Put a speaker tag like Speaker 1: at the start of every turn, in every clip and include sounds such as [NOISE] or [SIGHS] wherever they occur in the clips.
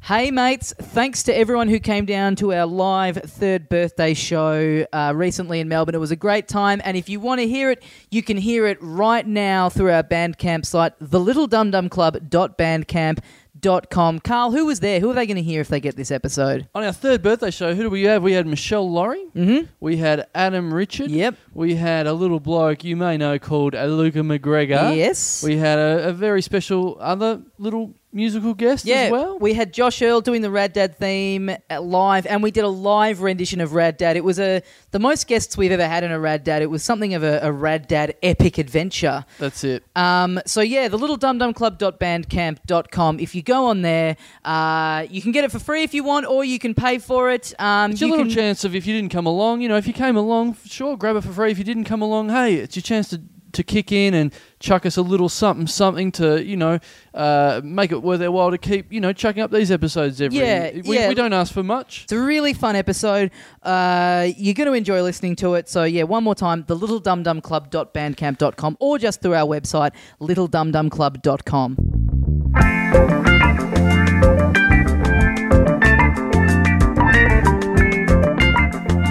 Speaker 1: Hey, mates, thanks to everyone who came down to our live third birthday show uh, recently in Melbourne. It was a great time, and if you want to hear it, you can hear it right now through our Bandcamp site, thelittledumdumclub.bandcamp.com. Carl, who was there? Who are they going to hear if they get this episode?
Speaker 2: On our third birthday show, who do we have? We had Michelle Laurie. Mm-hmm. We had Adam Richard.
Speaker 1: Mm. Yep.
Speaker 2: We had a little bloke you may know called uh, Luca McGregor.
Speaker 1: Yes.
Speaker 2: We had a, a very special other little musical guest as well.
Speaker 1: we had Josh Earl doing the Rad Dad theme at live, and we did a live rendition of Rad Dad. It was a the most guests we've ever had in a Rad Dad. It was something of a, a Rad Dad epic adventure.
Speaker 2: That's it.
Speaker 1: Um, so yeah, the little dumdumclub.bandcamp.com. If you go on there, uh, you can get it for free if you want, or you can pay for it. Um,
Speaker 2: It's your
Speaker 1: you
Speaker 2: little
Speaker 1: can-
Speaker 2: chance of if you didn't come along, you know, if you came along, sure, grab it for free. If you didn't come along, hey, it's your chance to to kick in and chuck us a little something something to you know uh, make it worth their while to keep you know chucking up these episodes every
Speaker 1: Yeah,
Speaker 2: we,
Speaker 1: yeah.
Speaker 2: we don't ask for much
Speaker 1: It's a really fun episode. Uh, you're going to enjoy listening to it. So, yeah, one more time, the littledumdumclub.bandcamp.com or just through our website, littledumdumclub.com.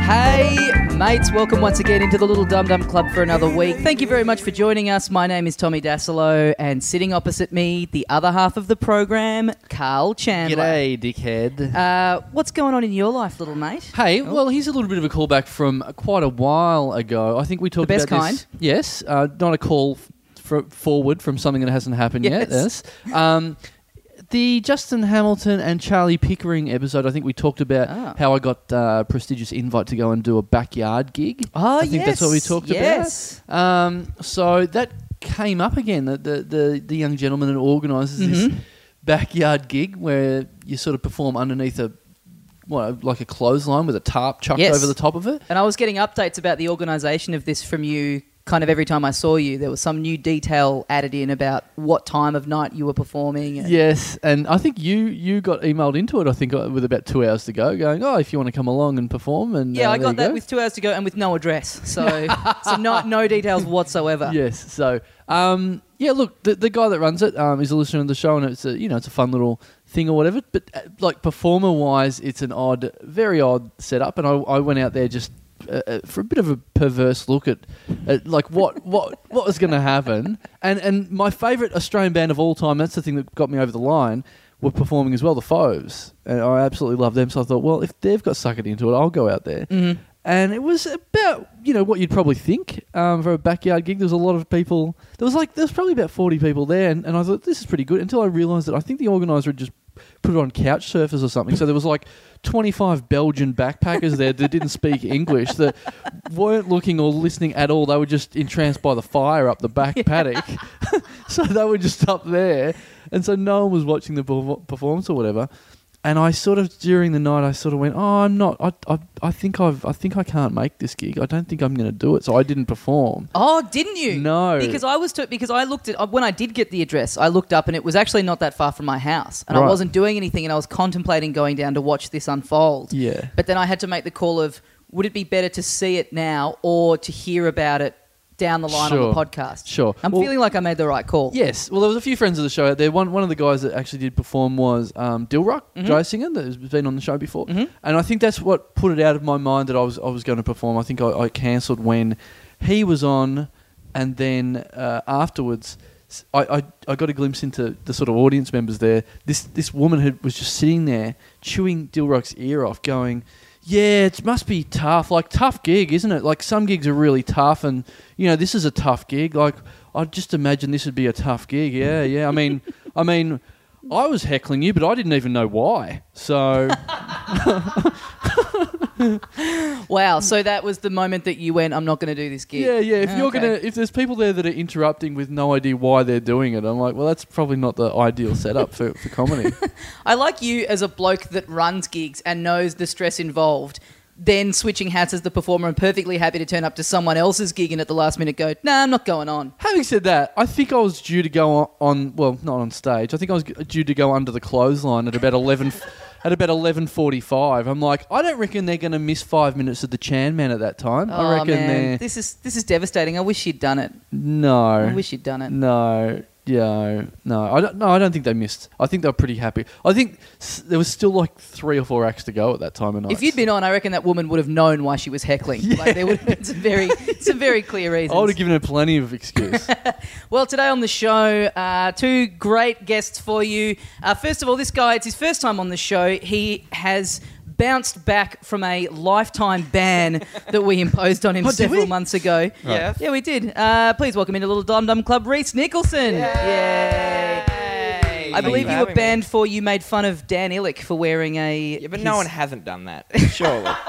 Speaker 1: Hey, mates, welcome once again into the Little Dum Dum Club for another week. Thank you very much for joining us. My name is Tommy Dasilo, and sitting opposite me, the other half of the program, Carl Chandler.
Speaker 2: dickhead
Speaker 1: Uh, what's going on in your life, little mate?
Speaker 2: Hey, well, here's a little bit of a callback from uh, quite a while ago. I think we talked
Speaker 1: The best
Speaker 2: about
Speaker 1: kind?
Speaker 2: this. Yes, uh, not a call f- f- forward from something that hasn't happened yet.
Speaker 1: Yes.
Speaker 2: Yes. Um, the Justin Hamilton and Charlie Pickering episode. I think we talked about
Speaker 1: Ah.
Speaker 2: how I got uh, prestigious invite to go and do a backyard gig.
Speaker 1: Oh,
Speaker 2: I think that's what we talked
Speaker 1: yes.
Speaker 2: about. Um, so that came up again. The the the, the young gentleman that organizes
Speaker 1: Mm-hmm.
Speaker 2: this backyard gig where you sort of perform underneath a what like a clothesline with a tarp chucked
Speaker 1: Yes.
Speaker 2: over the top of it.
Speaker 1: And I was getting updates about the organisation of this from you kind of every time I saw you. There was some new detail added in about what time of night you were performing. And
Speaker 2: Yes, and I think you you got emailed into it. I think uh, with about two hours to go, going, oh, if you want to come along and perform, and
Speaker 1: Yeah,
Speaker 2: uh,
Speaker 1: I
Speaker 2: there you
Speaker 1: got that
Speaker 2: go."
Speaker 1: with two hours to go and with no address. [LAUGHS] So, so not, no details whatsoever.
Speaker 2: Yes. So, um, yeah, look, the, the guy that runs it um, is a listener of the show, and it's a you know it's a fun little thing or whatever. But uh, like performer wise, it's an odd, very odd setup, and I, I went out there just. Uh, uh, for a bit of a perverse look at, at like what what what was going to happen, and and my favourite Australian band of all time. That's the thing that got me over the line. Were performing as well, the Foes, and I absolutely love them. So I thought, well, if they've got suckered into it, I'll go out there
Speaker 1: Mm-hmm.
Speaker 2: and it was about you know what you'd probably think um, for a backyard gig. There was a lot of people. There was like there was probably about forty people there, and, and I thought this is pretty good. Until I realised that I think the organizer had just put it on couch surfers or something. So there was like twenty five Belgian backpackers there that didn't speak English that weren't looking or listening at all. They were just entranced by the fire up the back paddock, [LAUGHS] so they were just up there, and so no one was watching the perfor- performance or whatever and I sort of during the night I sort of went, oh, I'm not. I, I, I think I've I think I can't make this gig. I don't think I'm going to do it. So I didn't perform.
Speaker 1: Oh, didn't you?
Speaker 2: No.
Speaker 1: Because I was to, because I looked at uh, when I did get the address, I looked up and it was actually not that far from my house, and I
Speaker 2: Right.
Speaker 1: wasn't doing anything, and I was contemplating going down to watch this unfold.
Speaker 2: Yeah.
Speaker 1: But then I had to make the call of would it be better to see it now or to hear about it down the line on
Speaker 2: Sure.
Speaker 1: the podcast?
Speaker 2: Sure.
Speaker 1: I'm
Speaker 2: Well-
Speaker 1: feeling like I made the right call.
Speaker 2: Yes. Well, there was a few friends of the show out there. One one of the guys that actually did perform was um, Dilrock
Speaker 1: Mm-hmm.
Speaker 2: Joe Singer, that has been on the show before. And I think that's what put it out of my mind that I was I was going to perform. I think I, I cancelled when he was on, and then uh, afterwards. s- I, I, I got a glimpse into the sort of audience members there. This this woman had, was just sitting there chewing Dilrock's ear off, going, "Yeah, it must be tough. Like tough gig, isn't it? Like some gigs are really tough, and you know this is a tough gig. Like I just imagine this would be a tough gig. Yeah, yeah. I mean, [LAUGHS] I mean, I was heckling you, but I didn't even know why. So
Speaker 1: Wow. So that was the moment that you went, I'm not going to do this gig.
Speaker 2: yeah, yeah. If
Speaker 1: Oh,
Speaker 2: you're
Speaker 1: okay.
Speaker 2: gonna, if there's people there that are interrupting with no idea why they're doing it, I'm like, well, that's probably not the ideal setup for, for
Speaker 1: [LAUGHS]
Speaker 2: comedy.
Speaker 1: I like you as a bloke that runs gigs and knows the stress involved. Then switching hats as the performer and perfectly happy to turn up to someone else's gig and at the last minute go, nah, I'm not going on.
Speaker 2: Having said that, I think I was due to go on, on well, not on stage. I think I was g- due to go under the clothesline at about eleven, [LAUGHS] at about eleven forty-five. I'm like, I don't reckon they're going to miss five minutes of the Chan Man at that time.
Speaker 1: oh,
Speaker 2: I reckon
Speaker 1: man.
Speaker 2: they're
Speaker 1: This is this is devastating. I wish you'd done it.
Speaker 2: no,
Speaker 1: I wish you'd done it.
Speaker 2: no. Yeah, no, I don't. No, I don't think they missed. I think they were pretty happy. I think s- there was still like three or four acts to go at that time of night.
Speaker 1: If you'd been on, I reckon that woman would have known why she was
Speaker 2: [LAUGHS]
Speaker 1: heckling. Like there would have been some very, some very clear reasons.
Speaker 2: I would have given her plenty of
Speaker 3: [LAUGHS]
Speaker 2: excuse.
Speaker 1: Well, today on the show, uh, two great guests for you. Uh, first of all, this guy, it's his first time on the show. He has bounced back from a lifetime
Speaker 2: [LAUGHS]
Speaker 1: ban that we imposed on him
Speaker 2: Oh, did
Speaker 1: several
Speaker 2: we?
Speaker 1: months ago.
Speaker 3: Yeah.
Speaker 1: Yeah, we did. Uh, please welcome into Little Dum Dum Club, Reese Nicholson. Yay.
Speaker 3: Yay.
Speaker 1: I believe
Speaker 3: Thank
Speaker 1: you were
Speaker 3: for having me.
Speaker 1: banned for you made fun of Dan Illick for wearing a.
Speaker 3: Yeah, but no
Speaker 1: his-
Speaker 3: one hasn't done that. Surely,
Speaker 1: [LAUGHS]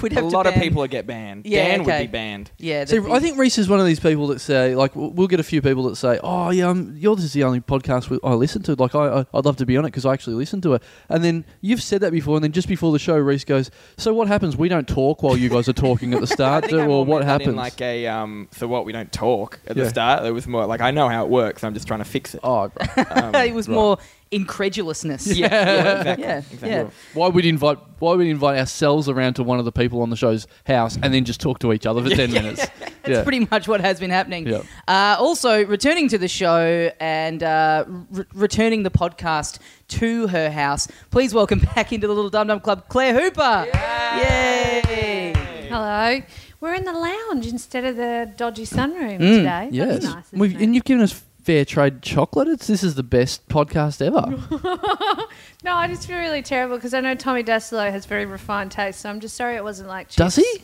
Speaker 1: We'd
Speaker 3: a
Speaker 1: have to
Speaker 3: lot of
Speaker 1: ban-
Speaker 3: people would get banned.
Speaker 1: Yeah,
Speaker 3: Dan would
Speaker 1: okay.
Speaker 3: be banned.
Speaker 1: Yeah, that'd
Speaker 2: See, I
Speaker 1: be-
Speaker 2: think Reese is one of these people that say, like, w- we'll get a few people that say, "Oh, yeah, um, yours is the only podcast we- I listen to. Like, I, I I'd love to be on it because I actually listen to it." And then you've said that before, and then just before the show, Reese goes, "So what happens? We don't talk while you guys are talking
Speaker 3: [LAUGHS]
Speaker 2: at the
Speaker 3: I
Speaker 2: start,
Speaker 3: think
Speaker 2: do,
Speaker 3: I more
Speaker 2: or what
Speaker 3: meant that
Speaker 2: happens?"
Speaker 3: In like a um, for what we don't talk at
Speaker 2: Yeah.
Speaker 3: the start. It was more like I know how it works. I'm just trying to fix it. [LAUGHS]
Speaker 2: oh, right.
Speaker 1: [LAUGHS]
Speaker 3: Um,
Speaker 1: it was more incredulousness.
Speaker 3: yeah, yeah, exactly.
Speaker 1: [LAUGHS] Yeah,
Speaker 3: exactly.
Speaker 1: yeah.
Speaker 2: Why would invite Why would invite ourselves around to one of the people on the show's house and then just talk to each other for ten
Speaker 3: [LAUGHS]
Speaker 2: minutes?
Speaker 1: That's
Speaker 2: Yeah.
Speaker 1: pretty much what has been happening.
Speaker 2: Yeah.
Speaker 1: Uh, also, returning to the show and uh, re- returning the podcast to her house, please welcome [LAUGHS] back into the Little Dum Dum Club, Claire Hooper. Yay!
Speaker 4: Hello. We're in the lounge instead of the dodgy sunroom
Speaker 1: Mm,
Speaker 4: today.
Speaker 2: yes,
Speaker 4: That's nice. Isn't
Speaker 2: We've,
Speaker 4: it?
Speaker 2: and you've given us fair trade chocolate. It's this is the best podcast ever.
Speaker 4: no, I just feel really terrible because I know Tommy Dasilo has very refined taste, so I'm just sorry it wasn't like chips.
Speaker 2: Does he?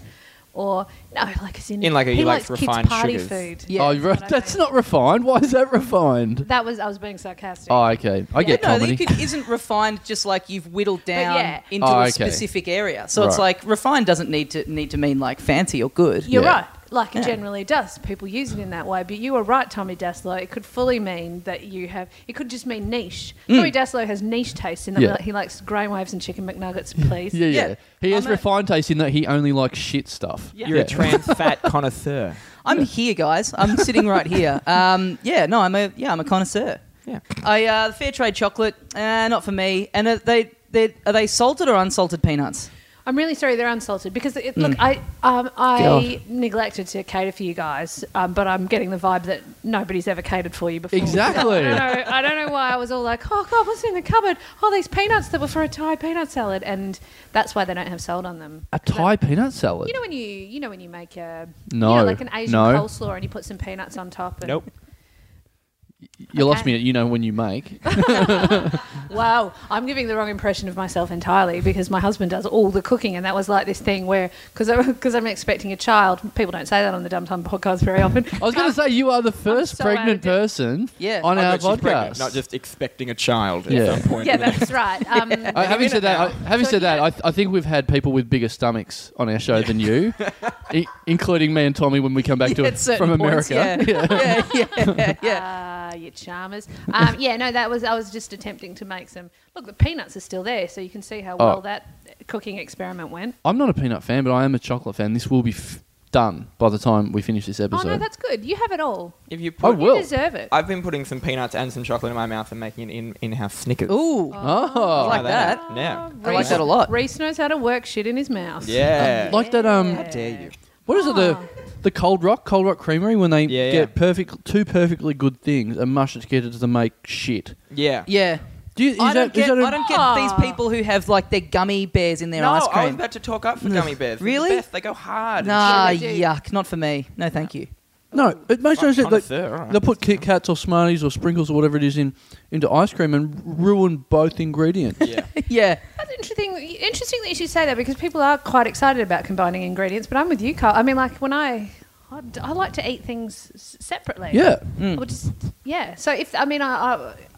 Speaker 4: Or no, like as in,
Speaker 3: In like a-
Speaker 4: he,
Speaker 3: he likes
Speaker 4: likes,
Speaker 3: refined
Speaker 4: kids party
Speaker 3: sugars.
Speaker 4: food.
Speaker 1: Yeah.
Speaker 2: oh, you're right.
Speaker 4: But I
Speaker 2: that's
Speaker 4: think-
Speaker 2: not refined. Why is that refined?
Speaker 4: That was I was being sarcastic.
Speaker 2: Oh, okay. I get
Speaker 1: no,
Speaker 2: comedy.
Speaker 1: you could, isn't refined just like you've whittled down
Speaker 4: yeah.
Speaker 1: into
Speaker 2: Oh,
Speaker 1: a
Speaker 2: okay.
Speaker 1: specific area. So it's
Speaker 2: Right.
Speaker 1: like refined doesn't need to need to mean like fancy or good.
Speaker 4: You're
Speaker 2: Yeah.
Speaker 4: right. Like
Speaker 1: Yeah.
Speaker 4: it generally does. People use it in that way. But you were right, Tommy Daslow. It could fully mean that you have. It could just mean niche. Tommy Daslow has niche taste in that
Speaker 2: Mm. Yeah.
Speaker 4: he likes grain waves and chicken McNuggets.
Speaker 2: [LAUGHS]
Speaker 4: Please.
Speaker 2: yeah, yeah,
Speaker 1: Yeah.
Speaker 2: He has
Speaker 1: I'm a-
Speaker 2: refined taste in that he only likes shit stuff.
Speaker 4: Yeah.
Speaker 3: You're
Speaker 2: Yeah. [LAUGHS]
Speaker 3: a trans fat connoisseur.
Speaker 1: I'm here, guys. I'm sitting right
Speaker 2: [LAUGHS]
Speaker 1: here. Um, yeah, no, I'm a yeah, I'm a connoisseur.
Speaker 3: Yeah.
Speaker 1: I uh, the fair trade chocolate, uh, not for me. And are they they are they salted or unsalted peanuts?
Speaker 4: I'm really sorry they're unsalted because it, look, I
Speaker 2: Mm.
Speaker 4: um, I neglected to cater for you guys, um, but I'm getting the vibe that nobody's ever catered for you before. I
Speaker 2: Exactly.
Speaker 4: don't, know, I don't know why I was all like, oh god, what's in the cupboard? Oh, these peanuts that were for a Thai peanut salad, and that's why they don't have salt on them.
Speaker 2: A Thai peanut salad.
Speaker 4: You know when you you know when you make a
Speaker 2: No,
Speaker 4: you know, like an Asian
Speaker 2: no.
Speaker 4: coleslaw and you put some peanuts on top. And,
Speaker 3: Nope.
Speaker 2: You lost
Speaker 4: Okay.
Speaker 2: me. at You know when you make.
Speaker 4: Wow, I'm giving the wrong impression of myself entirely because my husband does all the cooking, and that was like this thing where because I'm expecting a child. People don't say that on the Dumb Time podcast very often.
Speaker 2: I was going to say you are the first
Speaker 4: so
Speaker 2: pregnant
Speaker 4: out of-
Speaker 2: person
Speaker 1: Yeah.
Speaker 2: on
Speaker 3: Oh,
Speaker 2: our
Speaker 3: no, she's
Speaker 2: podcast.
Speaker 3: pregnant, not just expecting a child
Speaker 2: [LAUGHS] Yeah.
Speaker 3: at some point.
Speaker 4: yeah,
Speaker 3: in the-
Speaker 2: [LAUGHS]
Speaker 4: that's right. Um,
Speaker 2: Uh, having said that, I, having
Speaker 4: So
Speaker 2: said that,
Speaker 4: yeah.
Speaker 2: I, th- I think we've had people with bigger stomachs on our show than you, I- including me and Tommy when we
Speaker 1: [LAUGHS]
Speaker 2: come back to
Speaker 1: Yeah,
Speaker 2: it
Speaker 1: at certain
Speaker 2: from
Speaker 1: points,
Speaker 2: America. [LAUGHS]
Speaker 1: yeah. [LAUGHS] yeah, yeah, yeah, yeah.
Speaker 4: [LAUGHS] Ah, you charmers. Um, yeah, no, that was I was just attempting to make some. Look, the peanuts are still there, so you can see how well
Speaker 2: Oh.
Speaker 4: that cooking experiment went.
Speaker 2: I'm not a peanut fan, but I am a chocolate fan. This will be f- done by the time we finish this
Speaker 4: Oh
Speaker 2: episode.
Speaker 4: no, that's good. You have it all.
Speaker 3: If you put,
Speaker 2: I will.
Speaker 4: You deserve it.
Speaker 3: I've been putting some peanuts and some chocolate in my mouth and making an in- in-house Snickers.
Speaker 1: Ooh,
Speaker 2: Oh.
Speaker 1: I like
Speaker 3: Try
Speaker 1: that.
Speaker 3: out. Yeah.
Speaker 1: I like that a lot.
Speaker 4: Ah, Reese knows how to work shit in his mouth.
Speaker 3: Yeah.
Speaker 2: like that. Um,
Speaker 4: How
Speaker 3: dare you.
Speaker 2: what is it? The
Speaker 4: Ah.
Speaker 2: the Cold Rock, Cold Rock Creamery, when they
Speaker 3: Yeah,
Speaker 2: get
Speaker 3: yeah.
Speaker 2: perfect two perfectly good things and mush it together to make shit.
Speaker 3: Yeah.
Speaker 1: Yeah.
Speaker 2: Do you, is
Speaker 1: I
Speaker 2: that,
Speaker 1: don't
Speaker 2: is
Speaker 1: get
Speaker 2: that a-
Speaker 1: I don't get these
Speaker 4: Aw.
Speaker 1: people who have like their gummy bears in their
Speaker 3: Ah. no,
Speaker 1: ice
Speaker 3: I was
Speaker 1: cream.
Speaker 3: about to talk up for gummy bears. They're the
Speaker 1: Really?
Speaker 3: best. They go hard.
Speaker 1: Nah,
Speaker 4: Yeah, they do.
Speaker 1: yuck, not for me. No, thank you. [LAUGHS]
Speaker 2: No, it makes no sense.
Speaker 3: Right,
Speaker 2: Like,
Speaker 3: connoisseur, alright.
Speaker 2: They'll put Kit Kats or Smarties or sprinkles or whatever it is in into ice cream and ruin both ingredients. [LAUGHS]
Speaker 3: And shit. [LAUGHS] Yeah.
Speaker 1: yeah.
Speaker 4: That's interesting. Interesting that you should say that because people are quite excited about combining ingredients. But I'm with you, Carl. I mean, like when I, I, d- I like to eat things s- separately.
Speaker 2: Yeah.
Speaker 4: I would just, yeah. So if I mean, I,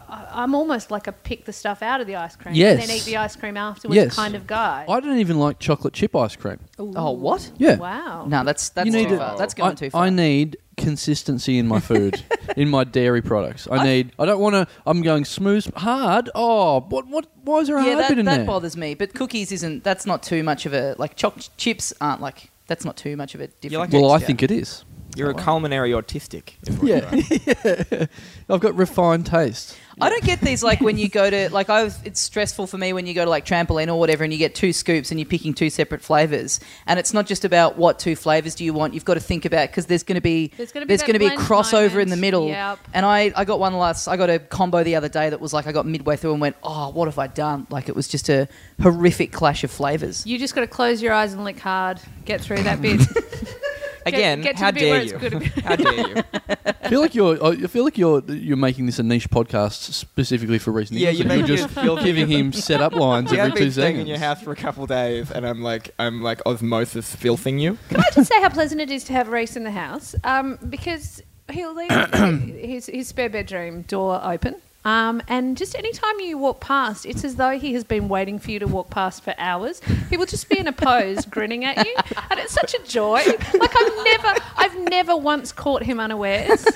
Speaker 4: I, I'm almost like a pick the stuff out of the ice cream and
Speaker 2: Yes.
Speaker 4: then eat the ice cream afterwards
Speaker 2: Yes.
Speaker 4: kind of guy.
Speaker 2: I don't even like chocolate chip ice cream.
Speaker 1: Oh, what?
Speaker 2: Yeah.
Speaker 4: Wow.
Speaker 1: No, that's that's
Speaker 2: You need
Speaker 1: too
Speaker 2: to-
Speaker 1: far. That's going
Speaker 2: I,
Speaker 1: too far.
Speaker 2: I need consistency in my food, in my dairy products. I need. I don't want to. I'm going smooth, hard. Oh, what? What? Why is there a
Speaker 1: yeah,
Speaker 2: hard
Speaker 1: that,
Speaker 2: bit in
Speaker 1: that
Speaker 2: there?
Speaker 1: bothers me. But cookies isn't. That's not too much of a like. Choc chips aren't like. That's not too much of a difference.
Speaker 3: like
Speaker 2: well, I
Speaker 3: Yeah.
Speaker 2: think it is.
Speaker 3: You're a culinary autistic. is
Speaker 2: [LAUGHS]
Speaker 3: what
Speaker 2: Yeah.
Speaker 3: you are.
Speaker 2: I've got refined taste.
Speaker 1: I don't get these like when you go to like I was, it's stressful for me when you go to like trampoline or whatever and you get two scoops and you're picking two separate flavors and it's not just about what two flavors do you want you've got to think about because there's going to be
Speaker 4: There's gonna be
Speaker 1: there's
Speaker 4: that
Speaker 1: going to be
Speaker 4: blend
Speaker 1: crossover in
Speaker 4: moment.
Speaker 1: the middle
Speaker 4: Yep.
Speaker 1: and I I got one last I got a combo the other day that was like I got midway through and went oh what have I done like it was just a horrific clash of flavors
Speaker 4: You just got to close your eyes and lick hard. Get through that bit.
Speaker 2: [LAUGHS]
Speaker 4: Get-
Speaker 3: Again,
Speaker 4: get to
Speaker 3: how
Speaker 4: the bit where
Speaker 3: dare
Speaker 4: it's
Speaker 3: you?
Speaker 4: good.
Speaker 3: How dare you?
Speaker 2: I feel like you're. I feel like you're. You're making this a niche podcast specifically for Reese.
Speaker 3: Yeah,
Speaker 2: Nicholson.
Speaker 3: you're
Speaker 2: you're
Speaker 3: making
Speaker 2: just
Speaker 3: it- you're-
Speaker 2: giving him setup lines
Speaker 3: Yeah, I've
Speaker 2: every two
Speaker 3: been staying in your
Speaker 2: seconds.
Speaker 3: house for a couple of days, and I'm like, I'm like osmosis filthing you.
Speaker 4: Can I just say how pleasant it is to have Reese in the house? Um, because he'll leave
Speaker 2: [COUGHS]
Speaker 4: his, his spare bedroom door open. Um, and just any time you walk past, it's as though he has been waiting for you to walk past for hours. He will just be in a pose, grinning at you, and it's such a joy. Like I've never, I've never once caught him unawares.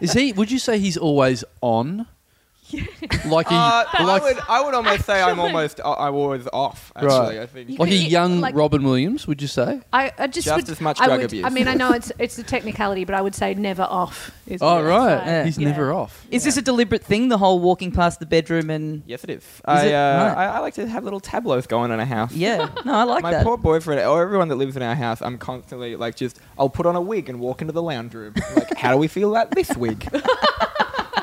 Speaker 2: Is he? Would you say he's always
Speaker 3: [LAUGHS]
Speaker 2: on? Like he,
Speaker 3: Uh, I
Speaker 2: like,
Speaker 3: would, I would almost say I'm
Speaker 4: Actually-
Speaker 3: almost, I, I was off. Actually, I think.
Speaker 4: You
Speaker 2: like a
Speaker 4: could-
Speaker 2: young
Speaker 4: like-
Speaker 2: Robin Williams. Would you say?
Speaker 4: I, I just,
Speaker 3: Just
Speaker 4: would,
Speaker 3: as much
Speaker 4: I
Speaker 3: drug
Speaker 4: would-
Speaker 3: abuse.
Speaker 4: I mean, I know it's it's a technicality, but I would say never off. Is
Speaker 2: Oh
Speaker 4: what I'd
Speaker 2: right,
Speaker 4: say.
Speaker 2: he's
Speaker 4: Yeah.
Speaker 2: never off.
Speaker 1: is this a deliberate thing the whole walking past the bedroom and
Speaker 3: Yes, it is. I,
Speaker 1: it?
Speaker 3: Uh,
Speaker 1: Right.
Speaker 3: I, I like to have little tableaus going in a house.
Speaker 1: yeah no I like
Speaker 3: My
Speaker 1: that
Speaker 3: poor boyfriend, or everyone that lives in our house, I'm constantly like, just I'll put on a wig and walk into the lounge room. Like, how do we feel about this wig?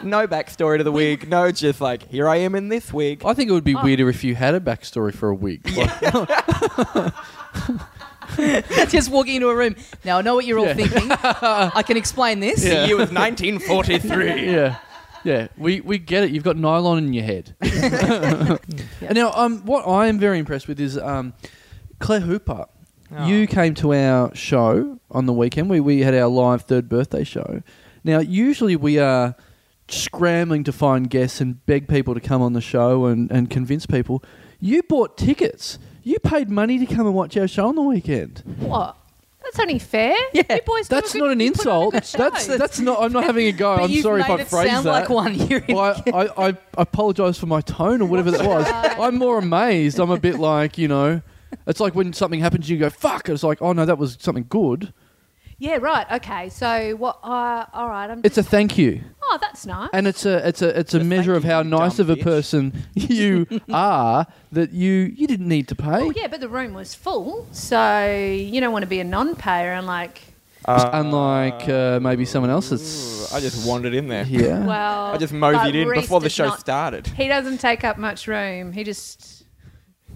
Speaker 3: no backstory to the wig. No, just like here I am in this wig.
Speaker 2: I think it would be
Speaker 4: Oh.
Speaker 2: weirder if you had a backstory for a
Speaker 4: [LAUGHS]
Speaker 2: week.
Speaker 1: [LAUGHS] just walking into a room now I know what you're all
Speaker 2: Yeah.
Speaker 1: thinking I can explain this
Speaker 2: Yeah.
Speaker 3: The year
Speaker 2: [LAUGHS]
Speaker 3: was 1943.
Speaker 2: yeah, yeah. We we get it. You've got nylon in your
Speaker 4: [LAUGHS]
Speaker 2: head. And now, um, what I am very impressed with is um, Claire Hooper.
Speaker 3: Oh.
Speaker 2: You came to our show on the weekend. We we had our live third birthday show. Now, usually we are scrambling to find guests and beg people to come on the show and, and convince people. You bought tickets. You paid money to come and watch our show on the weekend.
Speaker 4: What? That's only fair.
Speaker 1: Yeah.
Speaker 4: You boys do a
Speaker 2: That's
Speaker 4: good-
Speaker 2: not an
Speaker 4: you put on a
Speaker 2: insult.
Speaker 4: good
Speaker 2: That's
Speaker 4: show.
Speaker 2: that's not. I'm not having a go.
Speaker 1: But
Speaker 2: I'm
Speaker 1: you've
Speaker 2: sorry if
Speaker 1: made
Speaker 2: I
Speaker 1: it
Speaker 2: phrased
Speaker 1: sound
Speaker 2: that.
Speaker 1: like one. You're in-
Speaker 2: Well, I, I, I apologize for my tone or whatever that was. I'm more amazed. I'm a bit like, you know, it's like when something happens, you go, fuck. It's like, oh no, that was something good.
Speaker 4: Yeah, right. Okay. So what? Uh, all right. I'm.
Speaker 2: It's
Speaker 4: Just,
Speaker 2: a thank you.
Speaker 4: oh, that's nice.
Speaker 2: And it's a it's a it's a
Speaker 3: Just
Speaker 2: measure
Speaker 3: thank
Speaker 2: of
Speaker 3: you,
Speaker 2: how
Speaker 3: you
Speaker 2: nice of
Speaker 3: dumb
Speaker 2: a
Speaker 3: bitch.
Speaker 2: person [LAUGHS] you are that you you didn't need to pay.
Speaker 4: oh yeah, but the room was full, so you don't want to be a non-payer and like,
Speaker 2: Unlike uh, maybe someone else that's
Speaker 3: I just wandered in there.
Speaker 2: yeah.
Speaker 4: well.
Speaker 3: I just moseyed
Speaker 4: but
Speaker 3: in
Speaker 4: Reece
Speaker 3: before the
Speaker 4: does
Speaker 3: show
Speaker 4: not-
Speaker 3: started.
Speaker 4: He doesn't take up much room. He just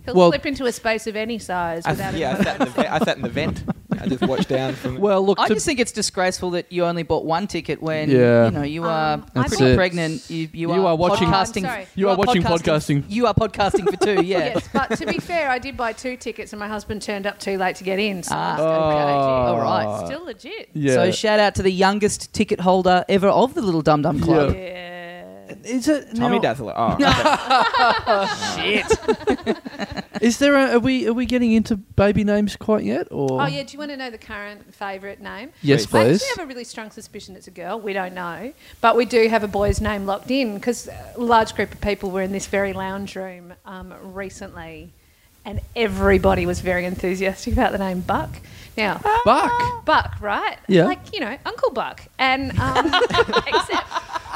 Speaker 4: he'll
Speaker 2: Well-
Speaker 4: slip into a space of any size
Speaker 3: I,
Speaker 4: without.
Speaker 3: yeah, I
Speaker 4: anyone
Speaker 3: sat, in the, ve- I sat in the vent. I just watched down from.
Speaker 2: Well, look,
Speaker 1: I
Speaker 2: to-
Speaker 1: just think it's disgraceful that you only bought one ticket when
Speaker 2: Yeah.
Speaker 1: you know you are
Speaker 4: Um, I
Speaker 1: pretty
Speaker 2: bought-
Speaker 1: pregnant. You, you,
Speaker 2: You
Speaker 1: are,
Speaker 2: are watching-
Speaker 4: Oh, I'm
Speaker 1: podcasting.
Speaker 4: sorry.
Speaker 2: You are watching podcasting.
Speaker 1: You are podcasting for two. Yeah.
Speaker 4: [LAUGHS] Yes, but to be fair, I did buy two tickets, and my husband turned up too late to get in. So
Speaker 1: Ah.
Speaker 4: it's okay.
Speaker 2: Oh.
Speaker 1: All right.
Speaker 4: still legit.
Speaker 2: yeah.
Speaker 1: So shout out to the youngest ticket holder ever of the Little Dum Dum Club.
Speaker 4: Yeah.
Speaker 2: is it
Speaker 3: Tommy
Speaker 2: now-
Speaker 3: Dazzler. Oh, okay.
Speaker 2: Is there a, are we are we getting into baby names quite yet or
Speaker 4: Oh yeah. Do you want to know the current favourite name?
Speaker 2: Yes,
Speaker 4: I
Speaker 2: please.
Speaker 4: actually have a really strong suspicion it's a girl. We don't know, but we do have a boy's name locked in because a large group of people were in this very lounge room um, recently, and everybody was very enthusiastic about the name Buck. Now,
Speaker 2: Buck.
Speaker 4: Buck, right?
Speaker 2: Yeah.
Speaker 4: Like you know, Uncle Buck, and um, [LAUGHS] except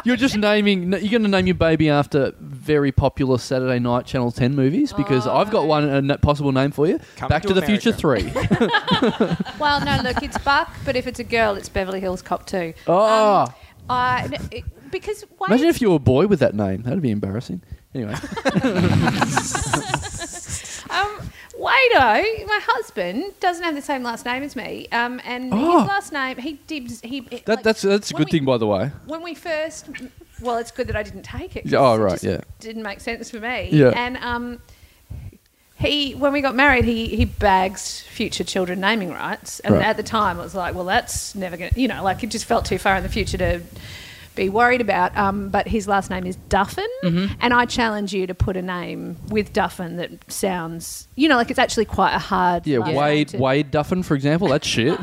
Speaker 2: You're just naming. You're going to name your baby after very popular Saturday night Channel Ten movies because
Speaker 4: Oh.
Speaker 2: I've got one a n- possible name for you.
Speaker 3: Coming
Speaker 2: Back to,
Speaker 3: to
Speaker 2: the Future Three.
Speaker 4: Well, no, look, it's Buck, but if it's a girl, it's Beverly Hills Cop 2.
Speaker 2: Oh.
Speaker 4: Um, I- n- it- because [LAUGHS] why?
Speaker 2: Imagine if you were a boy with that name. That'd be embarrassing.
Speaker 4: [LAUGHS]
Speaker 2: Anyway,
Speaker 4: Um, Wado, my husband, doesn't have the same last name as me. Um, and
Speaker 2: Oh.
Speaker 4: his last name, he dibs. He, it-
Speaker 2: that,
Speaker 4: like,
Speaker 2: that's that's a
Speaker 4: when
Speaker 2: good thing,
Speaker 4: we-
Speaker 2: by the way.
Speaker 4: When we first. Well, it's good that I didn't take it. 'cause
Speaker 2: Yeah, oh,
Speaker 4: it
Speaker 2: right,
Speaker 4: just
Speaker 2: yeah.
Speaker 4: Didn't make sense for me.
Speaker 2: Yeah.
Speaker 4: And um, he, when we got married, he, he bags future children naming rights. And
Speaker 2: Right.
Speaker 4: at the time, it was like, well, that's never going to, you know, like it just felt too far in the future to be worried about. Um, but his last name is Duffin.
Speaker 2: Mm-hmm.
Speaker 4: And I challenge you to put a name with Duffin that sounds, you know, like it's actually quite a hard.
Speaker 2: Yeah,
Speaker 4: last name
Speaker 2: Wade
Speaker 4: to-
Speaker 2: Wade Duffin, for example. That's
Speaker 4: [LAUGHS]
Speaker 2: shit.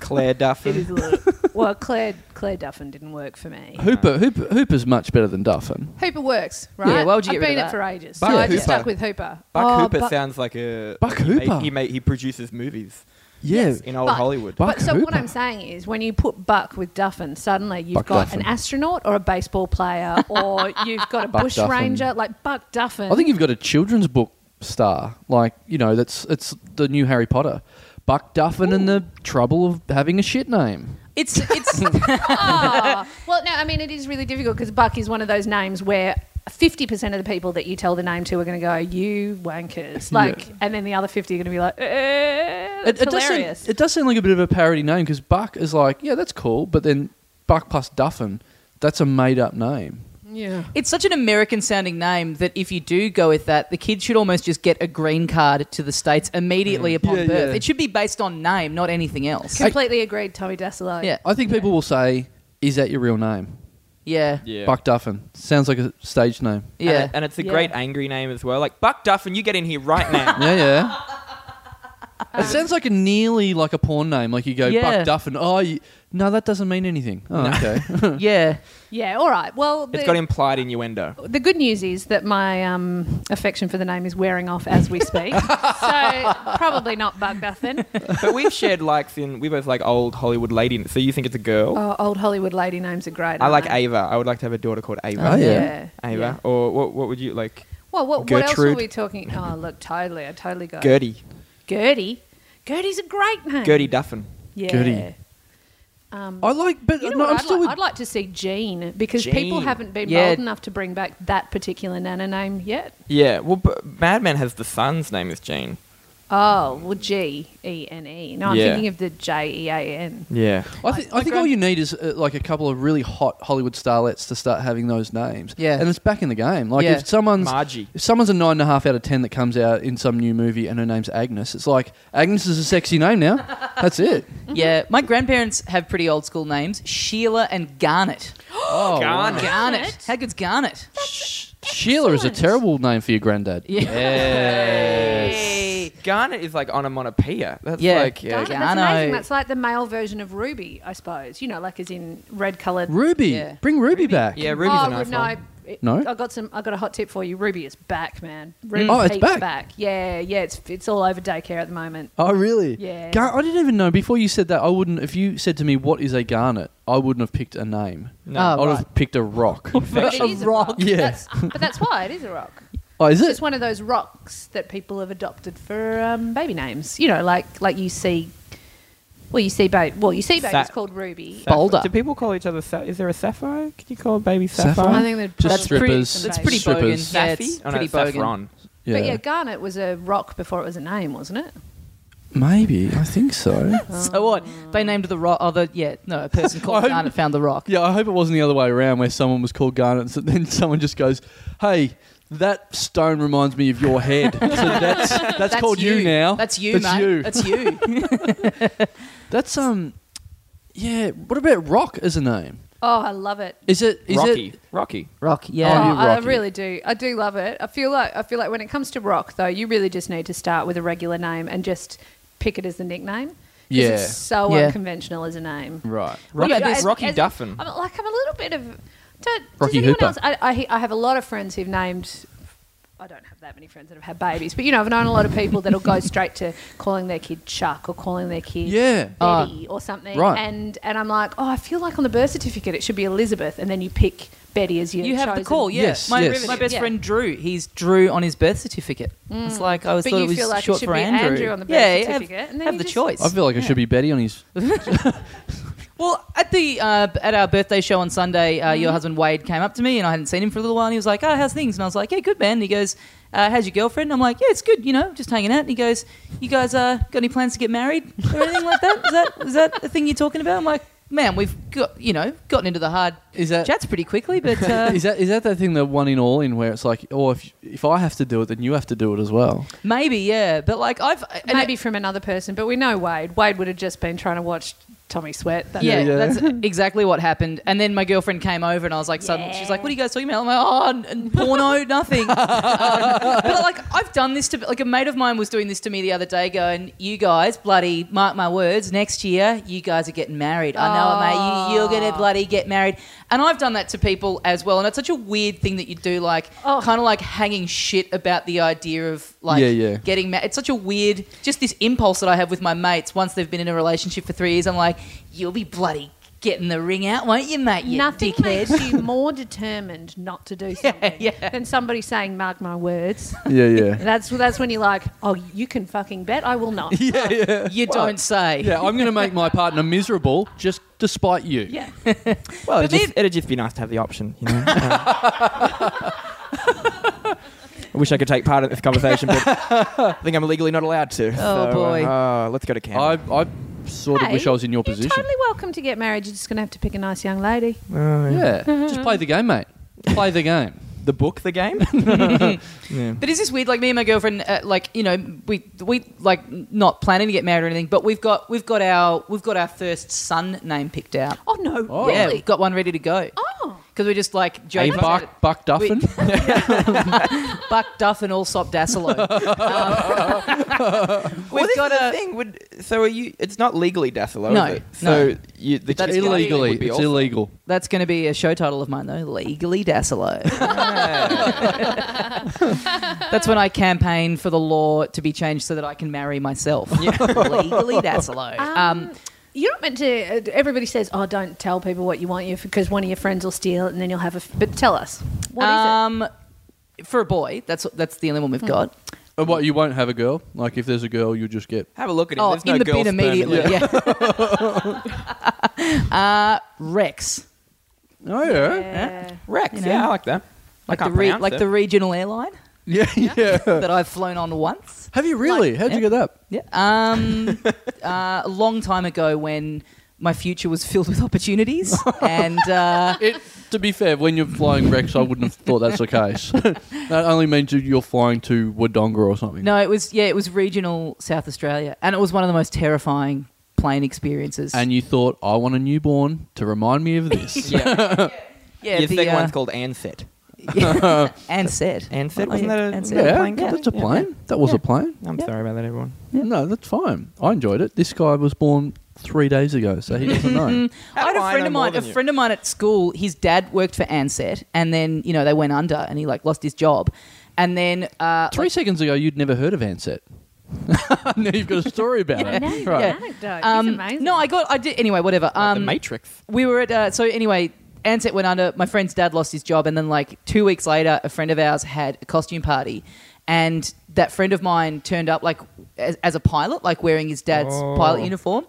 Speaker 3: Claire
Speaker 4: It
Speaker 3: Duffin.
Speaker 4: is a little- well, Claire, Claire Duffin didn't work for me.
Speaker 2: Hooper, Hooper Hooper's much better than Duffin.
Speaker 4: Hooper works, right?
Speaker 1: Yeah, why would you get
Speaker 4: I've been
Speaker 1: rid of
Speaker 4: it
Speaker 1: that?
Speaker 4: for ages.
Speaker 3: Buck
Speaker 4: so I just
Speaker 3: Hooper.
Speaker 4: stuck with Hooper.
Speaker 3: Buck
Speaker 4: Oh,
Speaker 3: Hooper
Speaker 4: Buck-
Speaker 3: sounds like a
Speaker 2: Buck
Speaker 3: he ma-
Speaker 2: Hooper.
Speaker 3: He, ma- he produces movies.
Speaker 2: Yeah.
Speaker 3: in old
Speaker 4: But-
Speaker 3: Hollywood.
Speaker 2: Buck
Speaker 4: but so what
Speaker 2: Hooper.
Speaker 4: I'm saying is, when you put Buck with Duffin, suddenly you've
Speaker 3: Buck
Speaker 4: got
Speaker 3: Duffin.
Speaker 4: an astronaut or a
Speaker 1: [LAUGHS]
Speaker 4: baseball player, or you've got a
Speaker 2: Buck
Speaker 4: bush
Speaker 2: Duffin.
Speaker 4: ranger like Buck Duffin.
Speaker 2: I think you've got a children's book star, like you know, that's it's the new Harry Potter, Buck Duffin and the trouble of having a shit name.
Speaker 1: It's it's [LAUGHS]
Speaker 4: Ah, well, no, I mean it is really difficult because Buck is one of those names where. 50% of the people that you tell the name to are going to go, you wankers. Like, and then the other 50 are going to be like, eh,
Speaker 2: It,
Speaker 4: that's
Speaker 2: it does seem,
Speaker 4: hilarious.
Speaker 2: it does seem like a bit of a parody name because Buck is like, yeah, that's cool, but then Buck plus Duffin, that's a made up name.
Speaker 4: yeah.
Speaker 1: it's such an American sounding name that if you do go with that, the kid should almost just get a green card to the states immediately upon
Speaker 2: Yeah,
Speaker 1: birth.
Speaker 2: yeah.
Speaker 1: It should be based on name, not anything else.
Speaker 4: Completely agreed, Tommy Dasilo.
Speaker 1: Yeah.
Speaker 2: I think people will say, is that your real name?
Speaker 1: Yeah.
Speaker 3: yeah.
Speaker 2: Buck Duffin sounds like a stage name.
Speaker 1: Yeah.
Speaker 2: [LAUGHS]
Speaker 3: And, it- and it's a
Speaker 4: Yeah.
Speaker 3: great angry name as well. Like Buck Duffin, you get in here right
Speaker 4: [LAUGHS]
Speaker 3: now.
Speaker 2: Yeah, yeah. It sounds like a nearly like a porn name. Like you go
Speaker 1: Yeah.
Speaker 2: Buck Duffin. Oh, you, no, that doesn't mean anything. Oh, okay.
Speaker 4: [LAUGHS]
Speaker 1: yeah.
Speaker 4: Yeah, all right. Well,
Speaker 3: it's
Speaker 4: the-
Speaker 3: got implied innuendo.
Speaker 4: The good news is that my um, affection for the name is wearing off as
Speaker 3: [LAUGHS]
Speaker 4: we speak. so probably not Bug Duffin.
Speaker 3: but we've shared likes in we both like old Hollywood lady. So you think it's a girl?
Speaker 4: Oh, old Hollywood lady names are
Speaker 3: I
Speaker 4: great. aren't
Speaker 3: like
Speaker 4: they?
Speaker 3: Ava. I would like to have a daughter called Ava.
Speaker 2: Oh, yeah.
Speaker 3: Ava.
Speaker 4: yeah.
Speaker 3: Or what, what would you like?
Speaker 4: Well, what, what else were
Speaker 3: Gertrude.
Speaker 4: we talking? Oh, look, totally. I totally got it.
Speaker 3: Gertie.
Speaker 4: Gertie. Gertie's a great name.
Speaker 3: Gertie Duffin.
Speaker 4: Yeah.
Speaker 2: Gertie.
Speaker 4: Um,
Speaker 2: I like, but
Speaker 4: you
Speaker 2: no,
Speaker 4: know what?
Speaker 2: I'm
Speaker 4: I'd,
Speaker 2: still
Speaker 4: like,
Speaker 2: with
Speaker 4: I'd like to see Jean because people
Speaker 3: Jean.
Speaker 4: haven't been
Speaker 1: Yeah.
Speaker 4: bold enough to bring back that particular nana name yet.
Speaker 3: Yeah. Well, but Mad Men has the son's name is Jane.
Speaker 4: Oh, well, G E N E. No, I'm
Speaker 3: Yeah.
Speaker 4: thinking of the J E A N.
Speaker 3: Yeah.
Speaker 2: I, think I think all you need is uh, like a couple of really hot Hollywood starlets to start having those names.
Speaker 1: Yeah.
Speaker 2: and it's back in the game. Like
Speaker 1: Yeah.
Speaker 2: if someone's
Speaker 3: Margie.
Speaker 2: if someone's a nine and a half out of ten that comes out in some new movie and her name's Agnes, it's like Agnes is a sexy name now. That's it.
Speaker 1: Mm-hmm. Yeah. My grandparents have pretty old school names Sheila and Garnet.
Speaker 2: Oh,
Speaker 3: Garnet.
Speaker 2: wow.
Speaker 1: Garnet.
Speaker 4: [GASPS] Garnet?
Speaker 1: How good's Garnet?
Speaker 2: Sh- Sheila is a
Speaker 4: excellent.
Speaker 2: terrible name for your granddad.
Speaker 1: [LAUGHS] Yes.
Speaker 3: Garnet is like onomatopoeia. That's
Speaker 1: Yeah.
Speaker 3: like yeah.
Speaker 4: Garnet,
Speaker 1: Garnet.
Speaker 4: That's amazing.
Speaker 1: Garnet.
Speaker 4: That's like the male version of Ruby, I suppose. You know, like as in red coloured.
Speaker 2: Ruby,
Speaker 1: Yeah.
Speaker 2: bring Ruby, back.
Speaker 3: Yeah, Ruby's
Speaker 4: oh,
Speaker 3: a nice
Speaker 4: no, Mm.
Speaker 3: one.
Speaker 4: it-
Speaker 2: No?
Speaker 4: I got some. I got a hot tip for you. Ruby is back, man. Ruby
Speaker 2: Oh, it's
Speaker 4: Pete's
Speaker 2: back.
Speaker 4: Yeah, yeah. It's it's all over daycare at the moment.
Speaker 2: Oh, really?
Speaker 4: Yeah.
Speaker 2: Gar- I didn't even know. Before you said that, I wouldn't. If you said to me, "What is a garnet?" I wouldn't have picked a name.
Speaker 3: No.
Speaker 1: Oh,
Speaker 2: I would
Speaker 1: right.
Speaker 2: have picked a rock. [LAUGHS]
Speaker 4: But it is a rock.
Speaker 2: Yeah.
Speaker 4: That's, but that's why it is a [LAUGHS] rock.
Speaker 2: oh, is
Speaker 4: It's
Speaker 2: it?
Speaker 4: just one of those rocks that people have adopted for um, baby names. You know, like like you see. Well, you see, babe. Well, you see, babe
Speaker 3: Sa-
Speaker 4: is called Ruby.
Speaker 3: Sapphire.
Speaker 1: Boulder.
Speaker 3: Do people call each other? Sa- is there a sapphire? Can you call a baby
Speaker 2: Sapphire?
Speaker 3: sapphire?
Speaker 4: I think they'd
Speaker 2: Just
Speaker 4: probably-
Speaker 2: strippers.
Speaker 1: That's pretty
Speaker 2: Strippers.
Speaker 1: bogan. Yeah, it's
Speaker 3: Sapphi? Oh, no,
Speaker 1: pretty bogan.
Speaker 3: saffron.
Speaker 4: But yeah, Garnet was a rock before it was a name, wasn't it?
Speaker 2: Maybe. I think so.
Speaker 1: So what? They named the rock. Oh, the, yeah. No, a person called
Speaker 2: [LAUGHS] I'm-
Speaker 1: Garnet found the rock.
Speaker 2: [LAUGHS] yeah, I hope it wasn't the other way around where someone was called Garnet and then someone just goes, hey, that stone reminds me of your head. So that's, that's, called you. now.
Speaker 1: That's you,
Speaker 2: that's
Speaker 1: mate.
Speaker 2: You.
Speaker 1: That's you.
Speaker 2: [LAUGHS] That's, um, yeah. What about Rock as a name?
Speaker 4: Oh, I love it.
Speaker 2: Is it, is
Speaker 3: Rocky.
Speaker 2: it,
Speaker 3: Rocky.
Speaker 1: rock.
Speaker 4: Oh,
Speaker 1: Yeah.
Speaker 2: you
Speaker 4: I
Speaker 2: rock it.
Speaker 4: really do. I do love it. I feel like I feel like when it comes to rock, though, you really just need to start with a regular name and just pick it as the nickname. 'Cause
Speaker 2: Yeah.
Speaker 4: it's so
Speaker 1: Yeah.
Speaker 4: unconventional as a name.
Speaker 2: right.
Speaker 3: Rocky,
Speaker 1: about this-
Speaker 3: Duff- Rocky
Speaker 4: as-
Speaker 3: Duffin.
Speaker 4: I'm like I'm a little bit of. Don't,
Speaker 2: Rocky
Speaker 4: does anyone
Speaker 2: Hooper.
Speaker 4: else? I, I he- I have a lot of friends who've named. I don't have that many friends that have had babies, but you know, I've known a lot of people that'll go straight to calling their kid Chuck or calling their kid
Speaker 2: Yeah.
Speaker 4: Betty
Speaker 1: Uh,
Speaker 4: or something.
Speaker 2: Right.
Speaker 4: And and I'm like, oh, I feel like on the birth certificate it should be Elizabeth, and then you pick Betty as your
Speaker 1: You have the
Speaker 4: chosen-
Speaker 1: call, yeah.
Speaker 2: Oh, Yes,
Speaker 1: my,
Speaker 2: yes.
Speaker 1: my best
Speaker 4: Yeah. Mm.
Speaker 1: friend Drew, he's Drew on his birth certificate. It's like I always
Speaker 4: But
Speaker 1: thought
Speaker 4: you
Speaker 1: it was
Speaker 4: feel like it
Speaker 1: short
Speaker 4: should
Speaker 1: for
Speaker 4: be
Speaker 1: Andrew.
Speaker 4: Andrew on the birth
Speaker 1: yeah, have-
Speaker 4: certificate,
Speaker 1: Have,
Speaker 4: and then you
Speaker 1: the
Speaker 4: just-
Speaker 1: choice.
Speaker 2: I feel like I should be Betty on his.
Speaker 1: Well, at the uh, at our birthday show on Sunday, uh,
Speaker 2: Mm-hmm.
Speaker 1: your husband Wade came up to me, and I hadn't seen him for a little while. And he was like, "Oh, how's things?" And I was like, "Yeah, good, man." And he goes, uh, "How's your girlfriend?" And I'm like, "Yeah, it's good. You know, just hanging out." And he goes, "You guys uh, got any plans to get married or anything like that? Is that is that the thing you're talking about?" I'm like, "Man, we've got you know gotten into the hard
Speaker 2: Is that-
Speaker 1: chats pretty quickly, but uh,
Speaker 2: [LAUGHS] Is that is that that thing the one in all in where it's like, oh, if if I have to do it, then you have to do it as well.
Speaker 1: maybe yeah." But like I've and
Speaker 4: Maybe from another person, but we know Wade. Wade would have just been trying to watch Tommy sweat. That
Speaker 1: Yeah,
Speaker 2: Yeah, yeah.
Speaker 1: that's
Speaker 4: [LAUGHS]
Speaker 1: exactly what happened. And then my girlfriend came over, and I was like, suddenly, she's like, "What are you guys talking about?" I'm like, "Oh, n- n-
Speaker 4: [LAUGHS]
Speaker 1: porno, nothing." um, but like, I've done this to like a mate of mine was doing this to me the other day, going, "You guys, bloody mark my words, next year you guys are getting married. I know it, mate. You, you're gonna bloody get married." And I've done that to people as well. And it's such a weird thing that you do, like
Speaker 4: Oh.
Speaker 1: kind of like hanging shit about the idea of like
Speaker 2: Yeah, yeah.
Speaker 1: getting mad. It's such a weird, just this impulse that I have with my mates once they've been in a relationship for three years. I'm like, you'll be bloody getting the ring out, won't you, mate? You
Speaker 4: Nothing
Speaker 1: dickhead.
Speaker 3: [LAUGHS]
Speaker 4: makes you more determined not [LAUGHS] to do something than somebody saying, "Mark my words."
Speaker 2: Yeah, yeah.
Speaker 4: That's that's when you're like, "Oh, you can fucking bet I will [LAUGHS] not."
Speaker 2: [LAUGHS] yeah, yeah.
Speaker 1: You don't say.
Speaker 2: Yeah, I'm going to make my partner miserable just despite you.
Speaker 4: Yeah.
Speaker 3: Well, it'd
Speaker 1: But
Speaker 3: just,
Speaker 1: then-
Speaker 3: it'd just be nice to have the option, you
Speaker 1: [LAUGHS]
Speaker 3: know. Uh, I wish I could take part in this conversation, but I think I'm legally not allowed to.
Speaker 1: Oh,
Speaker 3: So,
Speaker 1: boy.
Speaker 3: Uh, let's go to camp.
Speaker 2: I, I sort of
Speaker 4: Hey,
Speaker 2: wish I was in your
Speaker 4: You're
Speaker 2: position.
Speaker 4: totally welcome to get married. You're just going to have to pick a nice young lady.
Speaker 2: yeah. Just play the game, mate. Play the game.
Speaker 3: The book, the
Speaker 1: [LAUGHS]
Speaker 3: game. yeah.
Speaker 1: But is this weird? Like me and my girlfriend, uh, like you know, we we like not planning to get married or anything, but we've got we've got our we've got our first son name picked out.
Speaker 4: Oh no,
Speaker 2: Oh.
Speaker 1: Yeah,
Speaker 4: really?
Speaker 1: we've got one ready to go
Speaker 4: Oh,
Speaker 1: because we're just like
Speaker 2: Hey,
Speaker 1: joking. about [LAUGHS]
Speaker 2: Buck, Buck Duffin.
Speaker 1: it. Buck Duff and Allsop Dassolo.
Speaker 2: [LAUGHS]
Speaker 1: Um,
Speaker 3: Well,
Speaker 1: [LAUGHS] we've
Speaker 3: this
Speaker 1: got
Speaker 3: is the
Speaker 1: a
Speaker 3: thing. Would, so are you? It's not legally Dassilo,
Speaker 1: No,
Speaker 3: is it?
Speaker 1: no.
Speaker 3: So you, the
Speaker 1: That's
Speaker 2: [LAUGHS]
Speaker 3: kid
Speaker 2: illegally.
Speaker 3: would be
Speaker 2: It's
Speaker 3: awesome. [LAUGHS]
Speaker 2: illegal.
Speaker 1: that's going to be a show title of mine though. Legally Dassolo. [LAUGHS] that's when I campaign for the law to be changed so that I can marry myself. [LAUGHS] Legally Dassolo.
Speaker 4: Ah,
Speaker 1: Um,
Speaker 4: you're not meant to. Everybody says, "Oh, don't tell people what you want you because one of your friends will steal it, and then you'll have a." F-. But tell us, what is Hmm.
Speaker 1: um, For a boy, that's that's the only one we've got.
Speaker 2: And Uh, what, you won't have a girl? Like, if there's a girl, you'll just get.
Speaker 3: Have a look at him.
Speaker 1: Oh,
Speaker 3: There's
Speaker 1: in
Speaker 3: no
Speaker 1: the
Speaker 3: girl
Speaker 1: bin
Speaker 3: sperm in
Speaker 1: immediately.
Speaker 3: there.
Speaker 1: Yeah.
Speaker 3: [LAUGHS]
Speaker 1: [LAUGHS] uh, Rex,
Speaker 2: Oh,
Speaker 4: it?
Speaker 2: yeah.
Speaker 4: Yeah.
Speaker 3: Rex.
Speaker 1: You know.
Speaker 3: yeah, I like that.
Speaker 1: like
Speaker 3: I
Speaker 1: the
Speaker 3: can't
Speaker 1: re-
Speaker 3: pronounce
Speaker 1: like
Speaker 3: it.
Speaker 1: the regional airline
Speaker 2: Yeah, yeah. [LAUGHS]
Speaker 1: that I've flown on once.
Speaker 2: Have you really? How'd you
Speaker 1: yeah.
Speaker 2: get that?
Speaker 1: Yeah.
Speaker 3: [LAUGHS]
Speaker 1: Um, uh, a long time ago when my future was filled with opportunities and. Uh,
Speaker 2: It, to be fair, when you're flying Rex, I wouldn't have thought that's the case. that only means you- you're flying to Wodonga or something.
Speaker 1: No, it was yeah, it was regional South Australia, and it was one of the most terrifying plane experiences.
Speaker 2: And you thought, I want a newborn to remind me of
Speaker 3: [LAUGHS]
Speaker 2: this.
Speaker 3: yeah.
Speaker 1: [LAUGHS] yeah,
Speaker 3: Your
Speaker 1: the,
Speaker 3: second
Speaker 1: uh, [LAUGHS]
Speaker 3: one's called Ansett. [LAUGHS]
Speaker 1: and said
Speaker 3: Ansett
Speaker 1: Oh,
Speaker 3: wasn't
Speaker 1: yeah,
Speaker 3: that a,
Speaker 1: Ansett.
Speaker 3: was that a
Speaker 2: Yeah,
Speaker 3: plane?
Speaker 2: that's a
Speaker 3: company? Yeah.
Speaker 2: plane. That was a plane.
Speaker 3: I'm
Speaker 1: Yeah.
Speaker 3: sorry about that, everyone.
Speaker 2: No, that's fine. I enjoyed it. This guy was born three days ago, so he doesn't know. [LAUGHS]
Speaker 1: I had
Speaker 3: Oh,
Speaker 1: a
Speaker 3: I
Speaker 1: friend
Speaker 3: know
Speaker 1: of
Speaker 3: more
Speaker 1: mine. A
Speaker 3: than you.
Speaker 1: friend of mine at school. His dad worked for Ansett, and then you know they went under, and he like lost his job. And then uh,
Speaker 2: Three seconds ago, you'd never heard of Ansett. [LAUGHS] now you've got a story about
Speaker 4: I
Speaker 2: it.
Speaker 4: know, you're
Speaker 2: [LAUGHS] Right.
Speaker 4: an anecdote.
Speaker 1: um,
Speaker 4: He's amazing.
Speaker 1: no, I got I did anyway. Whatever.
Speaker 3: Like
Speaker 1: Um,
Speaker 3: the Matrix.
Speaker 1: we were at uh, so anyway. Ansett went under. My friend's dad lost his job, and then like two weeks later, a friend of ours had a costume party, and that friend of mine turned up like as, as a pilot, like wearing his dad's
Speaker 3: Oh.
Speaker 1: pilot uniform,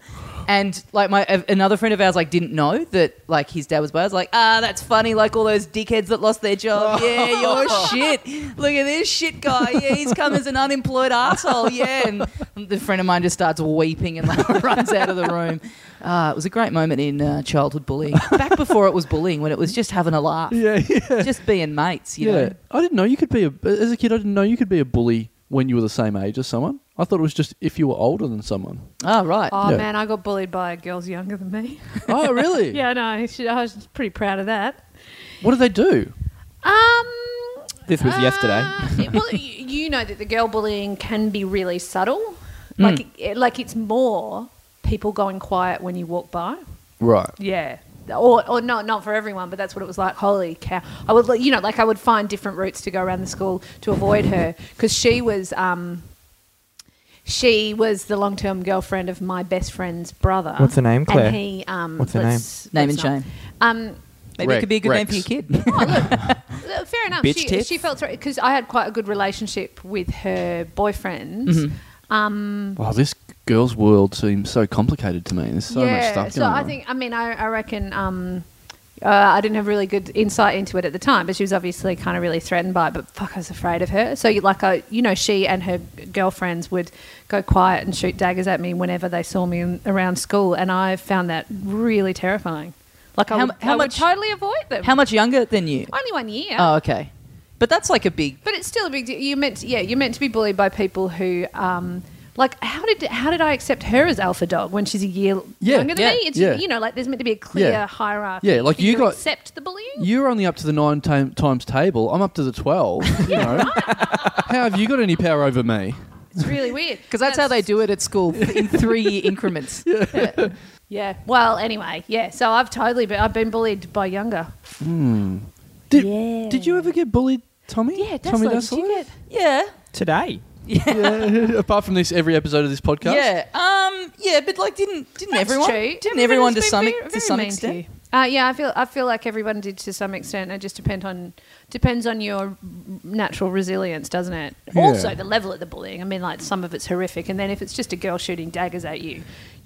Speaker 1: and like my a- another friend of ours like didn't know that like his dad was by. I was like, ah, that's funny. Like all those dickheads that lost their job. Yeah, you're shit. Look at this shit guy. Yeah, he's come as an unemployed asshole. Yeah, and the friend of mine just starts weeping and like [LAUGHS] runs out of the room. Ah, it was a great moment in uh, childhood bullying. Back before it was bullying, when it was just having a laugh,
Speaker 2: Yeah, yeah.
Speaker 1: just being mates. You
Speaker 2: yeah.
Speaker 1: know.
Speaker 2: I didn't know you could be a. As a kid, I didn't know you could be a bully when you were the same age as someone. I thought it was just if you were older than someone.
Speaker 1: Oh right.
Speaker 4: Oh
Speaker 2: Yeah.
Speaker 4: man, I got bullied by girls younger than me.
Speaker 2: Oh, really?
Speaker 4: yeah, no, she- I was pretty proud of that.
Speaker 2: What do they do?
Speaker 4: Um,
Speaker 3: This was
Speaker 4: Uh,
Speaker 3: yesterday.
Speaker 4: well, y- you know that the girl bullying can be really subtle. Like, it, like it's more people going quiet when you walk by.
Speaker 2: Right.
Speaker 4: Yeah. Or, or not, not for everyone, but that's what it was like. Holy cow! I would, like, you know, like I would find different routes to go around the school to avoid her because she was, um, she was the long-term girlfriend of my best friend's brother.
Speaker 3: What's her name, Claire?
Speaker 4: And he, um,
Speaker 3: What's her
Speaker 4: let's-
Speaker 1: name? Name
Speaker 4: let's
Speaker 1: and
Speaker 4: not- Um,
Speaker 1: Maybe it
Speaker 2: Rex-
Speaker 1: could be a good name for your
Speaker 2: Rex.
Speaker 1: kid. [LAUGHS]
Speaker 4: Uh, Fair enough.
Speaker 3: Bitch
Speaker 4: she,
Speaker 3: tits?
Speaker 4: she felt sorry because I had quite a good relationship with her boyfriend.
Speaker 1: Mm-hmm.
Speaker 4: Um,
Speaker 2: Wow, Oh, this girl's world seems so complicated to me. There's so
Speaker 4: yeah,
Speaker 2: much stuff
Speaker 4: so
Speaker 2: going
Speaker 4: I
Speaker 2: on.
Speaker 4: think I mean I, I reckon um, uh, I didn't have really good insight into it at the time, but she was obviously kind of really threatened by it. But fuck, I was afraid of her. So you, like I, you know, she and her girlfriends would go quiet and shoot daggers at me whenever they saw me in, around school, and I found that really terrifying. Like I
Speaker 1: How
Speaker 4: how,
Speaker 1: mu- how much-
Speaker 4: much totally avoid them.
Speaker 1: How much younger than you?
Speaker 4: Only one year.
Speaker 1: Oh, okay. But that's like a big.
Speaker 4: But it's still a big deal. You meant, to, yeah, you're meant to be bullied by people who, um, like, how did how did I accept her as alpha dog when she's a year
Speaker 2: Yeah,
Speaker 4: younger than
Speaker 1: yeah,
Speaker 4: me? It's,
Speaker 2: yeah.
Speaker 4: You know, like there's meant to be a clear
Speaker 2: Yeah.
Speaker 4: hierarchy.
Speaker 2: Yeah, like
Speaker 4: Do
Speaker 2: you got-
Speaker 4: accept the bullying.
Speaker 2: You're only up to the nine ta- times table. I'm up to the twelve.
Speaker 4: [LAUGHS]
Speaker 2: You know, how have you got any power over me?
Speaker 4: It's really weird
Speaker 2: [LAUGHS]
Speaker 1: Because that's, how they do it at school in three year increments.
Speaker 4: Yeah. Well, anyway, yeah. So I've totally been, I've been bullied by younger.
Speaker 2: Did,
Speaker 4: Yeah.
Speaker 2: did you ever get bullied, Tommy?
Speaker 4: Yeah, that's
Speaker 2: Tommy
Speaker 4: like, did you
Speaker 2: Dassler?
Speaker 4: get?
Speaker 1: Yeah.
Speaker 3: Today.
Speaker 2: Yeah. [LAUGHS] Apart from this, every episode of this podcast.
Speaker 1: Yeah. Um. Yeah, but like, didn't didn't
Speaker 4: That's
Speaker 1: everyone?
Speaker 4: true.
Speaker 1: Didn't everyone to
Speaker 4: Everybody's
Speaker 1: some
Speaker 4: been
Speaker 1: ex- to
Speaker 4: very- very
Speaker 1: some
Speaker 4: mean to
Speaker 1: extent?
Speaker 4: you. Uh, yeah, I feel I feel like everyone did to some extent. It just depends on depends on your natural resilience, doesn't it?
Speaker 2: Yeah.
Speaker 4: Also, the level of the bullying. I mean, like some of it's horrific, and then if it's just a girl shooting daggers at you,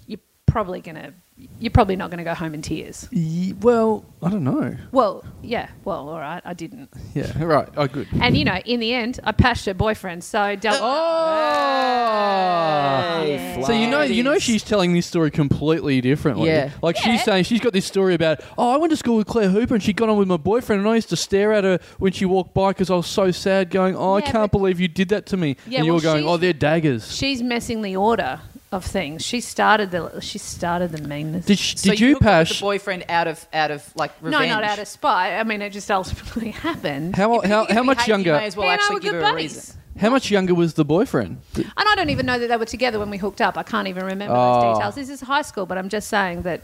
Speaker 4: you're probably gonna you're probably not gonna go home in tears.
Speaker 2: Ye- well, I don't know.
Speaker 4: Well, yeah. Well, all right, I didn't.
Speaker 2: Yeah. Right. Oh, good.
Speaker 4: And you know, in the end, I passed her boyfriend, so
Speaker 1: Uh,
Speaker 4: dealt.
Speaker 3: Ah,
Speaker 2: Oh. So you know, you know, she's telling this story completely differently.
Speaker 1: Yeah.
Speaker 2: Like
Speaker 4: Yeah.
Speaker 2: she's saying, she's got this story about, oh, I went to school with Claire Hooper and she got on with my boyfriend, and I used to stare at her when she walked by because I was so sad, going, oh, I
Speaker 4: Yeah,
Speaker 2: can't
Speaker 4: but-
Speaker 2: believe you did that to me.
Speaker 4: Yeah,
Speaker 2: and you
Speaker 4: well,
Speaker 2: were going,
Speaker 4: she's-
Speaker 2: oh, they're daggers.
Speaker 4: she's messing the order of things. She started the she started the meanness.
Speaker 2: Did, sh-
Speaker 1: So
Speaker 2: did you,
Speaker 1: hooked up with
Speaker 2: Pash?
Speaker 1: the boyfriend out of out of like
Speaker 4: no,
Speaker 1: revenge?
Speaker 4: not out of spite. I mean, it just ultimately [LAUGHS] happened.
Speaker 2: How,
Speaker 1: If you're
Speaker 2: how,
Speaker 1: gonna
Speaker 2: how
Speaker 1: be
Speaker 2: much
Speaker 1: hated, You
Speaker 2: younger?
Speaker 1: may as well
Speaker 4: Me and I
Speaker 1: actually
Speaker 4: were
Speaker 1: give
Speaker 4: good
Speaker 1: her a
Speaker 4: buddies.
Speaker 1: reason.
Speaker 2: How much younger was the boyfriend?
Speaker 4: And I don't even know that they were together when we hooked up. I can't even remember
Speaker 2: Oh.
Speaker 4: those details. This is high school, but I'm just saying that.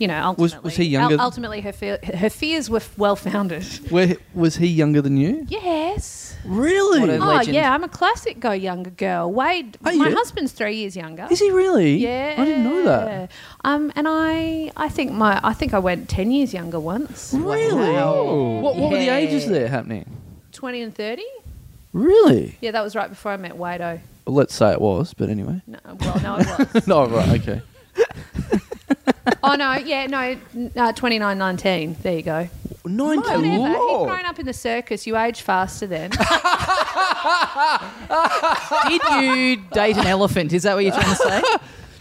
Speaker 4: You know,
Speaker 2: Was- was
Speaker 4: ultimately,
Speaker 2: he younger
Speaker 4: ul-
Speaker 2: than-
Speaker 4: ultimately, her fear, her fears were well founded.
Speaker 2: [LAUGHS] Where was he younger than you?
Speaker 4: Yes.
Speaker 2: Really?
Speaker 1: What a-
Speaker 4: Oh
Speaker 1: Legend.
Speaker 4: yeah, I'm a classic go younger girl. Wade,
Speaker 2: Are
Speaker 4: my
Speaker 2: you?
Speaker 4: husband's three years younger.
Speaker 2: Oh, Is he really?
Speaker 4: Yeah,
Speaker 2: I didn't know that.
Speaker 4: Um, and I, I think my, I think I went ten years younger once,
Speaker 2: Really?
Speaker 1: Wow.
Speaker 2: What, what were the
Speaker 1: Yeah.
Speaker 2: ages there happening?
Speaker 4: twenty and thirty.
Speaker 2: Really?
Speaker 4: Yeah, that was right before I met Wado.
Speaker 2: Well, let's say it was, but anyway.
Speaker 4: No, well, no, it
Speaker 2: [LAUGHS]
Speaker 4: was.
Speaker 2: no, right, okay.
Speaker 4: [LAUGHS] oh no, yeah, no, uh, twenty nine, nineteen. There you go. Whatever.
Speaker 2: Nineteen.
Speaker 4: He'd
Speaker 2: Lord.
Speaker 4: grown up in the circus. You age
Speaker 2: [LAUGHS]
Speaker 4: faster then.
Speaker 1: [LAUGHS] Did you date an elephant? Is that what you're trying to
Speaker 2: [LAUGHS]
Speaker 1: say?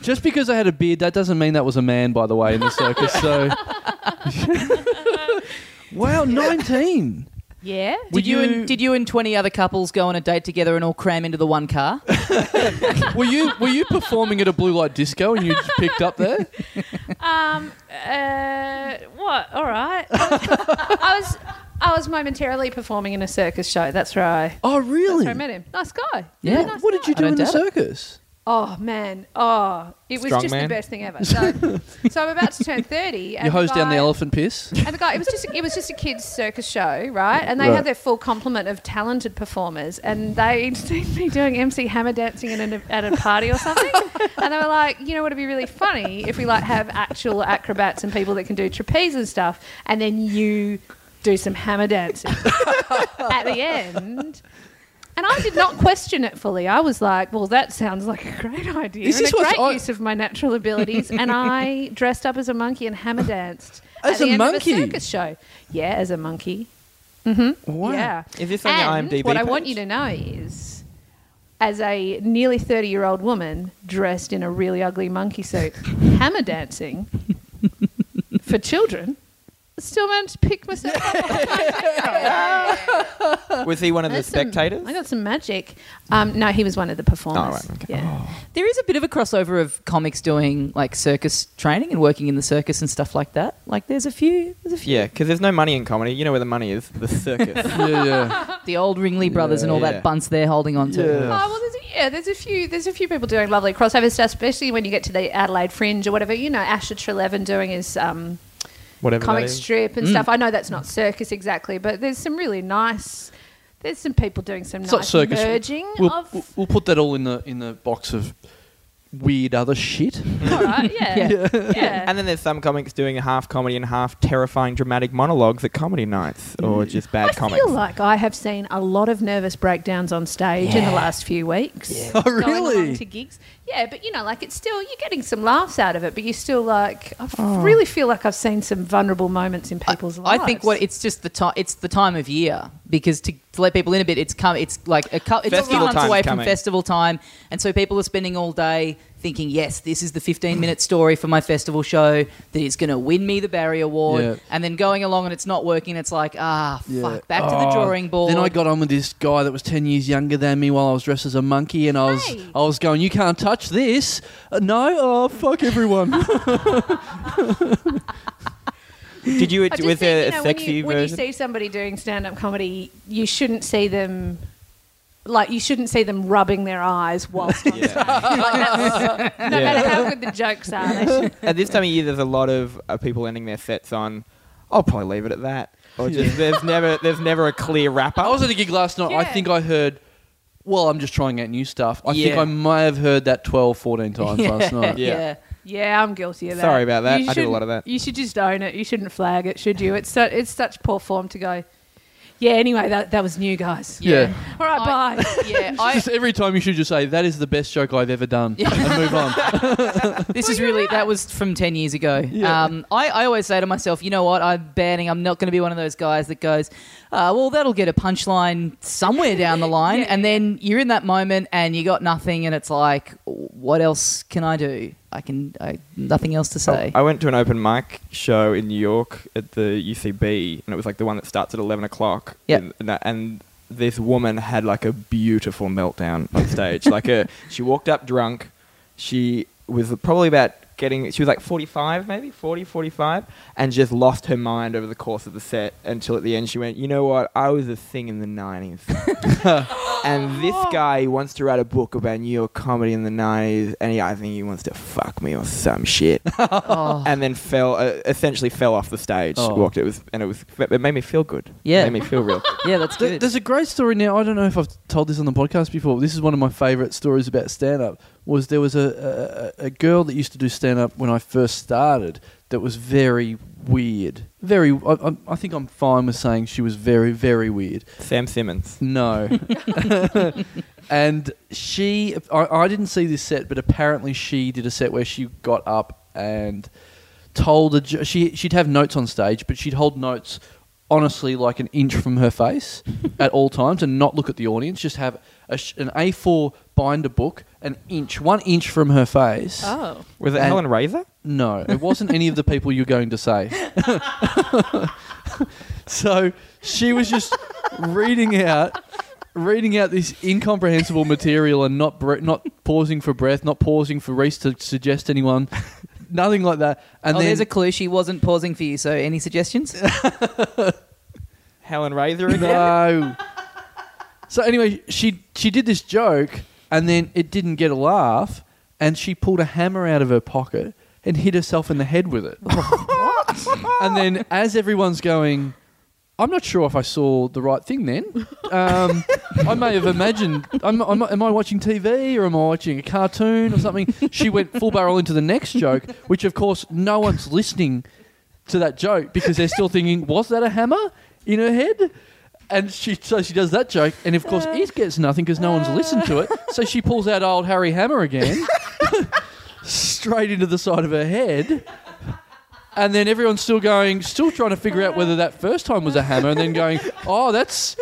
Speaker 2: Just because I had a beard, that doesn't mean that was a man, by the way, in the circus. [LAUGHS] so. wow, nineteen.
Speaker 4: yeah.
Speaker 2: Were
Speaker 1: Did you,
Speaker 2: you-
Speaker 1: and did you and twenty other couples go on a date together and all cram into the one
Speaker 2: [LAUGHS]
Speaker 1: car?
Speaker 2: Were you were you performing at a blue light disco and you just picked up there?
Speaker 4: Um. Uh. What? All right.
Speaker 2: [LAUGHS]
Speaker 4: I was. I was momentarily performing in a circus show. That's right.
Speaker 2: [LAUGHS] Oh, really?
Speaker 4: I met him. Nice guy.
Speaker 1: Yeah.
Speaker 4: nice
Speaker 2: what did
Speaker 4: guy.
Speaker 2: you do
Speaker 1: I
Speaker 2: in
Speaker 1: don't
Speaker 2: the
Speaker 1: doubt
Speaker 2: circus?
Speaker 4: Oh man, oh, it was
Speaker 3: Strong
Speaker 4: just the
Speaker 3: man.
Speaker 4: best
Speaker 2: [LAUGHS]
Speaker 4: thing ever. So, so I'm about to turn thirty. And
Speaker 2: You hose
Speaker 4: the
Speaker 2: down the
Speaker 4: guy-
Speaker 2: elephant piss.
Speaker 4: And the guy, it was just it was just a kids' circus show, right? And they
Speaker 2: Right.
Speaker 4: had their full complement of talented performers, and [LAUGHS] they'd seen me doing MC Hammer dancing in an, at a party
Speaker 2: [LAUGHS]
Speaker 4: or something, and they were like, you know, what would be really funny if we like have actual acrobats and people that can do trapeze and stuff, and then you do some
Speaker 2: [LAUGHS]
Speaker 4: hammer dancing at the end. And I did not question it fully. I was like, "Well, that sounds like a great idea
Speaker 2: Is
Speaker 4: and
Speaker 2: this
Speaker 4: a
Speaker 2: what's
Speaker 4: great
Speaker 2: on-
Speaker 4: use of my natural abilities."
Speaker 2: [LAUGHS]
Speaker 4: and I dressed up as a monkey and hammer danced
Speaker 2: As
Speaker 4: at the
Speaker 2: a
Speaker 4: end
Speaker 2: monkey? Mm-hmm.
Speaker 4: of a circus show. Yeah, as a monkey.
Speaker 2: [LAUGHS] Wow.
Speaker 4: Yeah.
Speaker 3: Is this on your
Speaker 4: and
Speaker 3: IMDb
Speaker 4: What I want
Speaker 3: page?
Speaker 4: you to know is, as a nearly thirty-year-old woman dressed in a really ugly
Speaker 2: [LAUGHS]
Speaker 4: monkey suit, hammer dancing for children, I still managed to pick myself up.
Speaker 2: [LAUGHS]
Speaker 3: Was he one of [LAUGHS] the
Speaker 4: That's some-
Speaker 3: spectators?
Speaker 4: I got some magic. Um, no, he was one of the performers.
Speaker 3: Oh, right, okay.
Speaker 4: Yeah.
Speaker 1: There is a bit of a crossover of comics doing like circus training and working in the circus and stuff like that. Like there's a few, there's a few.
Speaker 3: Yeah, because there's no money in comedy. You know where the money is? The circus.
Speaker 4: [LAUGHS]
Speaker 2: Yeah, yeah.
Speaker 1: The old Ringley brothers and all
Speaker 3: Yeah.
Speaker 1: that bunts they're holding on to.
Speaker 2: Yeah.
Speaker 4: Oh, well, there's a, yeah, there's a few there's a few people doing lovely crossover stuff, especially when you get to the Adelaide Fringe or whatever. You know, Asher Trelevin doing his um,
Speaker 3: Whatever. that
Speaker 4: comic
Speaker 3: is.
Speaker 4: strip and stuff. I know that's not circus exactly, but there's some really nice. There's some people doing some
Speaker 2: It's not
Speaker 4: nice
Speaker 2: circus.
Speaker 4: merging
Speaker 2: We'll,
Speaker 4: of.
Speaker 2: we'll- we'll put that all in the in the box of weird other shit.
Speaker 4: all right, yeah, yeah.
Speaker 3: And then there's some comics doing half comedy and half terrifying dramatic monologues at comedy nights or just bad
Speaker 4: Mm. I
Speaker 3: comics.
Speaker 4: feel like I have seen a lot of nervous breakdowns on stage in the last few weeks. [LAUGHS]
Speaker 2: Oh,
Speaker 4: Going along
Speaker 2: [LAUGHS] really?
Speaker 4: to gigs, yeah, but you know, like it's still you're getting some laughs out of it, but you still like I f-
Speaker 3: Oh.
Speaker 4: really feel like I've seen some vulnerable moments in people's
Speaker 1: I
Speaker 4: lives.
Speaker 1: think what it's just the time it's the time of year because to, to let people in a bit it's come it's like a couple it's a few
Speaker 3: Festival
Speaker 1: months
Speaker 3: time's
Speaker 1: away from
Speaker 3: coming.
Speaker 1: festival time and so people are spending all day thinking yes this is the 15 minute story for my festival show that is going to win me the Barry Award
Speaker 2: Yeah.
Speaker 1: and then going along and it's not working it's like ah
Speaker 2: Yeah.
Speaker 1: fuck back to
Speaker 2: Oh.
Speaker 1: the drawing board
Speaker 2: Then I got on with this guy that was ten years younger than me while I was dressed as a monkey, and I was
Speaker 4: Hey.
Speaker 2: I was going, "You can't touch this." Uh, no, oh
Speaker 1: [LAUGHS]
Speaker 2: fuck everyone.
Speaker 3: Did you?
Speaker 4: I just
Speaker 3: Was
Speaker 4: think,
Speaker 3: there
Speaker 4: you
Speaker 3: a
Speaker 4: know,
Speaker 3: sexy
Speaker 4: when you, when you
Speaker 3: version?
Speaker 4: see somebody doing stand-up comedy, you shouldn't see them like you shouldn't see them rubbing their
Speaker 3: [LAUGHS]
Speaker 4: eyes whilst on
Speaker 3: Yeah.
Speaker 4: [LAUGHS] stage. Like, that's- no
Speaker 3: Yeah.
Speaker 4: matter how good the jokes are, they should.
Speaker 3: At this time of year, there's a lot of uh, people ending their sets on. I'll probably leave it at that. Or
Speaker 4: [LAUGHS]
Speaker 3: just there's never there's never a clear wrap up.
Speaker 2: I was at a gig last night. I
Speaker 4: Yeah.
Speaker 2: think I heard, well, I'm just trying out new stuff. I think
Speaker 3: Yeah.
Speaker 2: I may have heard that 12, 14 times [LAUGHS] last night.
Speaker 3: Yeah.
Speaker 1: yeah.
Speaker 4: Yeah, I'm guilty of that.
Speaker 3: Sorry about that. I do a
Speaker 4: shouldn't-
Speaker 3: lot of that.
Speaker 4: You should just own it. You shouldn't flag it, should you? It's so, it's such poor form to go. Yeah. Anyway, that that was new, guys.
Speaker 2: Yeah.
Speaker 4: [LAUGHS] All right,
Speaker 1: I-
Speaker 4: bye.
Speaker 3: [LAUGHS]
Speaker 1: Yeah,
Speaker 2: It's
Speaker 1: I,
Speaker 2: Just every time you should just say, that is the best joke I've ever done.
Speaker 1: Yeah.
Speaker 2: And
Speaker 1: [LAUGHS]
Speaker 2: move on.
Speaker 1: this is really that was from 10 years ago
Speaker 2: Yeah.
Speaker 1: um, I, I always say to myself you know what i'm banning i'm not going to be one of those guys that goes uh, well that'll get a punchline somewhere down the line and then you're in that moment and you got nothing and it's like what else can i do i can I, nothing else
Speaker 2: Oh,
Speaker 1: to say
Speaker 3: Oh, I went to an open mic show in New York at the UCB, and it was like the one that starts at eleven o'clock.
Speaker 1: Yep.
Speaker 3: And- And, that- and this woman had like a beautiful meltdown on stage. [LAUGHS] like a, she walked up drunk. She was probably about getting. She was like forty-five, maybe 40, 45, and just lost her mind over the course of the set until at the end she went, "You know what? I was a thing in the
Speaker 1: [LAUGHS]
Speaker 3: nineties, and this guy wants to write a book about New York comedy in the nineties, and he, I think he wants to fuck me or some shit."
Speaker 1: [LAUGHS] oh,
Speaker 3: and then fell uh, essentially fell off the stage
Speaker 2: Oh.
Speaker 3: walked it was and it was it made me feel good
Speaker 1: Yeah.
Speaker 3: it made me feel [LAUGHS] real good.
Speaker 1: yeah that's
Speaker 2: Th-
Speaker 1: good
Speaker 2: There's a great story now. I don't know if I've told this on the podcast before. This is one of my favourite stories about stand up. Was there was a, a, a girl that used to do stand up when I first started that was very weird. Very. I, I, I think I'm fine with saying she was very, very weird.
Speaker 3: sam simmons
Speaker 2: No. and she, I, I didn't see this set, but apparently she did a set where she got up and told a, ju- she she'd have notes on stage, but she'd hold notes honestly like an inch from her face at all times and not look at the audience. Just have a, sh- an A4 binder book an inch, one inch from her face.
Speaker 4: oh.
Speaker 3: was it
Speaker 2: And-
Speaker 3: helen razor
Speaker 2: No, it wasn't any of the people you're going to say. [LAUGHS] so she was just reading out, reading out this incomprehensible material and not bre- not pausing for breath, not pausing for Reese to suggest anyone, nothing like that. And
Speaker 1: oh,
Speaker 2: then
Speaker 1: there's a clue she wasn't pausing for you so any
Speaker 2: [LAUGHS]
Speaker 1: suggestions
Speaker 3: helen razor [LAUGHS] again
Speaker 2: No. so anyway, she she did this joke, and then it didn't get a laugh, and she pulled a hammer out of her pocket and hit herself in the head with it. and then, as everyone's going, I'm not sure if I saw the right thing. Then um, I may have imagined. I'm, I'm, am I watching TV or am I watching a cartoon or something? She went full barrel into the next joke, which of course no one's listening to that joke because they're still thinking, was that a hammer in her head? And she so she does that joke, and of course it gets nothing because no one's listened to it. So she pulls out old Harry Hammer again, [LAUGHS] straight into the side of her head. And then everyone's still going, still trying to figure out whether that first time was a hammer, and then going, oh, that's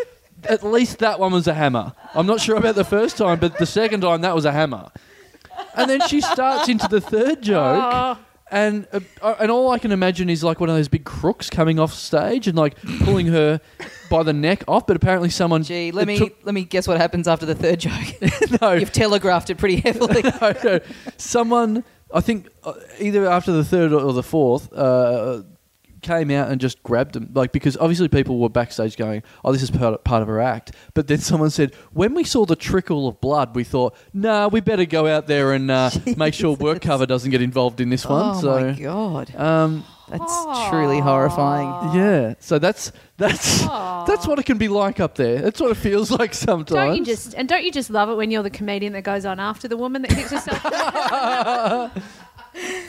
Speaker 2: at least that one was a hammer. I'm not sure about the first time, but the second time that was a hammer. And then she starts into the third joke,
Speaker 4: Oh.
Speaker 2: and uh, uh, and all I can imagine is like one of those big crooks coming off stage and like pulling her by the neck off. But apparently someone
Speaker 1: gee let
Speaker 2: it
Speaker 1: me
Speaker 2: took- [LAUGHS] Oh.
Speaker 1: let me guess what happens after the third joke [LAUGHS]
Speaker 2: no,
Speaker 1: you've telegraphed it pretty heavily
Speaker 2: [LAUGHS] no, no. someone I think uh, either after the third or the fourth uh, came out and just grabbed them like because obviously people were backstage going, "Oh, this is part of, part of her act." But then someone said, "When we saw the trickle of blood, we thought, nah, we better go out there and
Speaker 1: [LAUGHS]
Speaker 2: uh, make sure work cover doesn't get involved in this one."
Speaker 1: oh
Speaker 2: so.
Speaker 1: my god
Speaker 2: Um,
Speaker 1: That's truly horrifying.
Speaker 2: Yeah, so that's that's
Speaker 4: Aw.
Speaker 2: that's what it can be like up there. That's what it feels like [LAUGHS] sometimes.
Speaker 4: Don't you just and don't you just love it when you're the comedian that goes on after the woman that
Speaker 2: [LAUGHS]
Speaker 4: hits herself?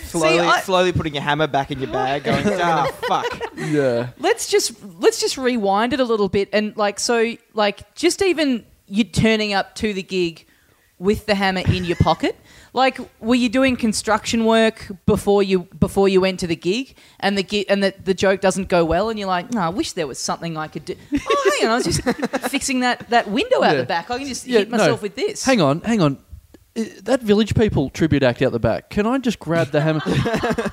Speaker 3: slowly
Speaker 1: I-
Speaker 3: slowly putting your hammer back in your [LAUGHS] bag going ah [LAUGHS] fuck
Speaker 2: yeah,
Speaker 1: Let's just let's just rewind it a little bit and like so like just even you turning up to the gig with the hammer in your pocket. [LAUGHS] Like were you doing construction work before you before you went to the gig and the gi- and the, the joke doesn't go well and you're like, "No, I wish there was something I could do." oh, hang on, I was just [LAUGHS] fixing that that window out
Speaker 2: Yeah.
Speaker 1: the back. I can just
Speaker 2: yeah.
Speaker 1: hit myself
Speaker 2: no.
Speaker 1: with this.
Speaker 2: Hang on, hang on. I- That village people tribute act out the back. Can I just grab the
Speaker 3: [LAUGHS]
Speaker 2: hammer?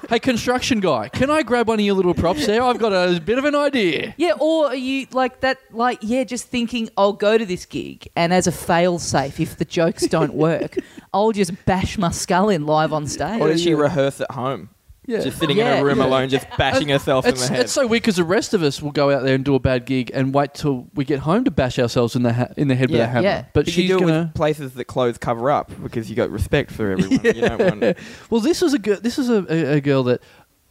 Speaker 2: hey, construction guy, can I grab one of your little props there? I've got a bit of an idea.
Speaker 1: Yeah, or are you like that? Like, yeah, just thinking I'll go to this gig, and as a fail safe, if the [LAUGHS] jokes don't work, I'll just bash my skull in live on stage.
Speaker 3: or did she rehearse at home
Speaker 2: Yeah.
Speaker 3: Just sitting in
Speaker 1: Yeah,
Speaker 3: a room
Speaker 1: yeah.
Speaker 3: alone, just bashing herself in
Speaker 2: It's,
Speaker 3: the head.
Speaker 2: it's so weird because the rest of us will go out there and do a bad gig and wait till we get home to bash ourselves in the ha- in the head with
Speaker 3: Yeah.
Speaker 2: a hammer.
Speaker 1: Yeah.
Speaker 2: But
Speaker 3: But
Speaker 2: she's
Speaker 3: you do it
Speaker 2: gonna.
Speaker 3: with places that clothes cover up because you got respect for everyone. You don't [LAUGHS] want
Speaker 2: Well, this was a girl. This was a, a, a girl that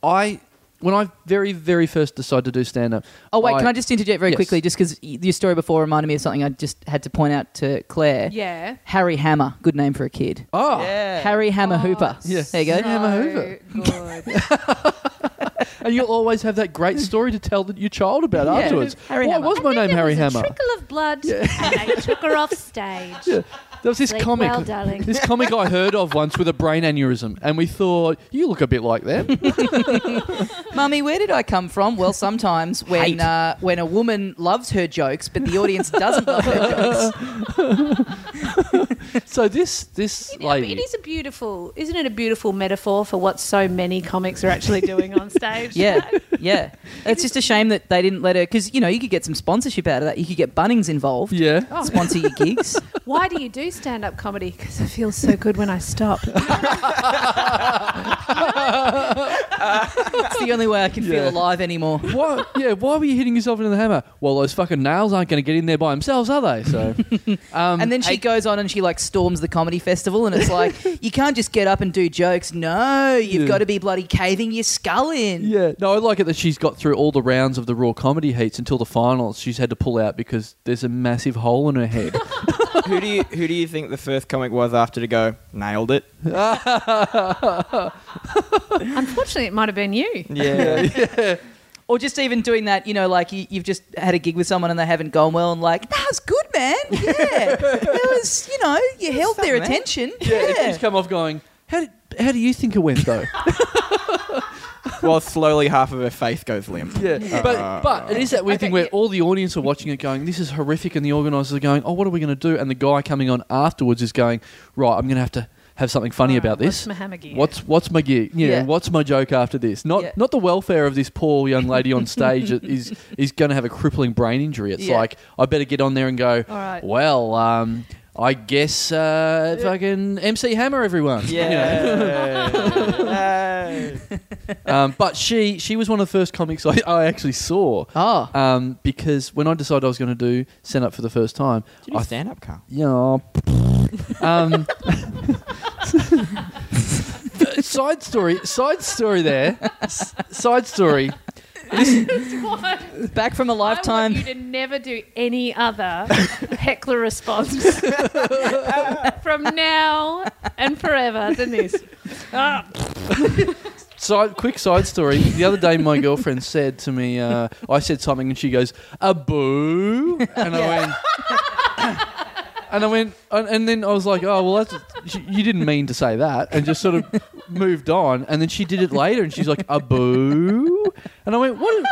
Speaker 2: I, when I very very first decided to do stand up.
Speaker 1: Oh wait, can I just interject very
Speaker 2: Yes.
Speaker 1: quickly? Just because your story before reminded me of something I just had to point out to Claire.
Speaker 4: Yeah.
Speaker 1: Harry Hammer, good name for a kid.
Speaker 2: Oh,
Speaker 1: Harry Hammer
Speaker 4: Oh,
Speaker 1: Hooper.
Speaker 2: Yeah.
Speaker 1: There you go.
Speaker 2: Yeah, my Hoover.
Speaker 4: So
Speaker 2: [LAUGHS]
Speaker 4: good.
Speaker 2: and you'll always have that great story to tell that your child about
Speaker 1: Yeah.
Speaker 2: afterwards.
Speaker 1: Harry
Speaker 2: Why
Speaker 1: Hammer.
Speaker 2: was my
Speaker 5: And then
Speaker 2: name
Speaker 5: there
Speaker 2: Harry
Speaker 5: was
Speaker 2: Hammer?
Speaker 5: A trickle of blood,
Speaker 4: [LAUGHS]
Speaker 5: and I took her off stage.
Speaker 2: Yeah. There was this
Speaker 5: Sleep
Speaker 2: comic,
Speaker 5: well, darling.
Speaker 2: this comic I heard of once with a brain aneurysm, and we thought you look a bit
Speaker 1: [LAUGHS]
Speaker 2: like them.
Speaker 1: Mummy, where did I come from? Well, sometimes when uh, when a woman loves her jokes, but the audience doesn't love her jokes.
Speaker 2: so this this
Speaker 4: Yeah, but
Speaker 2: lady,
Speaker 4: it is a beautiful, isn't it a beautiful metaphor for what so many comics are actually doing on
Speaker 2: [LAUGHS]
Speaker 4: stage?
Speaker 1: Yeah, yeah. It's just a shame that they didn't let her because you know you could get some sponsorship out of that. You could get Bunnings involved.
Speaker 2: yeah,
Speaker 4: Oh.
Speaker 1: Sponsor your gigs.
Speaker 4: Why do you do stand up comedy? Because it feels so good when
Speaker 2: [LAUGHS]
Speaker 4: I stop.
Speaker 1: It's the only way I can
Speaker 2: Yeah.
Speaker 1: feel alive anymore.
Speaker 2: why, yeah, why were you hitting yourself into the hammer? Well, those fucking nails aren't going to get in there by themselves, are they?
Speaker 1: [LAUGHS]
Speaker 2: So, um,
Speaker 1: And then she goes on and she like storms the comedy festival, and it's like you can't just get up and do jokes. No, you've
Speaker 2: Yeah.
Speaker 1: got to be bloody caving your skull in.
Speaker 2: yeah, no, I like it that she's got through all the rounds of the raw comedy heats until the finals. She's had to pull out because there's a massive hole in her head.
Speaker 3: to. who do you who do you think the first comic was after to go nailed it?
Speaker 4: Unfortunately, it might have been you.
Speaker 3: [LAUGHS] Yeah.
Speaker 1: Or just even doing that, you know, like you, you've just had a gig with someone and they haven't gone well, and like that was good, man. Yeah, that was, you know, you held their
Speaker 3: something,
Speaker 1: attention.
Speaker 3: eh?
Speaker 2: [LAUGHS] yeah, if she's come off going, how did, how do you think it went though?
Speaker 3: well, slowly half of her face goes limp.
Speaker 2: [LAUGHS]
Speaker 3: Uh,
Speaker 2: Yeah, Uh, but but it is that weird
Speaker 4: Okay,
Speaker 2: thing where
Speaker 4: yeah.
Speaker 2: all the audience are watching it, going, "This is horrific," and the organisers are going, "Oh, what are we going to do?" And the guy coming on afterwards is going, "Right, I'm going to have to have something funny
Speaker 4: Alright,
Speaker 2: about this.
Speaker 4: what's my hammer gear?"
Speaker 2: What's what's my gig? Yeah,
Speaker 1: Yeah.
Speaker 2: what's my joke after this? Not
Speaker 1: Yeah.
Speaker 2: not the welfare of this poor young lady
Speaker 4: [LAUGHS]
Speaker 2: on stage that is is going to have a crippling brain injury. It's
Speaker 1: Yeah.
Speaker 2: like I better get on there and go.
Speaker 4: Alright.
Speaker 2: Well, um, I guess uh, fucking MC Hammer, everyone. You know?
Speaker 1: [LAUGHS]
Speaker 3: Yeah.
Speaker 2: um, but she she was one of the first comics I, I actually saw.
Speaker 1: Oh.
Speaker 2: Um, because when I decided I was going to do stand up for the first time,
Speaker 3: Did you
Speaker 2: I
Speaker 3: Oh, stand up, Carl?
Speaker 2: yeah. um, [LAUGHS] side story, side story there. S- side story.
Speaker 4: [LAUGHS] What?
Speaker 1: Back from a
Speaker 4: I
Speaker 1: lifetime.
Speaker 4: want you to never do any [LAUGHS] other heckler response [LAUGHS] from now and forever than this. Ah,
Speaker 2: Side, quick side story. The other day, my girlfriend said to me, uh, I said something, and she goes, "A boo," and I went, [LAUGHS] and I went, and, and then I was like, "Oh well, that's you you didn't mean to say that," and just sort of moved on. And then she did it later, and she's like, "A boo," and I went, "What?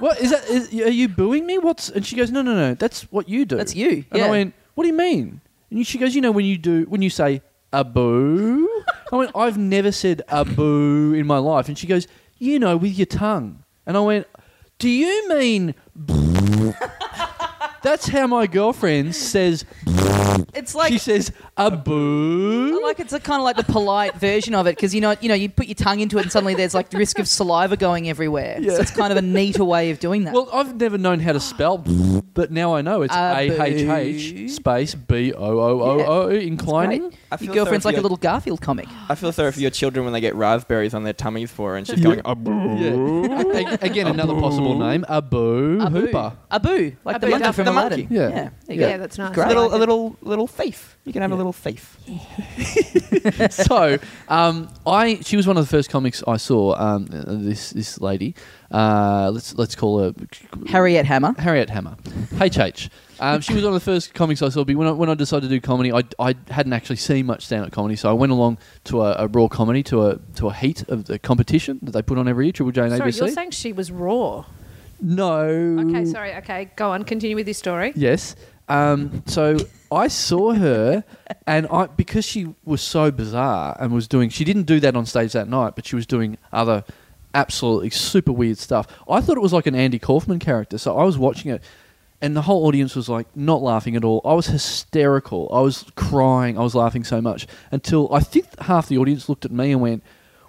Speaker 2: What is that? Is, are you booing me? What's?" And she goes, "No, no, no. That's what you do.
Speaker 1: That's you,
Speaker 2: And
Speaker 1: yeah.
Speaker 2: I went, "What do you mean?" And she goes, "You know when you do when you say a boo." I went, "I've never said a boo in my life." And she goes, "You know, with your tongue." And I went, "Do you mean?" That's how my girlfriend says.
Speaker 1: It's like
Speaker 2: she says a boo.
Speaker 1: like it's a kind of like the polite version of it because you know you know you put your tongue into it and suddenly there's like the risk of saliva going everywhere.
Speaker 2: Yeah.
Speaker 1: So it's kind of a neater way of doing that.
Speaker 2: well, I've never known how to spell, but now I know it's
Speaker 1: A
Speaker 2: A H
Speaker 1: boo.
Speaker 2: H space B O O O O inclining.
Speaker 1: Great.
Speaker 3: I feel
Speaker 1: Your
Speaker 3: sorry
Speaker 1: girlfriend's
Speaker 3: for
Speaker 1: like a
Speaker 3: your-
Speaker 1: little Garfield comic.
Speaker 3: I feel sorry for your children when they get raspberries on their tummies for, her and she's going, "Oh, boo."
Speaker 2: Yeah. A- Again, another possible name, [GASPS] a boo
Speaker 1: Abu.
Speaker 2: hooper. [LAUGHS]
Speaker 1: Abu, like the
Speaker 4: Abu,
Speaker 1: monkey
Speaker 4: yeah.
Speaker 1: from
Speaker 3: The
Speaker 1: Aladdin.
Speaker 3: monkey.
Speaker 2: Yeah.
Speaker 1: yeah, there you
Speaker 4: yeah,
Speaker 1: go.
Speaker 4: that's nice.
Speaker 1: Great.
Speaker 3: A little, a little, little thief. You can have a little thief.
Speaker 2: so um, I she was one of the first comics I saw. Um, uh, this this lady, uh, let's let's call her
Speaker 1: Harriet Hammer.
Speaker 2: Harriet Hammer, HH. Um, she was one of the first comics I saw. But when I, when I decided to do comedy, I, I hadn't actually seen much stand up comedy, so I went along to a, a raw comedy to a to a heat of the competition that they put on every year. Triple J and
Speaker 4: Sorry,
Speaker 2: ABC.
Speaker 4: you're saying she was raw.
Speaker 2: no.
Speaker 4: Okay, sorry. Okay, go on. Continue with your story.
Speaker 2: Yes. Um, so I saw her, and I because she was so bizarre and was doing. She didn't do that on stage that night, but she was doing other absolutely super weird stuff. I thought it was like an Andy Kaufman character, so I was watching it, and the whole audience was like not laughing at all. I was hysterical. I was crying. I was laughing so much until I think half the audience looked at me and went,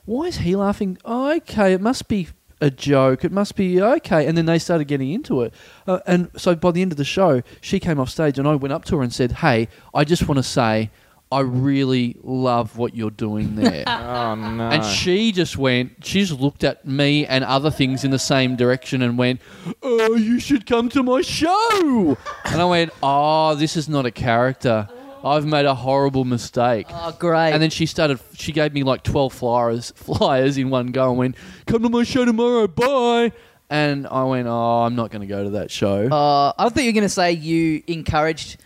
Speaker 2: why is he laughing? Oh, okay, it must be a joke. It must be okay. And then they started getting into it. Uh, and so by the end of the show, she came off stage and I went up to her and said, Hey, I just want to say, I really love what you're doing there.
Speaker 3: Oh no.
Speaker 2: And she just went, she just looked at me and other things in the same direction and went, Oh, you should come to my show. and I went, Oh, this is not a character. I've made a horrible mistake.
Speaker 1: Oh, great.
Speaker 2: And then she started, she gave me like 12 flyers, [LAUGHS] flyers in one go and went, Come to my show tomorrow. Bye. And I went, Oh, I'm not going to go to that show.
Speaker 1: Uh, I thought you were going to say you encouraged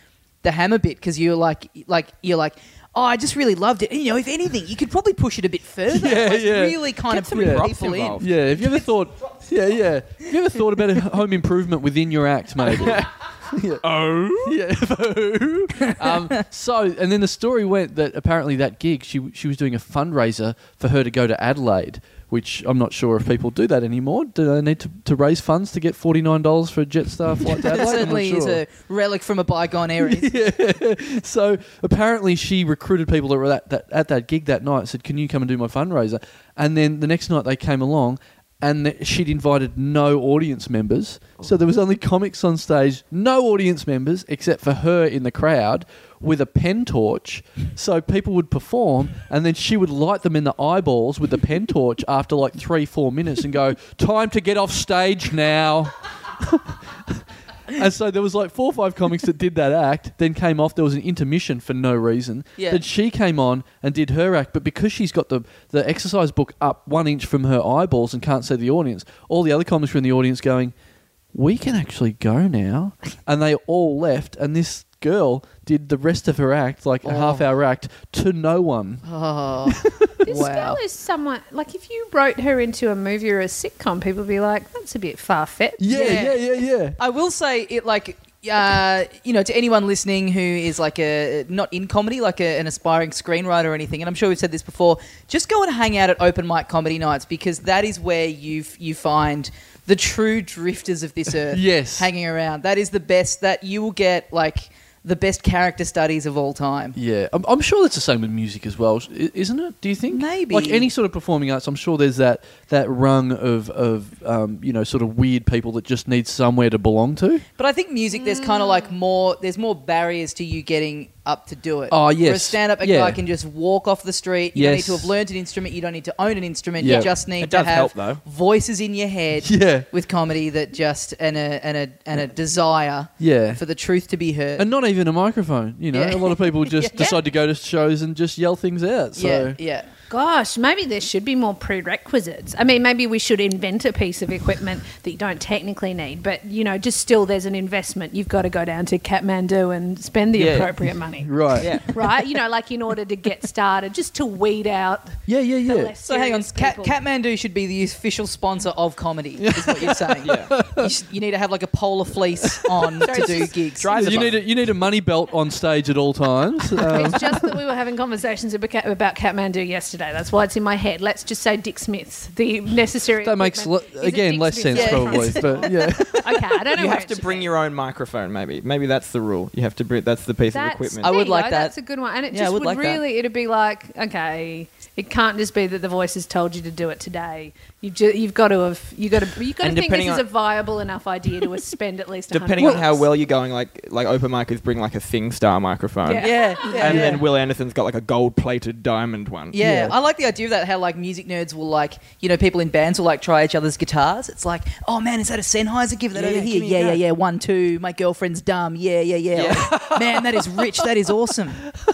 Speaker 1: the hammer bit because you're like, like you're like, oh, I just really loved it. And, you know, if anything, you could probably push it a bit further.
Speaker 2: [LAUGHS] Yeah,
Speaker 1: Like,
Speaker 2: yeah.
Speaker 1: Really kind
Speaker 3: Get
Speaker 1: of
Speaker 3: some
Speaker 1: bring
Speaker 3: props
Speaker 1: people
Speaker 3: involved.
Speaker 1: in.
Speaker 2: yeah, have you ever thought? Yeah, yeah. Have you ever thought about [LAUGHS] a home improvement within your act, [LAUGHS] maybe? Oh, [LAUGHS] yeah. um, so, and then the story went that apparently that gig, she she was doing a fundraiser for her to go to Adelaide, which I'm not sure if people do that anymore. Do they need to, to raise funds to get forty nine dollars for a Jetstar flight
Speaker 1: [LAUGHS]
Speaker 2: to Adelaide? I'm
Speaker 1: It
Speaker 2: not
Speaker 1: certainly is
Speaker 2: sure.
Speaker 1: a relic from a bygone
Speaker 2: [LAUGHS]
Speaker 1: era. isn't it?
Speaker 2: So apparently she recruited people that were at that, at that gig that night. Said, "Can you come and do my fundraiser?" And then the next night they came along, and th- she'd invited no audience members. So there was only comics on stage, no audience members except for her in the crowd with a pen torch. So people would perform, and then she would light them in the eyeballs with the pen torch after like three, four minutes, and go, "Time to get off stage now." And so there was like four or five comics that did that act, then came off. There was an intermission for no reason.
Speaker 1: Yeah.
Speaker 2: Then she came on and did her act, but because she's got the, the exercise book up one inch from her eyeballs and can't see the audience, all the other comics were in the audience going, We can actually go now. And they all left, and this girl did the rest of her act, like a
Speaker 1: Oh.
Speaker 2: half hour act, to no one.
Speaker 1: Oh,
Speaker 4: This
Speaker 1: wow.
Speaker 4: girl is someone like if you wrote her into a movie or a sitcom, people would be like, "That's a bit far fetched."
Speaker 2: Yeah,
Speaker 1: Yeah.
Speaker 2: yeah, yeah, yeah.
Speaker 1: I will say it like uh, you know to anyone listening who is like a not in comedy like a, an aspiring screenwriter or anything and I'm sure we've said this before just go and hang out at open mic comedy nights because that is where you f- you find the true drifters of
Speaker 2: [LAUGHS]
Speaker 1: this earth
Speaker 2: Yes.
Speaker 1: hanging around that is the best that you will get like the best character studies of all time
Speaker 2: Yeah, I'm, I'm sure that's the same with music as well, i- isn't it? Do you think?
Speaker 1: Maybe.
Speaker 2: like any sort of performing arts, I'm sure there's that that rung of of um, you know sort of weird people that just need somewhere to belong to.
Speaker 1: But I think music, there's kind of like more, there's more barriers to you getting up to do it.
Speaker 2: Oh, yes.
Speaker 1: For a stand up, a
Speaker 2: Yeah.
Speaker 1: guy can just walk off the street. You don't need
Speaker 2: Yes.
Speaker 1: to have learned an instrument. You don't need to own an instrument.
Speaker 2: Yeah.
Speaker 1: You just need
Speaker 3: It
Speaker 1: to
Speaker 3: does
Speaker 1: have
Speaker 3: help, though.
Speaker 1: voices in your head
Speaker 2: [LAUGHS] [LAUGHS] Yeah.
Speaker 1: with comedy that just, and a, and a, and a desire
Speaker 2: Yeah,
Speaker 1: for the truth to be heard.
Speaker 2: and not even a microphone. You know,
Speaker 1: Yeah.
Speaker 2: a lot of
Speaker 1: [LAUGHS]
Speaker 2: people just
Speaker 1: Yeah.
Speaker 2: decide to go to shows and just yell things out. So
Speaker 1: yeah, yeah.
Speaker 4: Gosh, maybe there should be more prerequisites. I mean, maybe we should invent a piece of equipment that you don't technically need, but you know, just still there's an investment. You've got to go down to Kathmandu and spend the
Speaker 2: Yeah.
Speaker 4: appropriate money,
Speaker 2: right,
Speaker 3: Yeah.
Speaker 4: right? You know, like in order to get started, just to weed out.
Speaker 2: yeah, yeah, yeah.
Speaker 4: less
Speaker 1: So hang on,
Speaker 4: serious
Speaker 1: Kat,
Speaker 4: people.
Speaker 1: Kathmandu should be the official sponsor of comedy, is what you're
Speaker 2: [LAUGHS]
Speaker 1: saying.
Speaker 3: Yeah.
Speaker 1: you, sh- you need to have like a polar fleece
Speaker 4: [LAUGHS]
Speaker 1: on to do gigs.
Speaker 3: Drive the
Speaker 2: You
Speaker 3: bus.
Speaker 2: need a, you need a money belt on stage at all
Speaker 1: [LAUGHS]
Speaker 2: times. Um,
Speaker 4: It's just that we were having conversations about Kat- about Kathmandu yesterday. That's why it's in my head. Let's just say Dick Smith, the necessary.
Speaker 2: that makes le-
Speaker 4: equipment is a
Speaker 2: again
Speaker 4: Dick
Speaker 2: less sense
Speaker 4: Smith
Speaker 1: Yeah.
Speaker 4: from
Speaker 2: probably,
Speaker 4: Francis
Speaker 1: [LAUGHS]
Speaker 2: but yeah.
Speaker 4: [LAUGHS] Okay, I don't know.
Speaker 3: you
Speaker 4: where
Speaker 3: have
Speaker 4: it
Speaker 3: to
Speaker 4: should
Speaker 3: bring
Speaker 4: be.
Speaker 3: your own microphone, maybe. Maybe that's the rule. You have to bring. That's the piece
Speaker 4: That's,
Speaker 3: of equipment.
Speaker 1: I would
Speaker 4: there you
Speaker 1: like
Speaker 4: go,
Speaker 1: that.
Speaker 4: That's a good one, and it
Speaker 1: Yeah, I
Speaker 4: just
Speaker 1: would
Speaker 4: would,
Speaker 1: like that.
Speaker 4: really. It'd be like, okay, it can't just be that the voices told you to do it today. You've ju- you've got to have you got to you got to
Speaker 3: And
Speaker 4: think this
Speaker 3: depending
Speaker 4: is
Speaker 3: on-
Speaker 4: a viable enough idea to spend at least.
Speaker 3: Depending
Speaker 4: 100
Speaker 3: on how
Speaker 4: bucks.
Speaker 3: well you're going, like like open micers bring like a SingStar microphone,
Speaker 4: Yeah.
Speaker 1: Yeah, yeah,
Speaker 3: and
Speaker 1: yeah.
Speaker 3: then Will Anderson's got like a gold-plated diamond one.
Speaker 1: Yeah,
Speaker 2: Yeah.
Speaker 1: I like the idea of that. How like music nerds will like, you know, people in bands will like try each other's guitars. It's like, oh man, is that a Sennheiser? Give that
Speaker 3: Yeah,
Speaker 1: over
Speaker 3: yeah,
Speaker 1: here.
Speaker 3: give me
Speaker 1: Yeah, yeah,
Speaker 3: that.
Speaker 1: yeah. One, two. My girlfriend's dumb. Yeah, yeah, yeah. Like, [LAUGHS] man, that is rich. That is awesome.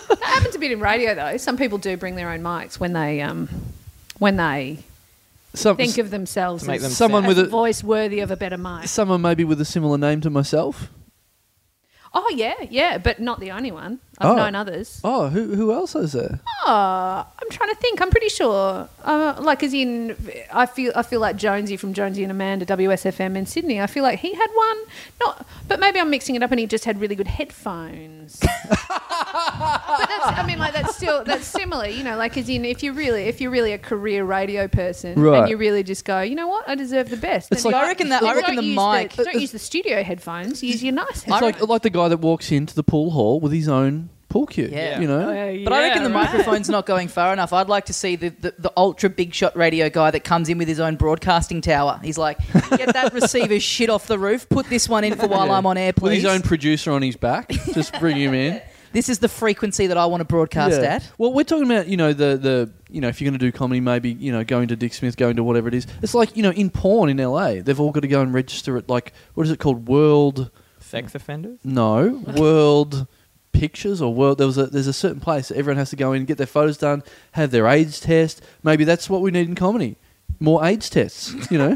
Speaker 4: that happens a bit in radio though. Some people do bring their own mics when they um when they
Speaker 2: Some,
Speaker 4: think of themselves
Speaker 3: To make
Speaker 4: as,
Speaker 3: them
Speaker 2: someone
Speaker 4: as
Speaker 2: with
Speaker 4: a
Speaker 2: a
Speaker 4: voice worthy of a better mic.
Speaker 2: someone maybe with a similar name to myself.
Speaker 4: Oh yeah, yeah, but not the only one. I've
Speaker 2: Oh.
Speaker 4: known others.
Speaker 2: Oh, who who else is there?
Speaker 4: Oh, I'm trying to think. I'm pretty sure. Uh, like, as in, I feel I feel like Jonesy from Jonesy and Amanda WSFM in Sydney. I feel like he had one. Not, but maybe I'm mixing it up, and he just had really good
Speaker 1: [LAUGHS]
Speaker 4: headphones. but that's, I mean, like that's still that's similar, you know. Like, as in, if you're really if you're really a career radio person,
Speaker 2: Right.
Speaker 4: and you really just go, you know what, I deserve the best.
Speaker 2: It's
Speaker 4: then
Speaker 1: like-
Speaker 4: you-
Speaker 1: I reckon that- I
Speaker 4: you
Speaker 1: reckon
Speaker 4: don't
Speaker 1: the mic-
Speaker 4: use don't use the studio headphones. Use your nice.
Speaker 2: It's
Speaker 4: Headphones.
Speaker 2: like like the guy that walks into the pool hall with his own pool cue.
Speaker 1: Yeah.
Speaker 2: You know?
Speaker 4: Uh,
Speaker 1: But I
Speaker 4: yeah,
Speaker 1: reckon the
Speaker 4: right.
Speaker 1: microphone's not going far enough. I'd like to see the, the, the ultra big shot radio guy that comes in with his own broadcasting tower. He's like, get that receiver shit off the roof. Put this one in for while
Speaker 2: Yeah.
Speaker 1: I'm on air,
Speaker 2: With
Speaker 1: please.
Speaker 2: his own producer on his
Speaker 1: [LAUGHS]
Speaker 2: back, just bring him in.
Speaker 1: this is the frequency that I want to broadcast
Speaker 2: Yeah.
Speaker 1: at.
Speaker 2: Well, we're talking about you know the the you know if you're going to do comedy, maybe you know going to Dick Smith, going to whatever it is. It's like you know in porn in LA, they've all got to go and register at like what is it called? World
Speaker 3: Sex offenders?
Speaker 2: no World Pictures or World. There was a there's a certain place that everyone has to go in, get their photos done, have their AIDS test. Maybe that's what we need in comedy. More AIDS tests, you know.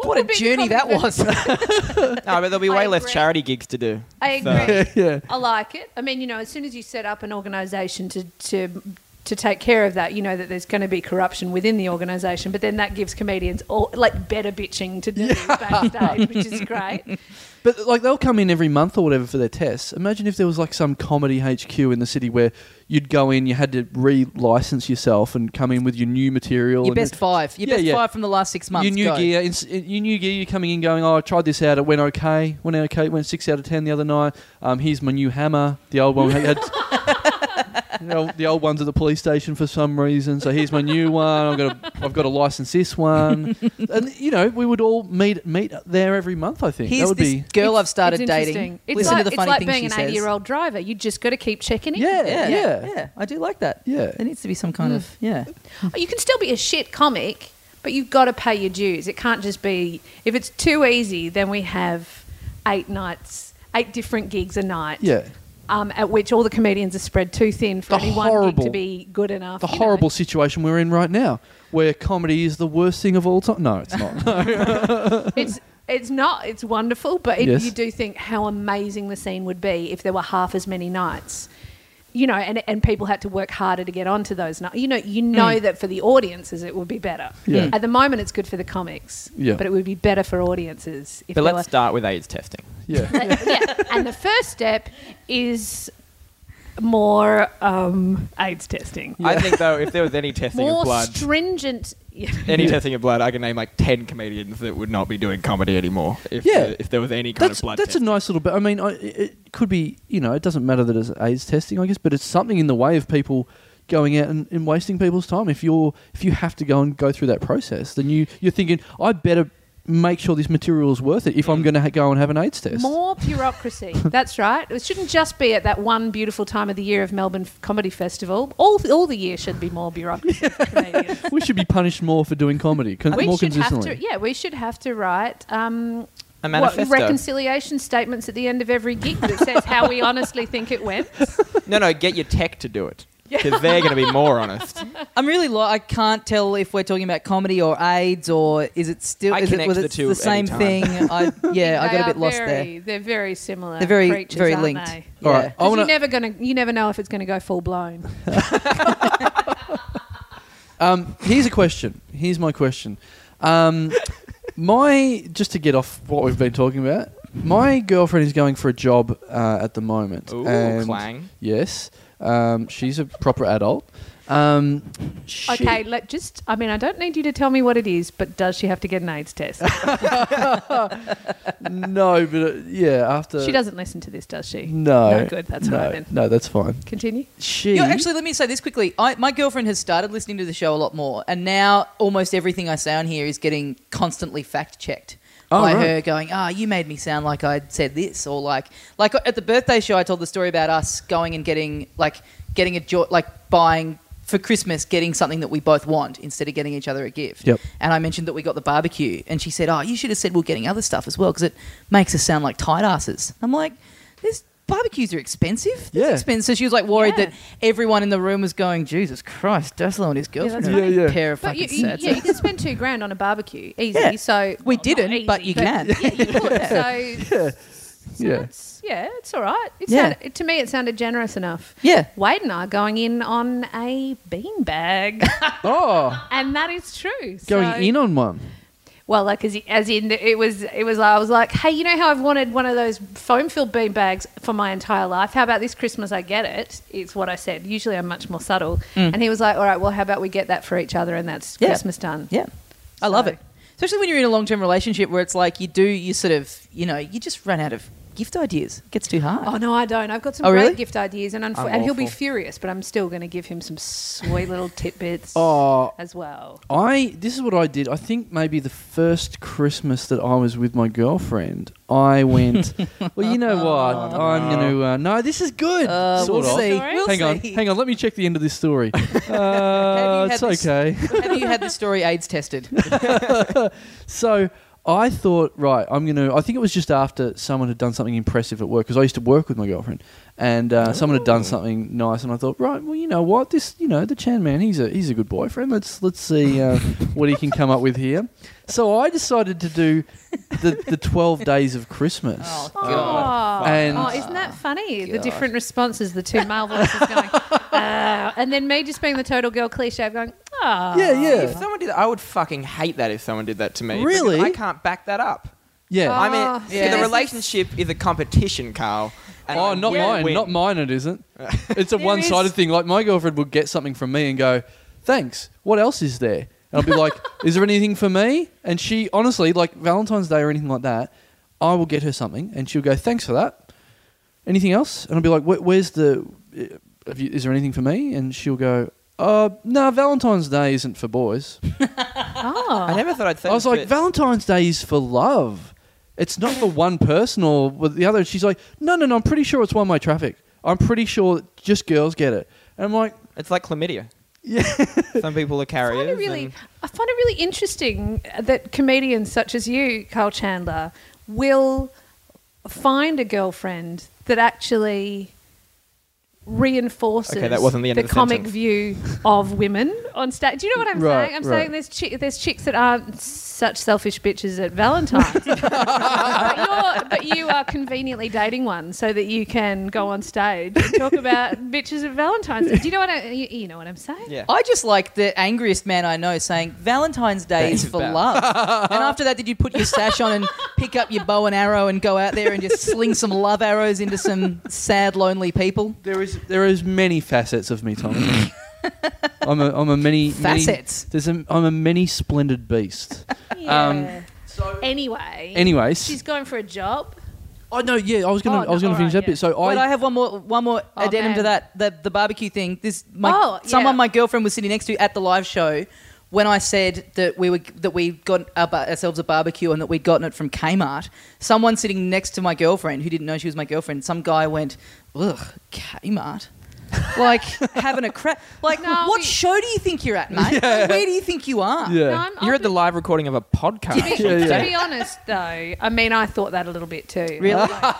Speaker 1: What,
Speaker 4: would
Speaker 1: a
Speaker 4: be the
Speaker 1: journey that
Speaker 4: compliment?
Speaker 1: was.
Speaker 3: [LAUGHS] No, but there'll be
Speaker 4: I
Speaker 3: way less
Speaker 4: agree.
Speaker 3: charity gigs to do.
Speaker 4: I
Speaker 3: So-
Speaker 4: agree.
Speaker 2: yeah.
Speaker 4: I like it. I mean, you know, as soon as you set up an organisation to to to take care of that, you know that there's going to be corruption within the organisation. But then that gives comedians all like better bitching to do backstage, which is
Speaker 1: [LAUGHS]
Speaker 4: great.
Speaker 2: But like they'll come in every month or whatever for their tests. Imagine if there was like some comedy HQ in the city where you'd go in, you had to re-license yourself and come in with your new material,
Speaker 1: Your
Speaker 2: and
Speaker 1: best five. Your
Speaker 2: Yeah,
Speaker 1: best
Speaker 2: yeah.
Speaker 1: five from the last six months.
Speaker 2: your new
Speaker 1: Go.
Speaker 2: gear. Ins- your new gear. You're coming in, going, "Oh, I tried this out. It went okay. Went okay. It went six out of ten the other night. Um, here's my new hammer. The old one had." [LAUGHS] You know, the old ones at the police station for some reason. So here's my new one. I've got to, I've got to license this
Speaker 1: [LAUGHS]
Speaker 2: one, and you know we would all meet meet there every month. I think that
Speaker 1: Here's
Speaker 2: would
Speaker 1: this
Speaker 2: be
Speaker 1: girl
Speaker 4: It's-
Speaker 1: I've started
Speaker 4: it's
Speaker 1: dating.
Speaker 4: interesting. It's
Speaker 1: Listen
Speaker 4: like,
Speaker 1: to the funny
Speaker 4: it's like
Speaker 1: thing
Speaker 4: being
Speaker 1: she
Speaker 4: an
Speaker 1: says.
Speaker 4: eighty-year-old driver. You just got to keep checking in.
Speaker 2: Yeah,
Speaker 1: Yeah, Mm.
Speaker 2: yeah.
Speaker 1: yeah, I do like that.
Speaker 2: Yeah.
Speaker 1: there needs to be some kind of yeah.
Speaker 4: You can still be a shit comic, but you've got to pay your dues. It can't just be if it's too easy. Then we have eight nights, eight different gigs a night.
Speaker 1: [LAUGHS]
Speaker 2: yeah.
Speaker 4: um, at which all the comedians are spread too thin for
Speaker 2: The
Speaker 4: any one gig
Speaker 2: horrible-
Speaker 4: to be good enough.
Speaker 2: the
Speaker 4: you know.
Speaker 2: horrible situation we're in right now, where comedy is the worst thing of all time. No, it's not. [LAUGHS]
Speaker 4: It's it's not. It's wonderful, but it,
Speaker 2: Yes.
Speaker 4: you do think how amazing the scene would be if there were half as many nights. You know, and, and people had to work harder to get onto those nights. You know, you know that for the audiences it would be better.
Speaker 2: Hmm. Yeah.
Speaker 4: At the moment, it's good for the comics,
Speaker 2: Yeah.
Speaker 4: but it would be better for audiences. If
Speaker 3: But
Speaker 4: there
Speaker 3: let's
Speaker 4: [LAUGHS] were-
Speaker 3: start with
Speaker 2: [LAUGHS]
Speaker 3: AIDS testing.
Speaker 2: yeah.
Speaker 4: yeah. And the first step is more um, AIDS testing.
Speaker 3: I think though, if there was any testing of
Speaker 4: More
Speaker 3: blood,
Speaker 4: stringent. [LAUGHS]
Speaker 3: any testing of blood, I can name like ten comedians that would not be doing comedy anymore. If,
Speaker 2: Yeah.
Speaker 3: uh, if there was any kind
Speaker 2: That's
Speaker 3: of blood.
Speaker 2: that's a
Speaker 3: test.
Speaker 2: nice little bit. I mean, I, it it could be you know, it doesn't matter that it's AIDS testing, I guess, but it's something in the way of people going out and, and wasting people's time. If you're if you have to go and go through that process, then you you're thinking I better make sure this material is worth it if I'm going to ha- go and have an AIDS test.
Speaker 4: Mm. More bureaucracy. That's right. It shouldn't just be at that one beautiful time of the year of Melbourne F- Comedy Festival. All all the year should be more
Speaker 1: [LAUGHS]
Speaker 4: bureaucracy. for Canadians.
Speaker 2: [LAUGHS] we should be punished more for doing comedy, con-
Speaker 4: we
Speaker 2: more
Speaker 4: should have
Speaker 2: consistently.
Speaker 4: to. Yeah, we should have to write. Um,
Speaker 3: a
Speaker 4: what,
Speaker 3: manifesto.
Speaker 4: reconciliation statements at the end of every gig that says how we honestly think it went.
Speaker 3: no, no, get your tech to
Speaker 2: [LAUGHS]
Speaker 3: do it because they're going to be more honest.
Speaker 1: I'm really lo- I can't tell if we're talking about comedy or AIDS or is it still
Speaker 3: I
Speaker 1: is it
Speaker 3: connect
Speaker 1: was
Speaker 3: the
Speaker 1: it
Speaker 3: two
Speaker 1: the
Speaker 3: at
Speaker 1: same
Speaker 3: any
Speaker 1: thing?
Speaker 4: [LAUGHS]
Speaker 1: I [LAUGHS] yeah, I got
Speaker 4: They
Speaker 1: a
Speaker 4: are
Speaker 1: bit lost there.
Speaker 4: very, They're very similar.
Speaker 1: They're very
Speaker 4: creatures,
Speaker 1: very
Speaker 4: aren't
Speaker 1: linked.
Speaker 4: they?
Speaker 2: All right, I
Speaker 4: 'Cause
Speaker 2: want to.
Speaker 4: you're never gonna, you never know if it's gonna go full blown.
Speaker 2: Um, here's a question. Here's my question. Um, my just to get off what we've been talking about. My girlfriend is going for a job uh, at the moment.
Speaker 3: Ooh,
Speaker 2: and-
Speaker 3: clang.
Speaker 2: Yes, um, she's a proper adult. Um, she-
Speaker 4: Okay, let just. I mean, I don't need you to tell me what it is, but does she have to get an AIDS test?
Speaker 2: No, but uh, yeah, after
Speaker 4: she doesn't listen to this, does she?
Speaker 2: No,
Speaker 4: No good. That's
Speaker 2: no,
Speaker 4: all right then.
Speaker 2: No, that's fine.
Speaker 4: Continue.
Speaker 2: She
Speaker 1: Yeah, actually, let me say this quickly. I, my girlfriend has started listening to the show a lot more, and now almost everything I say on here is getting constantly fact checked
Speaker 2: Oh,
Speaker 1: by
Speaker 2: right.
Speaker 1: her going, "Ah, you made me sound like I said this," or like, like at the birthday show, I told the story about us going and getting like getting a jo- like buying for Christmas, getting something that we both want instead of getting each other a gift.
Speaker 2: Yep.
Speaker 1: And I mentioned that we got the barbecue, and she said, "Oh, you should have said we're getting other stuff as well because it makes us sound like tight asses." I'm like, "This." Barbecues are expensive.
Speaker 2: Yeah.
Speaker 1: Yeah. Expensive. So she was like worried
Speaker 4: Yeah.
Speaker 1: that everyone in the room was going, Jesus Christ, Daslow and his girlfriend
Speaker 4: that's
Speaker 1: are
Speaker 2: right. Yeah, yeah.
Speaker 1: a pair of
Speaker 4: But you,
Speaker 1: fucking
Speaker 4: you,
Speaker 1: sad
Speaker 4: yeah, you can spend two grand on
Speaker 2: [LAUGHS]
Speaker 4: a barbecue easy.
Speaker 1: Yeah.
Speaker 4: So
Speaker 1: We
Speaker 4: not
Speaker 1: didn't, but you can.
Speaker 4: Yeah, you could. So yeah.
Speaker 2: yeah.
Speaker 4: It's, yeah, it's all right. It
Speaker 1: Yeah.
Speaker 4: sounded, to me, it sounded generous enough.
Speaker 1: [LAUGHS] Yeah.
Speaker 4: Wade and I are going in on a
Speaker 2: [LAUGHS]
Speaker 4: beanbag,
Speaker 2: Oh,
Speaker 4: and that is true.
Speaker 2: going
Speaker 4: So-
Speaker 2: in on one.
Speaker 4: Well, like as, as in it was it was like I was like, hey, you know how I've wanted one of those foam filled bean bags for my entire life. How about this Christmas I get it? It's what I said. Usually I'm much more subtle. And he was like, all right, well, how about we get that for each other and that's
Speaker 1: Yeah.
Speaker 4: Christmas done.
Speaker 1: Yeah. I love
Speaker 4: So-
Speaker 1: it. Especially when you're in a long term relationship where it's like you do, you sort of, you know, you just run out of gift ideas. It gets too hard.
Speaker 4: Oh no, I don't. I've got some
Speaker 1: Oh,
Speaker 4: great
Speaker 1: really?
Speaker 4: gift ideas, and
Speaker 3: I'm
Speaker 4: unf- and he'll be
Speaker 3: awful.
Speaker 4: furious. But I'm still going to give him some sweet [LAUGHS] little tidbits
Speaker 2: Oh,
Speaker 4: as well.
Speaker 2: I this is what I did. I think maybe the first Christmas that I was with my girlfriend, I went. well, you know what? I'm going to. Uh, no, this is good.
Speaker 1: Uh,
Speaker 2: sort
Speaker 1: we'll
Speaker 2: of.
Speaker 1: see.
Speaker 4: Oh, Sorry?
Speaker 1: We'll
Speaker 2: hang on,
Speaker 1: see.
Speaker 2: hang on. Let me check the end of this story. Uh,
Speaker 1: had
Speaker 2: it's
Speaker 1: this-
Speaker 2: okay.
Speaker 1: [LAUGHS] Have you had the story AIDS tested?
Speaker 2: So I thought, right, I'm gonna. I think it was just after someone had done something impressive at work because I used to work with my girlfriend, and uh, someone had done something nice, and I thought, right, well, you know what, this, you know, the Chan man, he's a he's a good boyfriend. Let's let's see uh, what he can come up with here. So I decided to do the the twelve days of Christmas.
Speaker 1: Oh,
Speaker 4: Oh,
Speaker 2: And-
Speaker 4: oh, isn't that funny? the
Speaker 1: God.
Speaker 4: different responses, the two male voices [LAUGHS] going, "Ah," and then me just being the total girl cliche, of going, oh.
Speaker 2: Yeah, yeah,
Speaker 3: If someone did that, I would fucking hate that if someone did that to me. because
Speaker 2: Really?
Speaker 3: I can't back that up.
Speaker 2: yeah.
Speaker 4: Oh,
Speaker 3: I mean, see,
Speaker 1: yeah.
Speaker 3: the relationship is a competition, Carl. and
Speaker 2: Oh,
Speaker 3: I
Speaker 2: not
Speaker 3: will
Speaker 2: mine.
Speaker 3: win.
Speaker 2: Not mine, it
Speaker 3: [LAUGHS]
Speaker 2: isn't. It's a
Speaker 4: There
Speaker 2: one sided
Speaker 4: is-
Speaker 2: thing. Like, my girlfriend would get something from me and go, thanks. What else is there? And I'll be
Speaker 3: [LAUGHS]
Speaker 2: like, is there anything for me? And she, honestly, like Valentine's Day or anything like that, I will get her something and she'll go, thanks for that. Anything else? And I'll be like, "Where- where's the. eh, Have you, is there anything for me? And she'll go, uh, no, Valentine's Day isn't for boys.
Speaker 3: I
Speaker 4: Oh.
Speaker 3: never thought I'd say
Speaker 2: I was
Speaker 3: this,
Speaker 2: like,
Speaker 3: but-
Speaker 2: Valentine's Day is for love. It's not for one person or with the other. She's like, no, no, no. I'm pretty sure it's one way traffic. I'm pretty sure that just girls get it. And I'm like,
Speaker 3: It's like chlamydia. Yeah. [LAUGHS] Some people are
Speaker 4: I
Speaker 3: carriers.
Speaker 4: find it really,
Speaker 3: and-
Speaker 4: I find it really interesting that comedians such as you, Carl Chandler, will find a girlfriend that actually reinforces
Speaker 3: Okay, that wasn't the end of the
Speaker 4: comic
Speaker 3: sentence.
Speaker 4: view of women on stage. Do you know what I'm
Speaker 2: Right,
Speaker 4: saying? I'm
Speaker 2: right.
Speaker 4: saying there's chi- there's chicks that aren't such selfish bitches
Speaker 3: [LAUGHS]
Speaker 4: at Valentine's, but, you're, but you are conveniently dating one so that you can go on stage and talk about bitches at Valentine's. Day. Do you know what I, you, you know what I'm saying?
Speaker 3: Yeah.
Speaker 1: I just like the angriest man I know saying Valentine's Day
Speaker 3: That
Speaker 1: is
Speaker 3: is
Speaker 1: for
Speaker 2: [LAUGHS]
Speaker 3: bad.
Speaker 1: love. and after that, did you put your sash on and pick up your bow and arrow and go out there and just sling some love arrows into some sad, lonely people?
Speaker 2: there is there is many facets of me,
Speaker 4: [LAUGHS]
Speaker 2: Tommy. I'm a I'm a many many-
Speaker 1: Facets.
Speaker 2: there's a I'm a many splendid beast.
Speaker 3: Um,
Speaker 4: Yeah.
Speaker 2: So
Speaker 4: anyway,
Speaker 2: anyways,
Speaker 4: she's going for a job.
Speaker 2: oh no, yeah, I was gonna I
Speaker 4: Oh,
Speaker 2: was
Speaker 4: no,
Speaker 2: gonna finish
Speaker 4: alright,
Speaker 2: that bit. So
Speaker 1: But I
Speaker 2: I
Speaker 1: have one more one more
Speaker 4: Oh,
Speaker 1: addendum to
Speaker 4: man.
Speaker 1: that the the barbecue thing. This my
Speaker 4: Oh, yeah.
Speaker 1: someone my girlfriend was sitting next to at the live show when I said that we were that we got our, ba- ourselves a barbecue and that we'd gotten it from Kmart. Someone sitting next to my girlfriend who didn't know she was my girlfriend. Some guy went, "Ugh, Kmart."
Speaker 4: [LAUGHS]
Speaker 1: like having a crap. Like,
Speaker 4: No,
Speaker 1: what
Speaker 4: we-
Speaker 1: show do you think you're at, mate? Where do you think you are?
Speaker 2: Yeah.
Speaker 4: No, I'm,
Speaker 3: You're
Speaker 4: I'll
Speaker 3: at the
Speaker 4: be-
Speaker 3: live recording of a podcast.
Speaker 4: To be,
Speaker 2: Yeah, yeah.
Speaker 4: to be honest, though, I mean, I thought that a little bit too.
Speaker 1: Really?
Speaker 4: Like,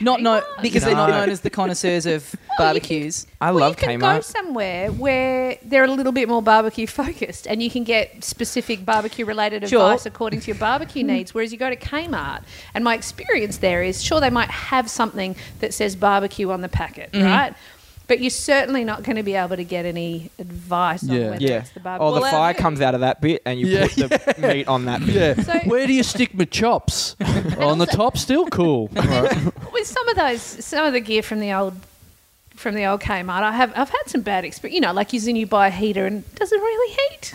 Speaker 1: Not know because they're not
Speaker 3: No.
Speaker 1: known as the connoisseurs
Speaker 4: [LAUGHS] Oh,
Speaker 1: of barbecues.
Speaker 3: I
Speaker 4: well,
Speaker 3: love
Speaker 4: you can go
Speaker 3: Kmart.
Speaker 4: somewhere where they're a little bit more barbecue focused, and you can get specific barbecue-related
Speaker 1: Sure.
Speaker 4: advice according to your
Speaker 3: [LAUGHS]
Speaker 4: barbecue needs. Whereas you go to Kmart, and my experience there is, sure, they might have something that says barbecue on the packet,
Speaker 3: Mm-hmm.
Speaker 4: right? But you're certainly not going to be able to get any advice
Speaker 2: Yeah.
Speaker 4: on whether
Speaker 3: Yeah.
Speaker 4: it's the barbecue.
Speaker 3: Or the
Speaker 1: Well,
Speaker 3: fire
Speaker 1: um,
Speaker 3: comes out of that bit and you
Speaker 2: Yeah,
Speaker 3: put the meat on that bit. [LAUGHS]
Speaker 2: yeah.
Speaker 4: So-
Speaker 2: Where do you stick my
Speaker 4: [LAUGHS]
Speaker 2: chops? On the top, still cool. Alright.
Speaker 4: with some of those some of the gear from the old from the old Kmart, I have I've had some bad experience. You know, like using you buy a heater and it doesn't really heat.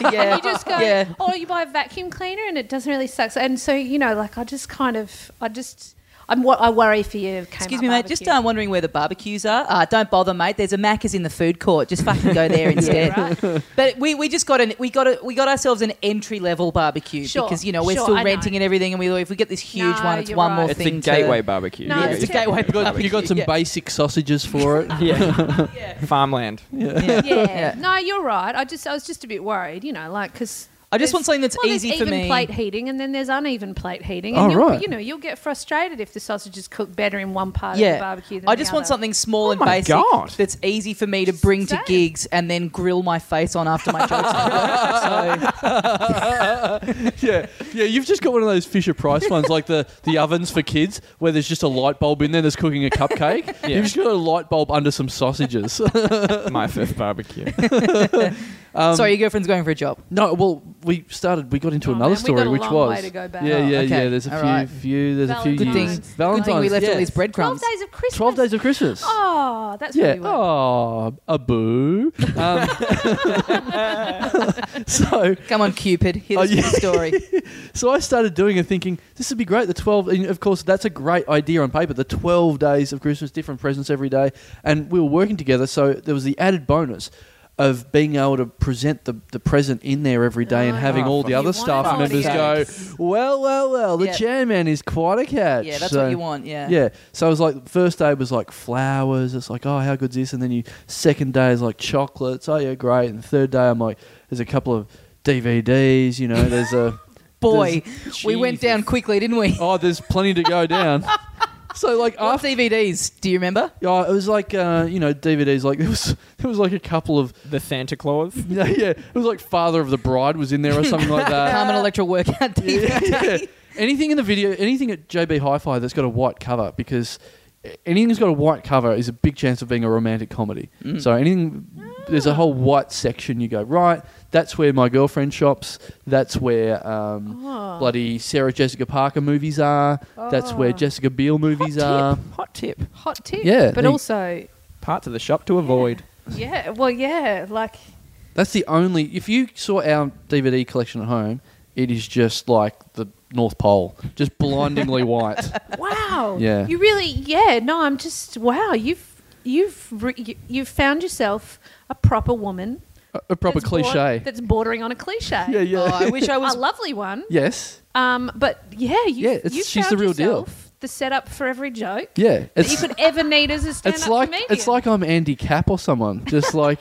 Speaker 4: [LAUGHS]
Speaker 1: Yeah.
Speaker 4: you just go,
Speaker 1: Yeah.
Speaker 4: or you buy a vacuum cleaner and it doesn't really suck. So- And so you know, like I just kind of I just I'm wo- I worry for you. Kmart
Speaker 1: Excuse me, mate. Just
Speaker 4: barbecue.
Speaker 1: uh, wondering where the barbecues are. Uh, don't bother, mate. There's a Macca's in the food court. Just fucking go
Speaker 4: [LAUGHS]
Speaker 1: there instead.
Speaker 4: right.
Speaker 1: But we, we just got an we got a, we got ourselves an entry level barbecue
Speaker 4: Sure,
Speaker 1: because you know we're
Speaker 4: sure,
Speaker 1: still
Speaker 4: I know.
Speaker 1: renting and everything, and we if we get this huge
Speaker 4: No,
Speaker 1: one, it's
Speaker 4: you're
Speaker 1: one more
Speaker 4: right.
Speaker 3: It's a
Speaker 1: thing. to-
Speaker 3: gateway barbecue.
Speaker 4: No,
Speaker 1: Yeah,
Speaker 4: it's
Speaker 1: it's a
Speaker 4: too-
Speaker 1: gateway.
Speaker 2: You got, you got some
Speaker 1: Yeah.
Speaker 2: basic sausages for
Speaker 4: [LAUGHS]
Speaker 2: it.
Speaker 3: Yeah. [LAUGHS] Farmland.
Speaker 1: Yeah.
Speaker 4: yeah.
Speaker 1: Yeah.
Speaker 4: no, you're right. I just I was just a bit worried, you know, like because.
Speaker 1: I just want something that's
Speaker 4: well,
Speaker 1: easy
Speaker 4: there's
Speaker 1: for
Speaker 4: even
Speaker 1: me.
Speaker 4: plate heating, and then there's uneven plate heating,
Speaker 2: Oh,
Speaker 4: and you'll,
Speaker 2: right.
Speaker 4: you know you'll get frustrated if the sausage is cooked better in one part of the
Speaker 1: Yeah,
Speaker 4: barbecue. Than
Speaker 1: I
Speaker 4: the
Speaker 1: just want
Speaker 4: other.
Speaker 1: something
Speaker 2: Oh
Speaker 1: small and
Speaker 3: my
Speaker 1: basic
Speaker 3: God.
Speaker 1: that's easy for me to bring to
Speaker 4: Same.
Speaker 1: gigs and then grill my face on after my
Speaker 4: [LAUGHS]
Speaker 1: jokes. so,
Speaker 2: yeah, yeah. You've just got one of those Fisher Price ones, like the the ovens for kids, where there's just a light bulb in there that's cooking a cupcake. [LAUGHS] [LAUGHS] You've just got a light bulb under some sausages.
Speaker 3: My first barbecue.
Speaker 2: Um,
Speaker 1: Sorry, your girlfriend's going for a job.
Speaker 2: No, well, we started. We got into
Speaker 4: Oh,
Speaker 2: another
Speaker 4: man, we got
Speaker 2: story,
Speaker 4: a
Speaker 2: which
Speaker 4: long
Speaker 2: was
Speaker 4: way to go back.
Speaker 2: yeah, yeah,
Speaker 1: Oh, okay.
Speaker 2: yeah. There's a
Speaker 1: All
Speaker 2: few,
Speaker 1: right.
Speaker 2: few. There's a few
Speaker 1: Good
Speaker 2: years.
Speaker 1: thing. Good thing we left all these
Speaker 5: Twelve
Speaker 1: breadcrumbs.
Speaker 5: days of Christmas.
Speaker 2: Twelve days of Christmas.
Speaker 4: [LAUGHS] Oh, that's
Speaker 2: yeah.
Speaker 4: really well.
Speaker 2: Oh, a boo. Um, [LAUGHS]
Speaker 4: [LAUGHS]
Speaker 2: so,
Speaker 1: Come on, Cupid. Here's
Speaker 2: Oh,
Speaker 1: us with
Speaker 2: yeah.
Speaker 1: the story.
Speaker 2: [LAUGHS] so I started doing it, thinking this would be great. The twelve, and of course, that's a great idea on paper. The twelve days of Christmas, different presents every day, and we were working together, so there was the added bonus. Of being able to present the, the present in there every day and
Speaker 1: Ah,
Speaker 4: Oh,
Speaker 2: having all the
Speaker 4: you
Speaker 2: other
Speaker 4: want
Speaker 2: staff
Speaker 4: an
Speaker 2: members go,
Speaker 1: audience.
Speaker 2: well, well, well, the
Speaker 1: Yeah.
Speaker 2: chairman is quite a catch.
Speaker 1: Yeah, that's
Speaker 2: So-
Speaker 1: what you want. Yeah.
Speaker 2: yeah. So it was like first day was like flowers. It's like oh how good's this, and then you second day is like chocolates. Oh yeah, great. And the third day I'm like there's a couple of DVDs. You know, there's a
Speaker 1: [LAUGHS] Boy,
Speaker 2: there's-
Speaker 1: we went down
Speaker 2: Jesus.
Speaker 1: quickly, didn't we?
Speaker 2: [LAUGHS] Oh, there's plenty to go
Speaker 1: [LAUGHS]
Speaker 2: down. so like
Speaker 1: Off
Speaker 2: after
Speaker 1: DVDs. Do you remember?
Speaker 2: yeah, it was like uh, you know DVDs. Like [LAUGHS] there was there was like a couple of [LAUGHS]
Speaker 3: The Santa Claus.
Speaker 2: yeah yeah. It was like Father of the Bride was in there or
Speaker 1: [LAUGHS]
Speaker 2: something like that.
Speaker 1: Carmen Electra workout
Speaker 2: Uh, [LAUGHS] Yeah,
Speaker 1: DVD.
Speaker 4: [LAUGHS]
Speaker 2: yeah. Anything in the video, anything at JB Hi-Fi that's got a white cover, because anything that's got a white cover is a big chance of being a romantic comedy.
Speaker 4: Mm.
Speaker 2: So anything, there's a whole white section. You go right. That's where my girlfriend shops. That's where um,
Speaker 4: Oh.
Speaker 2: bloody Sarah Jessica Parker movies are. That's where
Speaker 4: Oh.
Speaker 2: Jessica Biel movies are.
Speaker 3: Hot tip.
Speaker 4: Hot tip.
Speaker 2: Yeah,
Speaker 4: But
Speaker 2: they-
Speaker 4: also,
Speaker 3: Parts of the shop to avoid.
Speaker 4: yeah, well, yeah, like,
Speaker 2: That's the only. If you saw our DVD collection at home, it is just like the North Pole, just blindingly
Speaker 4: [LAUGHS]
Speaker 2: white.
Speaker 4: wow.
Speaker 2: [LAUGHS] Yeah.
Speaker 4: You really, yeah, no, I'm just, wow, you've, you've, re- you- you've found yourself a proper woman.
Speaker 2: A, a proper
Speaker 4: that's bor-
Speaker 2: cliche.
Speaker 4: that's bordering on a [LAUGHS] cliche.
Speaker 2: yeah, yeah.
Speaker 1: Oh, I wish I was.
Speaker 2: [LAUGHS]
Speaker 4: A lovely one.
Speaker 2: Yes.
Speaker 4: Um, but yeah, you,
Speaker 2: Yeah, it's-
Speaker 4: you
Speaker 2: she's
Speaker 4: found
Speaker 2: the real deal.
Speaker 4: yourself The setup for every joke
Speaker 2: Yeah.
Speaker 4: that you
Speaker 2: It's
Speaker 4: could ever need as a
Speaker 2: [LAUGHS]
Speaker 4: stand-up
Speaker 2: it's like
Speaker 4: comedian.
Speaker 2: it's like I'm Andy Cap or someone.
Speaker 1: [LAUGHS]
Speaker 2: Just like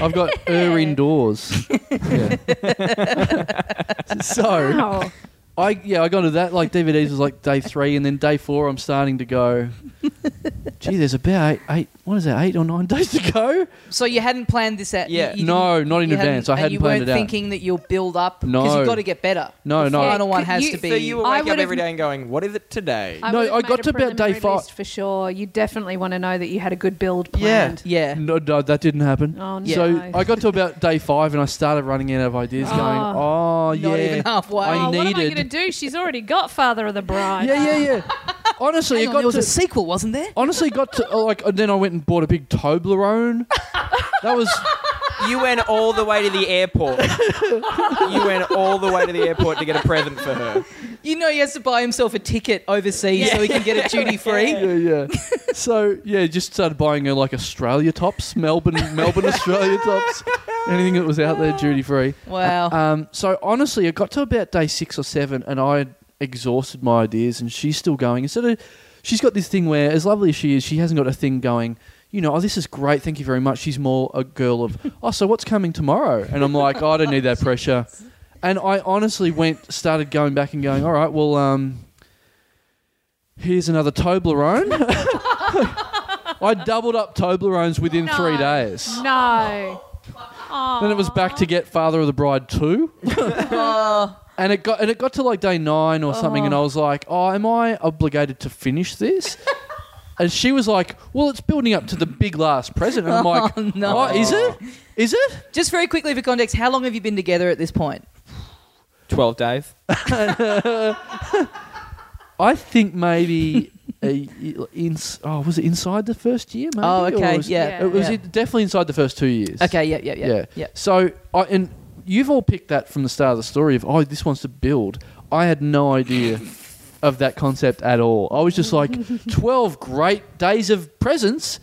Speaker 2: I've got her indoors. Yeah. so [LAUGHS]
Speaker 4: wow.
Speaker 2: I yeah I got to that like DVDs was like day three and then day four I'm starting to go. Gee, there's about eight, eight what is that eight or nine [LAUGHS] days to go?
Speaker 1: so you hadn't planned this out. you-
Speaker 3: Yeah.
Speaker 1: you
Speaker 2: no, not in
Speaker 1: you
Speaker 2: advance. I
Speaker 1: and
Speaker 2: hadn't
Speaker 1: you
Speaker 2: planned
Speaker 1: weren't
Speaker 2: it out.
Speaker 1: thinking that you'll build up because
Speaker 2: No.
Speaker 1: you've got to get better.
Speaker 2: No,
Speaker 1: the
Speaker 2: no.
Speaker 1: Final one
Speaker 4: Could
Speaker 1: has
Speaker 4: you-
Speaker 1: to be.
Speaker 4: so
Speaker 3: So you were
Speaker 4: I
Speaker 3: wake up
Speaker 4: would've-
Speaker 3: every day and going, "What is it
Speaker 4: [LAUGHS]
Speaker 3: today?"
Speaker 2: No,
Speaker 4: would've
Speaker 2: I
Speaker 4: made
Speaker 2: got
Speaker 4: a
Speaker 2: to about day
Speaker 4: preliminary
Speaker 2: five-
Speaker 4: list for sure. You definitely want to know that you had a good build
Speaker 2: Yeah.
Speaker 4: planned.
Speaker 1: yeah.
Speaker 2: No, no, that didn't happen.
Speaker 4: Oh, no.
Speaker 2: So I got to about day five and I started running out of ideas, going,
Speaker 1: Oh.
Speaker 2: "Oh yeah,
Speaker 1: Not even halfway.
Speaker 2: I
Speaker 4: Oh, what am I
Speaker 2: needed-
Speaker 4: going to do? She's already got Father of the Bride.
Speaker 2: yeah, yeah,
Speaker 1: [LAUGHS]
Speaker 2: yeah." Honestly,
Speaker 1: Hang
Speaker 2: it
Speaker 1: on,
Speaker 2: got
Speaker 1: there was
Speaker 2: to
Speaker 1: a sequel, wasn't there?
Speaker 2: honestly got to oh, like and then I went and bought a big Toblerone. that was
Speaker 3: You went all the way to
Speaker 2: [LAUGHS]
Speaker 3: the airport. you went all the way to the airport to get a present for her.
Speaker 2: Oh.
Speaker 1: You know, he has to buy himself a ticket overseas so he can get it duty free.
Speaker 2: [LAUGHS] yeah yeah. So yeah, just started buying her like Australia tops, Melbourne Melbourne Australia tops, anything that was out there duty free.
Speaker 1: Wow.
Speaker 2: Um, so honestly, I got to about day six or seven, and I had exhausted my ideas, and she's still going. Instead of, she's got this thing where, as lovely as she is, she hasn't got a thing going. You know, oh, this is great. Thank you very much. She's more a girl of, oh, so what's coming tomorrow? And I'm like, I don't need that pressure. And I honestly went, started going back and going, all right, well, um, here's another Toblerone. [LAUGHS] I doubled up Toblerones within three
Speaker 4: No.
Speaker 2: days.
Speaker 4: No.
Speaker 2: Then it was back to get Father of the
Speaker 1: [LAUGHS]
Speaker 2: Bride two, and it got and it got to like day nine or something,
Speaker 1: Uh-huh.
Speaker 2: and I was like, "Oh, am I obligated to finish
Speaker 1: [LAUGHS]
Speaker 2: this?" and she was like, "Well, it's building up to the big last present," and I'm like,
Speaker 1: [LAUGHS] Oh,
Speaker 2: "Oh,
Speaker 1: no.
Speaker 2: is it? Is it?"
Speaker 1: Just very quickly for context, how long have you been together at this point?
Speaker 3: Twelve days.
Speaker 2: I think maybe. A, in, oh, was it inside the first year? Maybe,
Speaker 1: Oh, okay,
Speaker 2: Or was-
Speaker 1: yeah,
Speaker 2: It was
Speaker 1: yeah.
Speaker 2: it definitely inside the first two years.
Speaker 1: Okay, yeah, yeah, yeah, yeah.
Speaker 2: So, I, and you've all picked that from the start of the story of, oh, this wants to build. I had no idea of that concept at all. I was just like,
Speaker 1: [LAUGHS]
Speaker 2: 12 great days of presents.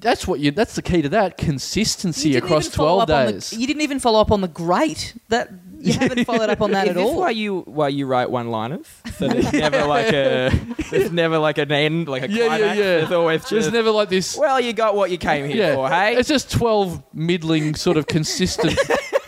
Speaker 2: That's what you. That's the key to that consistency
Speaker 1: You didn't
Speaker 2: across
Speaker 1: even follow up
Speaker 2: twelve
Speaker 1: on the-
Speaker 2: days.
Speaker 1: you didn't even follow up on the great. That you
Speaker 2: [LAUGHS]
Speaker 1: haven't followed up on that
Speaker 3: Is
Speaker 1: at
Speaker 3: this
Speaker 1: all.
Speaker 3: why you why you write one liners? So there's never like a there's never like an end, like
Speaker 2: [LAUGHS]
Speaker 3: a
Speaker 2: Yeah, yeah,
Speaker 3: climax.
Speaker 2: yeah.
Speaker 3: There's always just
Speaker 2: There's never like this.
Speaker 3: well, you got what you came here for, hey?
Speaker 2: It's just 12 middling sort of
Speaker 3: [LAUGHS]
Speaker 2: consistent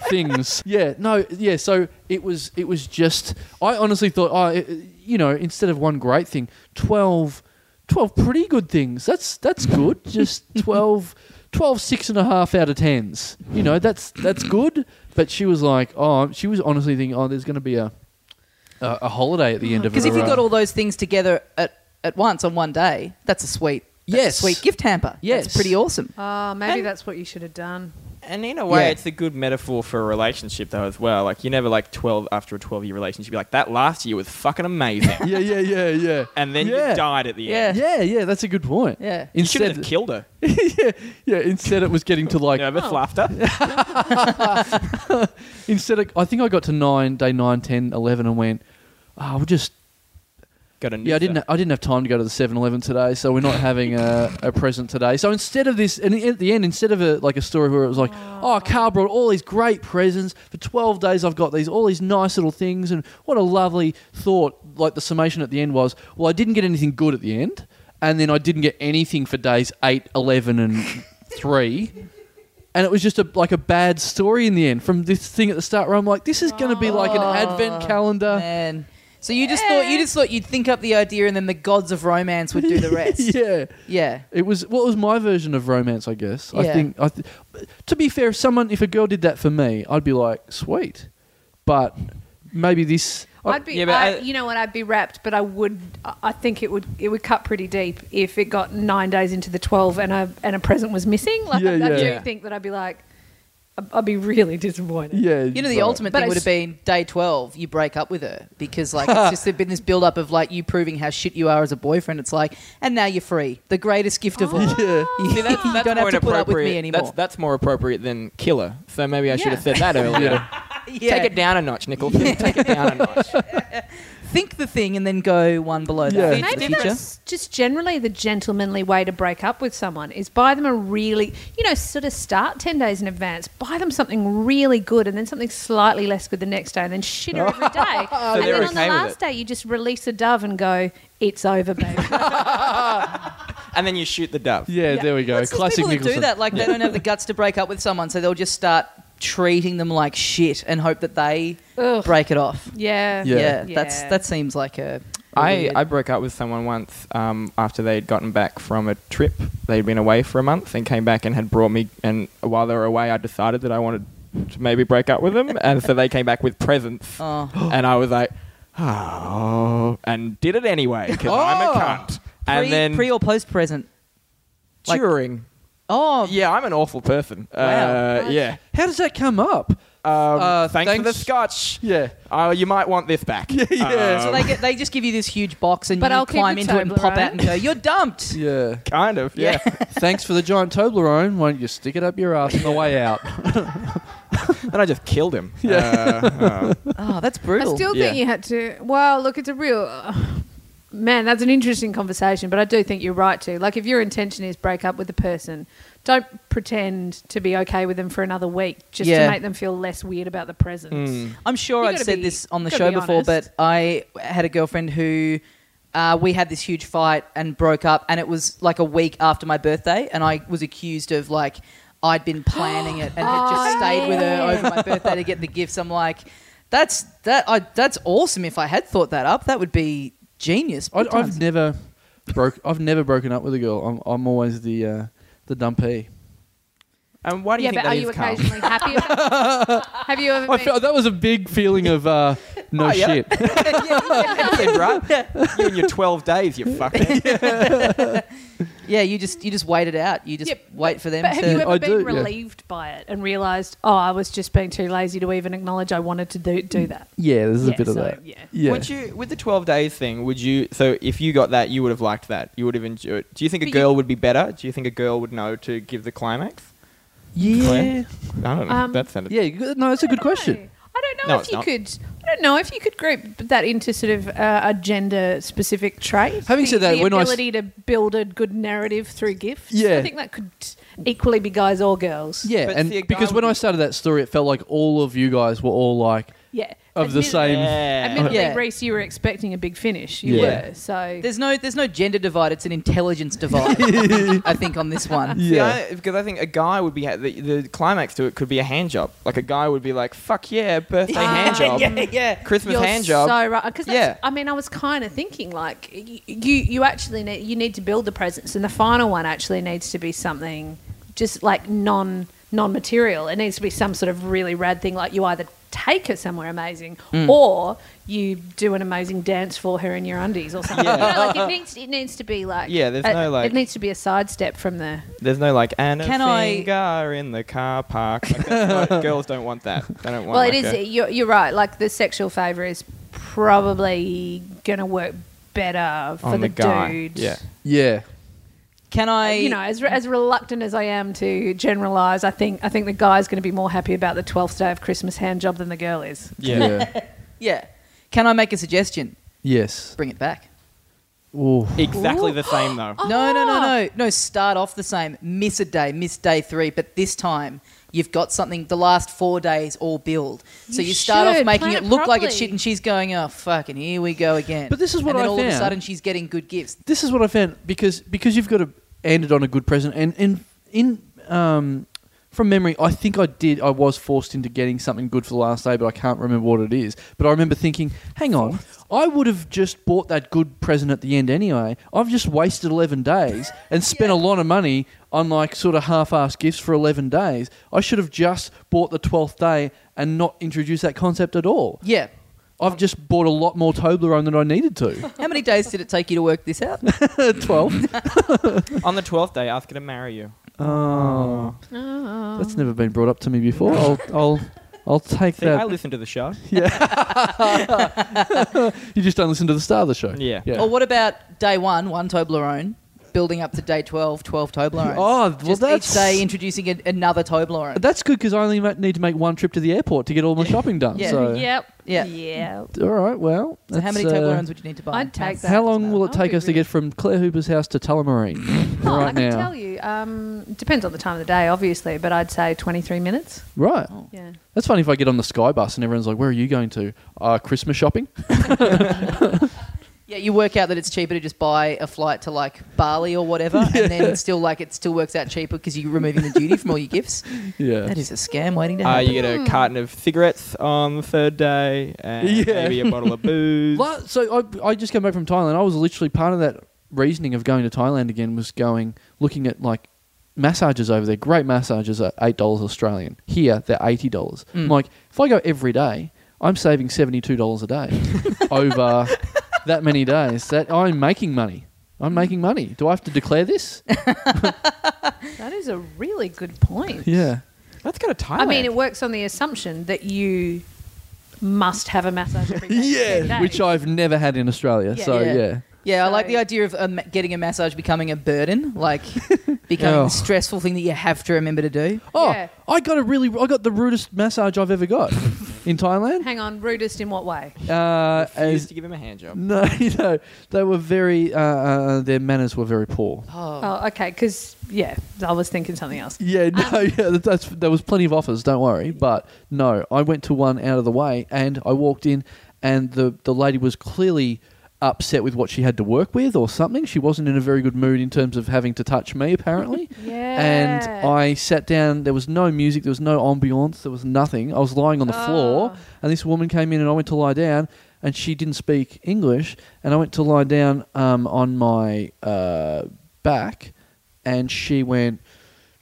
Speaker 2: things. Yeah, no, yeah, so it was it was just I honestly thought oh, it- you know, instead of one great thing, 12 12 pretty good things. That's that's
Speaker 3: [LAUGHS]
Speaker 2: good. Just 12 12 six and a half out of tens. You know, that's that's good. But she was like, oh, she was honestly thinking, oh, there's going to be a, a a holiday at the
Speaker 3: [GASPS]
Speaker 2: end of it.
Speaker 1: Because if you
Speaker 2: or a-
Speaker 1: got all those things together at, at once on one day, that's a sweet, that's a
Speaker 2: Yes.
Speaker 1: sweet gift hamper.
Speaker 2: Yes.
Speaker 1: that's pretty awesome.
Speaker 4: Oh, maybe that's what you should have done.
Speaker 3: And in a way,
Speaker 1: Yeah.
Speaker 3: it's a good metaphor for a relationship, though, as well. Like, you never, like, 12 after a 12 year relationship, you're like, that last year was
Speaker 2: [LAUGHS]
Speaker 3: fucking amazing.
Speaker 2: yeah, yeah, yeah,
Speaker 3: [LAUGHS]
Speaker 2: yeah.
Speaker 3: and then
Speaker 2: Yeah.
Speaker 3: you died at the
Speaker 1: Yeah.
Speaker 3: end.
Speaker 2: Yeah, yeah, that's a good point.
Speaker 1: Yeah.
Speaker 3: You shouldn't have
Speaker 2: Instead,
Speaker 3: killed her.
Speaker 2: yeah, yeah. Instead, it was getting to [LAUGHS] like [LAUGHS]
Speaker 3: Nervous laughter.
Speaker 2: instead. Of, I think I got to nine, day nine, ten, eleven, and went. Oh, we'll just
Speaker 3: Got a
Speaker 2: yeah. I didn't. [LAUGHS]
Speaker 3: nifter.
Speaker 2: I didn't have time to go to the 7-Eleven today, so
Speaker 1: [LAUGHS]
Speaker 2: we're not having a, a present today. So instead of this, and at the end, instead of a, like a story where it was like, oh, Carl brought all these great presents for twelve days. I've got these all these nice little things, and what a lovely thought. Like the summation at the end was, well, I didn't get anything good at the end, and then I didn't get anything for days 8, 11, and three. And it was just a, like a bad story in the end from this thing at the start where I'm like, this is going to be like an advent
Speaker 1: Oh,
Speaker 2: calendar.
Speaker 1: Man. So you just thought you just thought you'd think up the idea and then the gods of romance would do the rest.
Speaker 2: [LAUGHS] yeah.
Speaker 1: Yeah.
Speaker 2: It was what was my version of romance, I guess. I
Speaker 1: Yeah.
Speaker 2: think. I th- to be fair, if someone, if a girl did that for me, I'd be like, sweet. But maybe this. Oh, I-
Speaker 4: I'd be,
Speaker 3: Yeah, but
Speaker 4: I-
Speaker 3: I-
Speaker 4: you know what? I'd be wrapped, but I would. I- I think it would. It would cut pretty deep if it got nine days into the twelve and a and a present was missing. Like
Speaker 2: Yeah,
Speaker 4: I, I do
Speaker 2: yeah.
Speaker 4: think that I'd be like, I'd, I'd be really disappointed.
Speaker 2: yeah.
Speaker 1: You know, the
Speaker 2: right.
Speaker 1: ultimate
Speaker 2: [LAUGHS]
Speaker 4: But
Speaker 1: thing
Speaker 4: I
Speaker 1: would have
Speaker 4: s-
Speaker 1: been day 12, you break up with her. Because, like, it's
Speaker 3: [LAUGHS]
Speaker 1: just there's been this build up of, like, you proving how shit you are as a boyfriend. It's like, and now you're free. The greatest gift
Speaker 3: [GASPS]
Speaker 1: of all.
Speaker 4: Oh,
Speaker 1: [LAUGHS]
Speaker 2: Yeah.
Speaker 1: You,
Speaker 3: See, that's, that's
Speaker 1: don't
Speaker 3: more
Speaker 1: have to put up with me
Speaker 3: inappropriate-
Speaker 1: anymore.
Speaker 3: That's, that's more appropriate than killer. So maybe I should have
Speaker 4: Yeah.
Speaker 3: said
Speaker 1: [LAUGHS]
Speaker 3: that earlier. [LAUGHS]
Speaker 1: Yeah.
Speaker 3: Take it down a notch, [LAUGHS] Nickel. Take it down a notch.
Speaker 1: Think the thing and then go one below that.
Speaker 2: Yeah.
Speaker 1: into
Speaker 4: Maybe
Speaker 1: the future.
Speaker 4: that's just generally the gentlemanly way to break up with someone is buy them a really, you know, sort of start 10 days in advance, buy them something really good and then something slightly less good the next day and then shitter
Speaker 3: [LAUGHS]
Speaker 4: every day.
Speaker 3: they're
Speaker 4: and then on
Speaker 3: okay
Speaker 4: the
Speaker 3: with
Speaker 4: last
Speaker 3: it.
Speaker 4: day, you just release a dove and go, it's
Speaker 3: [LAUGHS]
Speaker 4: over, baby.
Speaker 3: And then you shoot the dove.
Speaker 2: Yeah, There we go.
Speaker 1: What's those
Speaker 2: Classic
Speaker 1: people who
Speaker 2: Nicholson.
Speaker 1: do that. Like, they don't have the guts to break up with someone, so they'll just start treating them like shit and hope that they
Speaker 4: Ugh.
Speaker 1: break it off.
Speaker 4: Yeah.
Speaker 2: Yeah.
Speaker 1: Yeah. That's, that seems like a. a
Speaker 3: I,
Speaker 1: weird-
Speaker 3: I broke up with someone once um, after they'd gotten back from a trip. They'd been away for a month and came back and had brought me. And while they were away, I decided that I wanted to maybe break up with them. and so they came back with presents.
Speaker 1: Oh.
Speaker 3: [GASPS] And I was like, oh, and did it anyway because I'm a
Speaker 2: Oh.
Speaker 3: cunt.
Speaker 1: pre,
Speaker 3: And then
Speaker 1: pre or post present. like-
Speaker 3: during.
Speaker 1: Oh,
Speaker 3: yeah, I'm an awful person.
Speaker 1: Wow.
Speaker 3: Uh, yeah.
Speaker 2: How does that come up?
Speaker 3: Um,
Speaker 2: Uh,
Speaker 3: thanks, for the
Speaker 2: thanks-
Speaker 3: scotch.
Speaker 2: Yeah.
Speaker 3: Oh, you might want this back. Um, Yeah,
Speaker 2: yeah.
Speaker 1: So they, get, they just give you this huge box and
Speaker 4: But
Speaker 1: you
Speaker 4: I'll keep
Speaker 1: climb
Speaker 4: the
Speaker 1: into it and pop
Speaker 4: Toblerone.
Speaker 1: out and go, you're
Speaker 4: [LAUGHS]
Speaker 1: dumped. [LAUGHS]
Speaker 2: Yeah.
Speaker 3: kind of. Yeah.
Speaker 2: Thanks for the giant Toblerone. Why don't you stick it up your ass on the way
Speaker 1: [LAUGHS]
Speaker 2: out?
Speaker 3: [LAUGHS] and I just killed him. Yeah.
Speaker 1: Oh, that's
Speaker 4: I
Speaker 1: brutal.
Speaker 4: still think
Speaker 3: Yeah.
Speaker 4: you had to. Well, look, it's a real. [SIGHS] man, that's an interesting conversation, but I do think you're right too. Like, if your intention is break up with the person, don't pretend to be okay with them for another week just
Speaker 1: Yeah.
Speaker 4: to make them feel less weird about the presents.
Speaker 2: Hmm.
Speaker 1: I'm sure
Speaker 4: You
Speaker 1: I've
Speaker 4: gotta
Speaker 1: said
Speaker 4: be-
Speaker 1: this on the
Speaker 4: gotta
Speaker 1: show
Speaker 4: be
Speaker 1: before,
Speaker 4: honest.
Speaker 1: but I had a girlfriend who uh, we had this huge fight and broke up, and it was like a week after my birthday, and I was accused of like I'd
Speaker 4: [GASPS]
Speaker 1: been planning it and
Speaker 4: Oh,
Speaker 1: had just stayed with her over my birthday to get the gifts. I'm like, that's that. I, that's awesome. If I had thought that up, that would be genius.
Speaker 2: I,
Speaker 1: Good times.
Speaker 2: I've never broke. I've never broken up with a girl. I'm, I'm always the uh, the dumpy.
Speaker 3: and why do you
Speaker 4: Yeah,
Speaker 3: think
Speaker 4: but
Speaker 3: that
Speaker 4: are
Speaker 3: is,
Speaker 4: you
Speaker 3: Carl? [LAUGHS]
Speaker 4: occasionally happy about Have you ever
Speaker 2: I
Speaker 4: been-
Speaker 2: felt, that was a big feeling of uh, no
Speaker 1: Oh, [LAUGHS]
Speaker 3: yeah.
Speaker 2: shit. [LAUGHS]
Speaker 3: [LAUGHS] That's it,
Speaker 4: [LAUGHS]
Speaker 3: right? You and your 12 days, you fucking.
Speaker 1: yeah, you just you just wait it out. You just
Speaker 4: Yep,
Speaker 1: wait for them
Speaker 4: But
Speaker 1: to.
Speaker 4: have you ever
Speaker 2: I
Speaker 4: been
Speaker 2: do, yeah.
Speaker 4: relieved by it and realised, oh, I was just being too lazy to even acknowledge I wanted to do, do that?
Speaker 2: Yeah, Hmm. there's
Speaker 4: Yeah,
Speaker 2: a bit of
Speaker 4: so,
Speaker 2: that.
Speaker 4: yeah.
Speaker 3: Would you, with the 12 days thing, would you, so if you got that, you would have liked that. You would have enjoyed Do you think a
Speaker 4: But you-
Speaker 3: girl would be better? Do you think a girl would know to give the climax?
Speaker 2: yeah,
Speaker 3: Claire? I don't know.
Speaker 4: Um,
Speaker 3: that sounded.
Speaker 2: yeah. good- No, that's a good
Speaker 4: No.
Speaker 2: question.
Speaker 4: I don't
Speaker 3: No,
Speaker 4: know if
Speaker 3: it's
Speaker 4: you
Speaker 3: not.
Speaker 4: could. I don't know if you could group that into sort of uh, a gender-specific trait.
Speaker 2: Having
Speaker 4: the,
Speaker 2: said that,
Speaker 4: the
Speaker 2: when I s-
Speaker 4: ability to build a good narrative through gifts.
Speaker 2: Yeah.
Speaker 4: I think that could equally be guys or girls.
Speaker 2: Yeah,
Speaker 3: But
Speaker 2: and
Speaker 3: see, a guy
Speaker 2: because when
Speaker 3: would
Speaker 2: I
Speaker 3: be-
Speaker 2: started that story, it felt like all of you guys were all like
Speaker 4: yeah.
Speaker 2: of the
Speaker 4: Admittedly-
Speaker 2: same.
Speaker 3: Yeah.
Speaker 4: Admittedly,
Speaker 1: Yeah.
Speaker 4: Reese, you were expecting a big finish. You
Speaker 2: Yeah.
Speaker 4: were. So
Speaker 1: [LAUGHS] There's no there's no gender divide. It's an intelligence divide.
Speaker 2: [LAUGHS]
Speaker 1: I think on this one.
Speaker 2: Yeah.
Speaker 3: Yeah, because I think a guy would be ha- the, the climax to it could be a hand job. Like a guy would be like, "Fuck yeah, birthday hand
Speaker 4: [LAUGHS]
Speaker 1: [LAUGHS]
Speaker 3: job,
Speaker 1: yeah, yeah.
Speaker 3: Christmas
Speaker 4: You're
Speaker 3: hand job."
Speaker 4: So right, because yeah.
Speaker 3: Yeah.
Speaker 4: I mean, I was kind of thinking like y- you you actually need you need to build the presence, and the final one actually needs to be something just like non non material. It needs to be some sort of really rad thing, like you either take her somewhere amazing,
Speaker 3: Mm.
Speaker 4: or you do an amazing dance for her in your undies or something.
Speaker 3: Yeah.
Speaker 4: You know, [LAUGHS] like it needs, it needs to be like
Speaker 3: Yeah, there's
Speaker 4: a-
Speaker 3: no, like-
Speaker 4: it needs to be a sidestep from there.
Speaker 3: There's no like Anna
Speaker 1: Can I-
Speaker 3: finger in the car park. Like, that's
Speaker 4: [LAUGHS]
Speaker 3: not- girls don't want that. They don't want.
Speaker 4: Well, it
Speaker 3: like,
Speaker 4: is.
Speaker 3: a-
Speaker 4: You're, you're right. Like the sexual favor is probably gonna work better for
Speaker 3: on
Speaker 4: the,
Speaker 3: the, guy.
Speaker 4: dude.
Speaker 3: Yeah.
Speaker 2: Yeah.
Speaker 1: Can I?
Speaker 4: You know, as, re- as reluctant as I am to generalize, I think I think the guy's going to be more happy about the twelfth day of Christmas hand job than the girl is.
Speaker 3: Yeah.
Speaker 1: yeah. Can I make a suggestion?
Speaker 2: yes.
Speaker 1: Bring it back.
Speaker 2: Ooh.
Speaker 3: Exactly the same though.
Speaker 1: No, no, no, no,
Speaker 4: Oh.
Speaker 1: no. Start off the same. Miss a day, miss day three, but this time you've got something. The last four days all build. So
Speaker 4: You
Speaker 1: you start off
Speaker 4: should.
Speaker 1: making
Speaker 4: Plan
Speaker 1: it
Speaker 4: it
Speaker 1: look like it's
Speaker 4: properly.
Speaker 1: shit, and she's going, "Oh, fucking, here we go again."
Speaker 2: But this is what
Speaker 1: and then
Speaker 2: I
Speaker 1: all of a
Speaker 2: found.
Speaker 1: sudden she's getting good gifts.
Speaker 2: This is what I found because because you've got to end it on a good present and and in um from memory I think I did I was forced into getting something good for the last day but I can't remember what it is but I remember thinking hang on I would have just bought that good present at the end anyway I've just wasted 11 days and spent a lot of money on like sort of half-ass gifts for 11 days I should have just bought the 12th day and not introduced that concept at all
Speaker 1: Yeah.
Speaker 2: I've just bought a lot more Toblerone than I needed
Speaker 1: [LAUGHS]
Speaker 2: to
Speaker 1: How many days did it take you to work this out?
Speaker 2: 12
Speaker 3: On the twelfth day, ask her to marry you.
Speaker 2: Oh, that's never been brought up to me before.
Speaker 3: [LAUGHS]
Speaker 2: I'll, I'll, I'll take
Speaker 3: See, I
Speaker 2: that.
Speaker 3: listen to the show.
Speaker 2: you just don't listen to the star of the show.
Speaker 3: Yeah.
Speaker 1: Or what about day one, one Toblerone, building up to day 12, 12 Toblerones?
Speaker 2: Oh, well,
Speaker 1: Just
Speaker 2: that's-
Speaker 1: each day introducing a, another Toblerone.
Speaker 2: Uh, That's good because I only ma- need to make one trip to the airport to get all my shopping done.
Speaker 1: Yeah.
Speaker 2: So,
Speaker 4: Yep.
Speaker 1: Yeah.
Speaker 4: Yeah.
Speaker 2: all right, well,
Speaker 1: so how
Speaker 2: that's,
Speaker 1: many
Speaker 2: uh,
Speaker 1: Toblerones would you need to buy?
Speaker 4: I'd take that.
Speaker 2: How long will it
Speaker 1: Oh,
Speaker 4: I'll
Speaker 2: take
Speaker 4: be
Speaker 2: us to
Speaker 4: really-
Speaker 2: get from Claire Hooper's house to
Speaker 1: [LAUGHS]
Speaker 2: Tullamarine?
Speaker 4: Oh,
Speaker 2: right
Speaker 4: I can
Speaker 2: now,
Speaker 4: tell you. Um, depends on the time of the day, obviously, but I'd say twenty-three minutes.
Speaker 2: right?
Speaker 4: Yeah.
Speaker 2: That's funny if I get on the Sky Bus and everyone's like, "Where are you going to? Uh, Christmas shopping?" [LAUGHS]
Speaker 1: Yeah, you work out that it's cheaper to just buy a flight to like Bali or
Speaker 2: [LAUGHS]
Speaker 1: whatever, and then it's still like it still works out cheaper because you're removing the duty from all your
Speaker 2: [LAUGHS]
Speaker 1: gifts.
Speaker 2: yeah.
Speaker 1: That is a scam waiting to
Speaker 3: Uh,
Speaker 1: happen.
Speaker 3: you get
Speaker 4: Hmm.
Speaker 3: a carton of cigarettes on the third day, and
Speaker 2: Yeah.
Speaker 3: maybe a bottle of booze.
Speaker 2: La- so I, I just came back from Thailand. I was literally part of that reasoning of going to Thailand again was going looking at like massages over there. Great massages are eight dollars Australian. Here they're eighty dollars.
Speaker 1: Mm.
Speaker 2: I'm like if I go every day, I'm saving seventy two dollars a day over that many days. That I'm making money. I'm making money. Do I have to declare this?
Speaker 4: That is a really good point.
Speaker 2: yeah.
Speaker 3: Let's go to Thailand.
Speaker 4: I mean, it works on the assumption that you must have a massage
Speaker 2: [LAUGHS]
Speaker 4: every day.
Speaker 2: Which I've never had in Australia.
Speaker 4: Yeah.
Speaker 2: so
Speaker 1: Yeah.
Speaker 2: yeah.
Speaker 1: yeah, I like
Speaker 4: So-
Speaker 1: the idea of um, getting a massage becoming a burden,
Speaker 2: [LAUGHS]
Speaker 1: like becoming
Speaker 2: Oh.
Speaker 1: a stressful thing that you have to remember to do.
Speaker 2: Oh,
Speaker 4: Yeah.
Speaker 2: I got a really I got the rudest massage I've ever got in
Speaker 4: [LAUGHS]
Speaker 2: Thailand.
Speaker 4: Hang on, rudest in what way?
Speaker 2: Uh,
Speaker 3: Refuse
Speaker 2: as
Speaker 3: to give him a hand
Speaker 2: [LAUGHS]
Speaker 3: job.
Speaker 2: No, no, they were very. Uh, uh, their manners were very poor.
Speaker 1: Oh,
Speaker 4: Oh, okay, because yeah, I was thinking something else.
Speaker 2: Yeah, no, [LAUGHS] yeah. that- That's there was plenty of offers. Don't worry, but no, I went to one out of the way, and I walked in, and the the lady was clearly upset with what she had to work with or something. She wasn't in a very good mood in terms of having to touch me, apparently. And
Speaker 4: Yeah.
Speaker 2: I sat down. There was no music. There was no ambiance. There was nothing. I was lying on the floor,
Speaker 4: Oh.
Speaker 2: and this woman came in, and I went to lie down, and she didn't speak English, and I went to lie down um, on my uh, back, and she went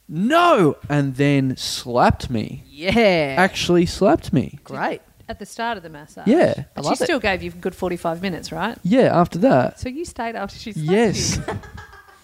Speaker 2: no, and then slapped me.
Speaker 1: yeah,
Speaker 2: Actually, slapped me.
Speaker 1: great.
Speaker 4: At the start of the massage.
Speaker 2: Yeah.
Speaker 1: I
Speaker 4: But
Speaker 1: love
Speaker 4: she
Speaker 1: it.
Speaker 4: still gave you a good 45 minutes, right?
Speaker 2: Yeah. After that,
Speaker 4: So you stayed after she slapped
Speaker 2: Yes. [LAUGHS]
Speaker 4: you.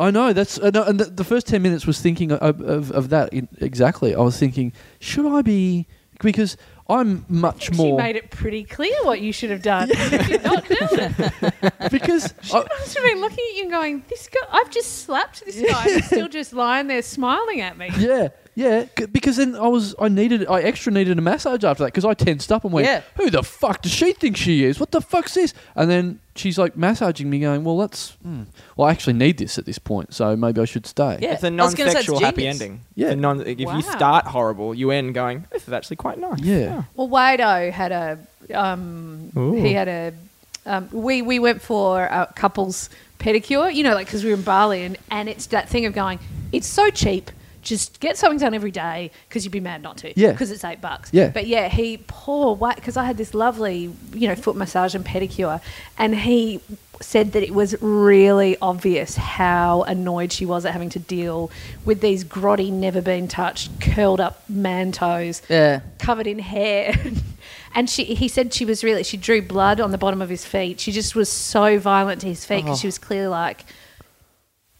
Speaker 2: I know. That's I know, and the, the first ten minutes was thinking of, of, of that in, exactly. I was thinking, should I be because I'm much
Speaker 4: She
Speaker 2: [LAUGHS] more
Speaker 4: made it pretty clear what you should have done. You're not doing
Speaker 1: [LAUGHS]
Speaker 4: it.
Speaker 2: because
Speaker 1: Oh.
Speaker 2: I,
Speaker 4: I must have been looking at you and going, "This guy, I've just slapped this guy. and He's still just lying there smiling at me."
Speaker 2: yeah yeah c- because then I was I needed I extra needed a massage after that because I tensed up and went,
Speaker 1: Yeah.
Speaker 2: who the fuck does she think she is? What the fuck's this? And then she's like massaging me, going, well that's hmm, well I actually need this at this point, so maybe I should stay.
Speaker 1: Yeah.
Speaker 3: It's a
Speaker 1: I was gonna say it's
Speaker 3: non-sexual happy
Speaker 1: genius.
Speaker 3: ending.
Speaker 2: Yeah.
Speaker 3: It's a non- if
Speaker 4: Wow.
Speaker 3: you start horrible, you end going. This is actually quite nice.
Speaker 2: Yeah.
Speaker 4: Well, Wado had a um,
Speaker 3: Ooh.
Speaker 4: he had a um, we we went for a couples pedicure, you know, like because we were in Bali, and and it's that thing of going, it's so cheap. Just get something done every day because you'd be mad not to.
Speaker 2: Yeah.
Speaker 4: Because it's eight bucks.
Speaker 2: Yeah.
Speaker 4: But yeah, he poor white because I had this lovely you know foot massage and pedicure, and he said that it was really obvious how annoyed she was at having to deal with these grotty, never been touched, curled up man toes
Speaker 1: Yeah.
Speaker 4: covered in hair. [LAUGHS] And she, he said she was really, she drew blood on the bottom of his feet. She just was so violent to his feet because
Speaker 2: Oh.
Speaker 4: she was clearly like,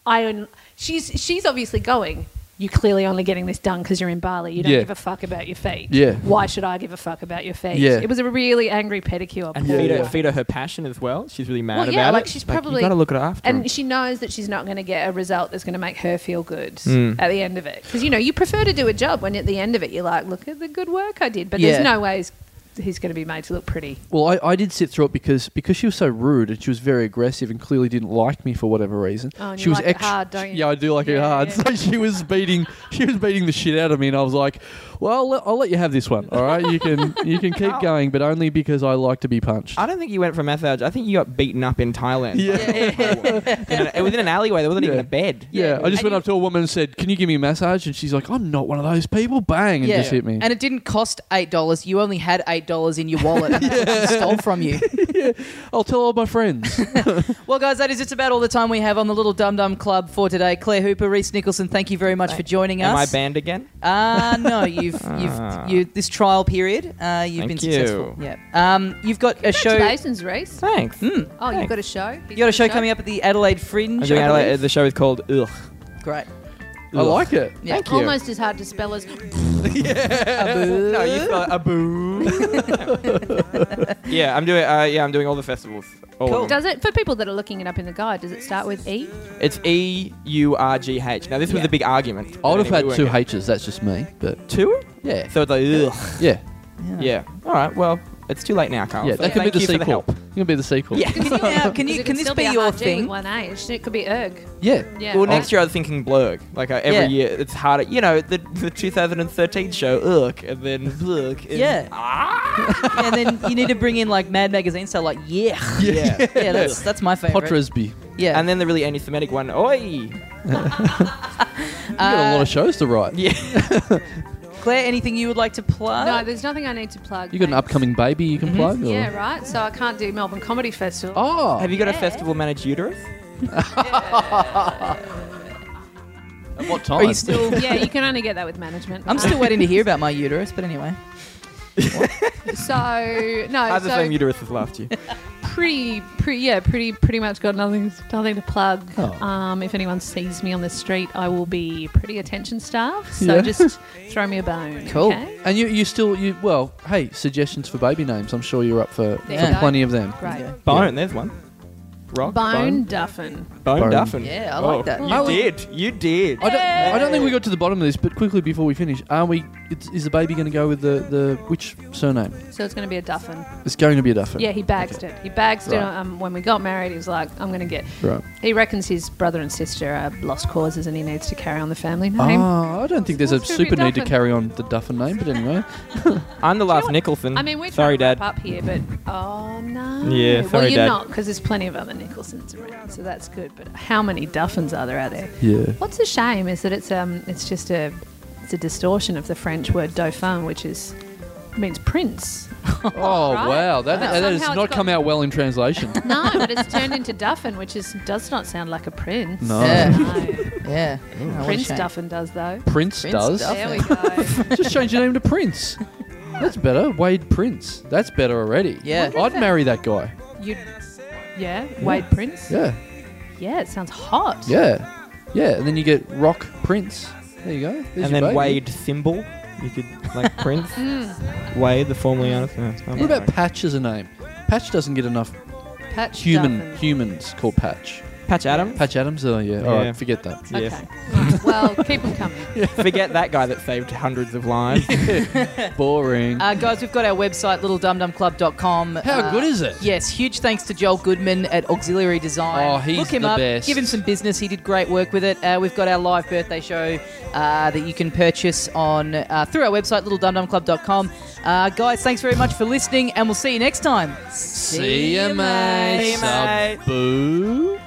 Speaker 4: I, on- she's, she's obviously going. You're clearly only getting this done because you're in Bali. You don't
Speaker 2: Yeah.
Speaker 4: give a fuck about your feet.
Speaker 2: Yeah.
Speaker 4: Why should I give a fuck about your feet?
Speaker 2: Yeah.
Speaker 4: It was a really angry pedicure.
Speaker 3: And
Speaker 4: poor
Speaker 3: feed, her,
Speaker 4: woman.
Speaker 3: feed her her passion as well. She's really mad
Speaker 4: Well,
Speaker 3: about
Speaker 4: yeah,
Speaker 3: it.
Speaker 4: like, she's probably-
Speaker 3: you got to look at it after.
Speaker 4: And she knows that she's not going to get a result that's going to make her feel good
Speaker 2: Hmm.
Speaker 3: Mm.
Speaker 4: at the end of it. Because, you know, you prefer to do a job when at the end of it you're like, look at the good work I did. But
Speaker 1: Yeah.
Speaker 4: there's no way he's, he's going to be made to look pretty.
Speaker 2: Well, I, I did sit through it because because she was so rude and she was very aggressive and clearly didn't like me for whatever reason.
Speaker 4: Oh, and
Speaker 2: she
Speaker 4: you
Speaker 2: was
Speaker 4: like it
Speaker 2: ext-
Speaker 4: hard, don't you?
Speaker 2: Yeah, I do like it
Speaker 4: Yeah,
Speaker 2: hard.
Speaker 4: yeah.
Speaker 2: [LAUGHS] So she was beating she was beating the shit out of me, and I was like, "Well, I'll, I'll let you have this one. All right, you
Speaker 4: [LAUGHS]
Speaker 2: can you can
Speaker 4: Oh.
Speaker 2: keep going, but only because I like to be punched."
Speaker 3: [LAUGHS] I don't think you went for massage. I think you got beaten up in Thailand.
Speaker 2: Yeah.
Speaker 3: [LAUGHS] in an, within an alleyway. There wasn't even
Speaker 2: Yeah.
Speaker 3: a bed.
Speaker 2: yeah, I just
Speaker 1: And
Speaker 2: went
Speaker 1: you-
Speaker 2: up to a woman and said, "Can you give me a massage?" And she's like, "I'm not one of those people." Bang, and just hit me.
Speaker 1: And it didn't cost eight dollars. You only had eight dollars in your wallet.
Speaker 2: [LAUGHS]
Speaker 1: and that's what she stole from you.
Speaker 2: I'll tell all my
Speaker 4: [LAUGHS]
Speaker 2: friends.
Speaker 1: Well, guys, that is it's about all the time we have on the Little Dum Dum Club for today. Claire Hooper, Reese Nicholson, thank you very much for joining
Speaker 3: Am I
Speaker 1: us.
Speaker 3: banned again?
Speaker 1: Uh, no, you've
Speaker 3: Ah.
Speaker 1: you've you this trial period. Uh, you've
Speaker 3: Thank
Speaker 1: been
Speaker 3: you.
Speaker 1: successful. Yeah. Um, you've got a show. You
Speaker 4: Congratulations, Reese.
Speaker 3: Thanks.
Speaker 4: Oh,
Speaker 3: Thanks.
Speaker 4: you've got a show?
Speaker 1: have got a show coming up at the Adelaide Fringe.
Speaker 3: Hmm? I'm doing
Speaker 1: I
Speaker 3: Adelaide-
Speaker 1: believe.
Speaker 3: the show is called Ugh.
Speaker 1: Great.
Speaker 2: I like it.
Speaker 4: [LAUGHS]
Speaker 1: Yeah.
Speaker 3: Thank you.
Speaker 5: Almost as hard to spell as.
Speaker 2: [LAUGHS]
Speaker 3: no, you
Speaker 4: [LAUGHS]
Speaker 3: spell a boo. [LAUGHS] yeah, I'm doing. Uh, yeah, I'm doing all the festivals. All
Speaker 1: Cool.
Speaker 3: of them.
Speaker 4: Does it, for people that are looking it up in the guide, does it start with E?
Speaker 3: It's E U R G H. Now this was
Speaker 1: Yeah.
Speaker 3: a big argument.
Speaker 2: I would have
Speaker 3: Anyway, we
Speaker 2: had two
Speaker 3: weren't-
Speaker 2: H's. That's just me, but
Speaker 3: Two?
Speaker 2: yeah,
Speaker 3: So it's like ugh.
Speaker 2: [LAUGHS] yeah,
Speaker 3: Yeah. All right. Well, it's too late now, Carl.
Speaker 2: yeah.
Speaker 3: So
Speaker 2: That could be
Speaker 3: thank
Speaker 2: the
Speaker 3: you for
Speaker 2: sequel.
Speaker 3: help.
Speaker 2: It could be the sequel.
Speaker 3: Yeah.
Speaker 1: Can you, now, can,
Speaker 4: Because
Speaker 1: you,
Speaker 4: it
Speaker 1: can
Speaker 4: could
Speaker 1: this
Speaker 4: still
Speaker 1: be
Speaker 4: a
Speaker 1: your
Speaker 4: hard G with
Speaker 1: thing?
Speaker 4: One H. It could be erg.
Speaker 2: yeah.
Speaker 4: Yeah.
Speaker 3: Well, next year I was thinking blurg. Like uh, every
Speaker 1: Yeah.
Speaker 3: year, it's harder. You know, the, the 2013 show ugh, and then blurg. Ah! And
Speaker 1: Yeah. and then you need to bring in like Mad Magazine style, like yeah,
Speaker 2: [LAUGHS]
Speaker 3: Yeah.
Speaker 1: yeah. That's that's my favorite.
Speaker 2: Potresby.
Speaker 1: Yeah.
Speaker 3: And then the really anti-Semitic one. Oi.
Speaker 2: You got a lot of shows to write. [LAUGHS]
Speaker 3: Yeah.
Speaker 1: Claire, anything you would like to plug?
Speaker 4: No, there's nothing I need to plug.
Speaker 2: You got an
Speaker 4: thanks.
Speaker 2: upcoming baby you can plug. or-
Speaker 4: Yeah, right. So I can't do Melbourne Comedy Festival.
Speaker 2: Oh. [LAUGHS]
Speaker 3: Have you got a
Speaker 4: Yeah.
Speaker 3: festival managed uterus?
Speaker 4: Oh,
Speaker 2: At what
Speaker 1: Are
Speaker 2: time?
Speaker 1: you still?
Speaker 4: Yeah, you can only get that with management.
Speaker 1: I'm still waiting to hear about my uterus, but anyway.
Speaker 4: [LAUGHS] So no,
Speaker 3: I have the
Speaker 4: so
Speaker 3: same uterus as last
Speaker 4: [LAUGHS]
Speaker 3: year.
Speaker 4: pretty, pretty, yeah, pretty, pretty much got nothing, nothing to plug.
Speaker 2: Oh.
Speaker 4: Um, if anyone sees me on the street, I will be pretty attention starved. So
Speaker 2: Yeah.
Speaker 4: just throw me
Speaker 2: [LAUGHS]
Speaker 4: a bone.
Speaker 1: Cool.
Speaker 4: okay?
Speaker 2: and you, you still you well hey suggestions for baby names I'm sure you're up for, for
Speaker 4: you go.
Speaker 2: plenty of them.
Speaker 4: Great.
Speaker 1: Yeah.
Speaker 3: Bone. There's one. Rock.
Speaker 4: Bone, Duffin.
Speaker 3: Bone,
Speaker 2: Bone.
Speaker 3: Duffin. Oh,
Speaker 1: Yeah, I like that.
Speaker 3: You
Speaker 1: I would-
Speaker 3: did. You did.
Speaker 2: I don't, I don't think we got to the bottom of this, but quickly before we finish, are we? It's, is the baby going to go with the, the which surname?
Speaker 4: So it's going to be a Duffin.
Speaker 2: It's going to be a Duffin.
Speaker 4: Yeah, he bags it. He bags it.
Speaker 2: Right.
Speaker 4: Um, when we got married, he was like, "I'm going to get."
Speaker 2: Right.
Speaker 4: He reckons his brother and sister are lost causes, and he needs to carry on the family name.
Speaker 2: Ah, I don't think there's a
Speaker 4: It's gonna be
Speaker 2: super need to
Speaker 4: Duffin.
Speaker 2: carry on the Duffin name, but anyway.
Speaker 3: I'm the
Speaker 4: you know
Speaker 3: last
Speaker 4: what?
Speaker 3: Nicholson.
Speaker 4: I mean, we're
Speaker 3: sorry,
Speaker 4: trying
Speaker 3: Dad.
Speaker 4: to wrap up here, but oh no.
Speaker 3: Yeah,
Speaker 4: well,
Speaker 3: sorry,
Speaker 4: you're
Speaker 3: Dad.
Speaker 4: not because there's plenty of other Nicholsons around, so that's good. But how many Duffins are there out there?
Speaker 2: Yeah.
Speaker 4: What's a shame is that it's um it's just a it's a distortion of the French word dauphin, which is means prince.
Speaker 2: Oh
Speaker 4: [LAUGHS] Right.
Speaker 2: wow, that, that
Speaker 4: But
Speaker 2: has
Speaker 4: somehow it's
Speaker 2: not
Speaker 4: got-
Speaker 2: come out well in translation.
Speaker 4: No, but it's turned into Duffin, which is does not sound like a prince.
Speaker 2: No.
Speaker 1: [LAUGHS] Yeah.
Speaker 4: No.
Speaker 1: Yeah. Oh, what a
Speaker 4: Prince
Speaker 1: shame.
Speaker 4: Duffin does though.
Speaker 2: Prince,
Speaker 1: Prince
Speaker 2: does.
Speaker 1: Duffin.
Speaker 4: There we
Speaker 2: [LAUGHS]
Speaker 4: go.
Speaker 2: Just change your name to Prince. That's better. Wade Prince. That's better already.
Speaker 1: Yeah.
Speaker 2: I'd marry that guy.
Speaker 4: You, yeah, Wade Prince.
Speaker 2: Yeah.
Speaker 4: Yeah, it sounds hot.
Speaker 2: Yeah. Yeah. And then you get Rock Prince. There you go. There's your
Speaker 3: and then
Speaker 2: baby.
Speaker 3: Wade Symbol. You could like
Speaker 2: [LAUGHS]
Speaker 3: Prince.
Speaker 4: Mm.
Speaker 3: Wade, the formerly honest. No, I'm
Speaker 2: What about
Speaker 3: sorry.
Speaker 2: Patch as a name? Patch doesn't get enough
Speaker 4: Patch
Speaker 2: human
Speaker 4: Duffin. humans.
Speaker 2: humans call Patch.
Speaker 3: Patch Adams?
Speaker 2: Patch Adams? Oh, yeah. All
Speaker 3: Yeah.
Speaker 2: right. Forget
Speaker 4: [LAUGHS]
Speaker 2: that.
Speaker 3: Yes.
Speaker 4: Okay. Right, Well, keep them coming.
Speaker 3: Forget that guy that saved hundreds of lives.
Speaker 2: Boring.
Speaker 1: Uh, guys, we've got our website, littledumdumclub.com.
Speaker 2: How
Speaker 1: Uh,
Speaker 2: good is it?
Speaker 1: Yes, huge thanks to Joel Goodman at Auxiliary Design.
Speaker 2: Oh, he's
Speaker 1: Look him
Speaker 2: the
Speaker 1: up,
Speaker 2: best.
Speaker 1: give him some business. He did great work with it. Uh, we've got our live birthday show uh, that you can purchase on uh, through our website, littledumdumclub.com. Uh, guys, thanks very much for listening, and we'll see you next time.
Speaker 2: See ya, mate.
Speaker 3: mate.
Speaker 2: Boo.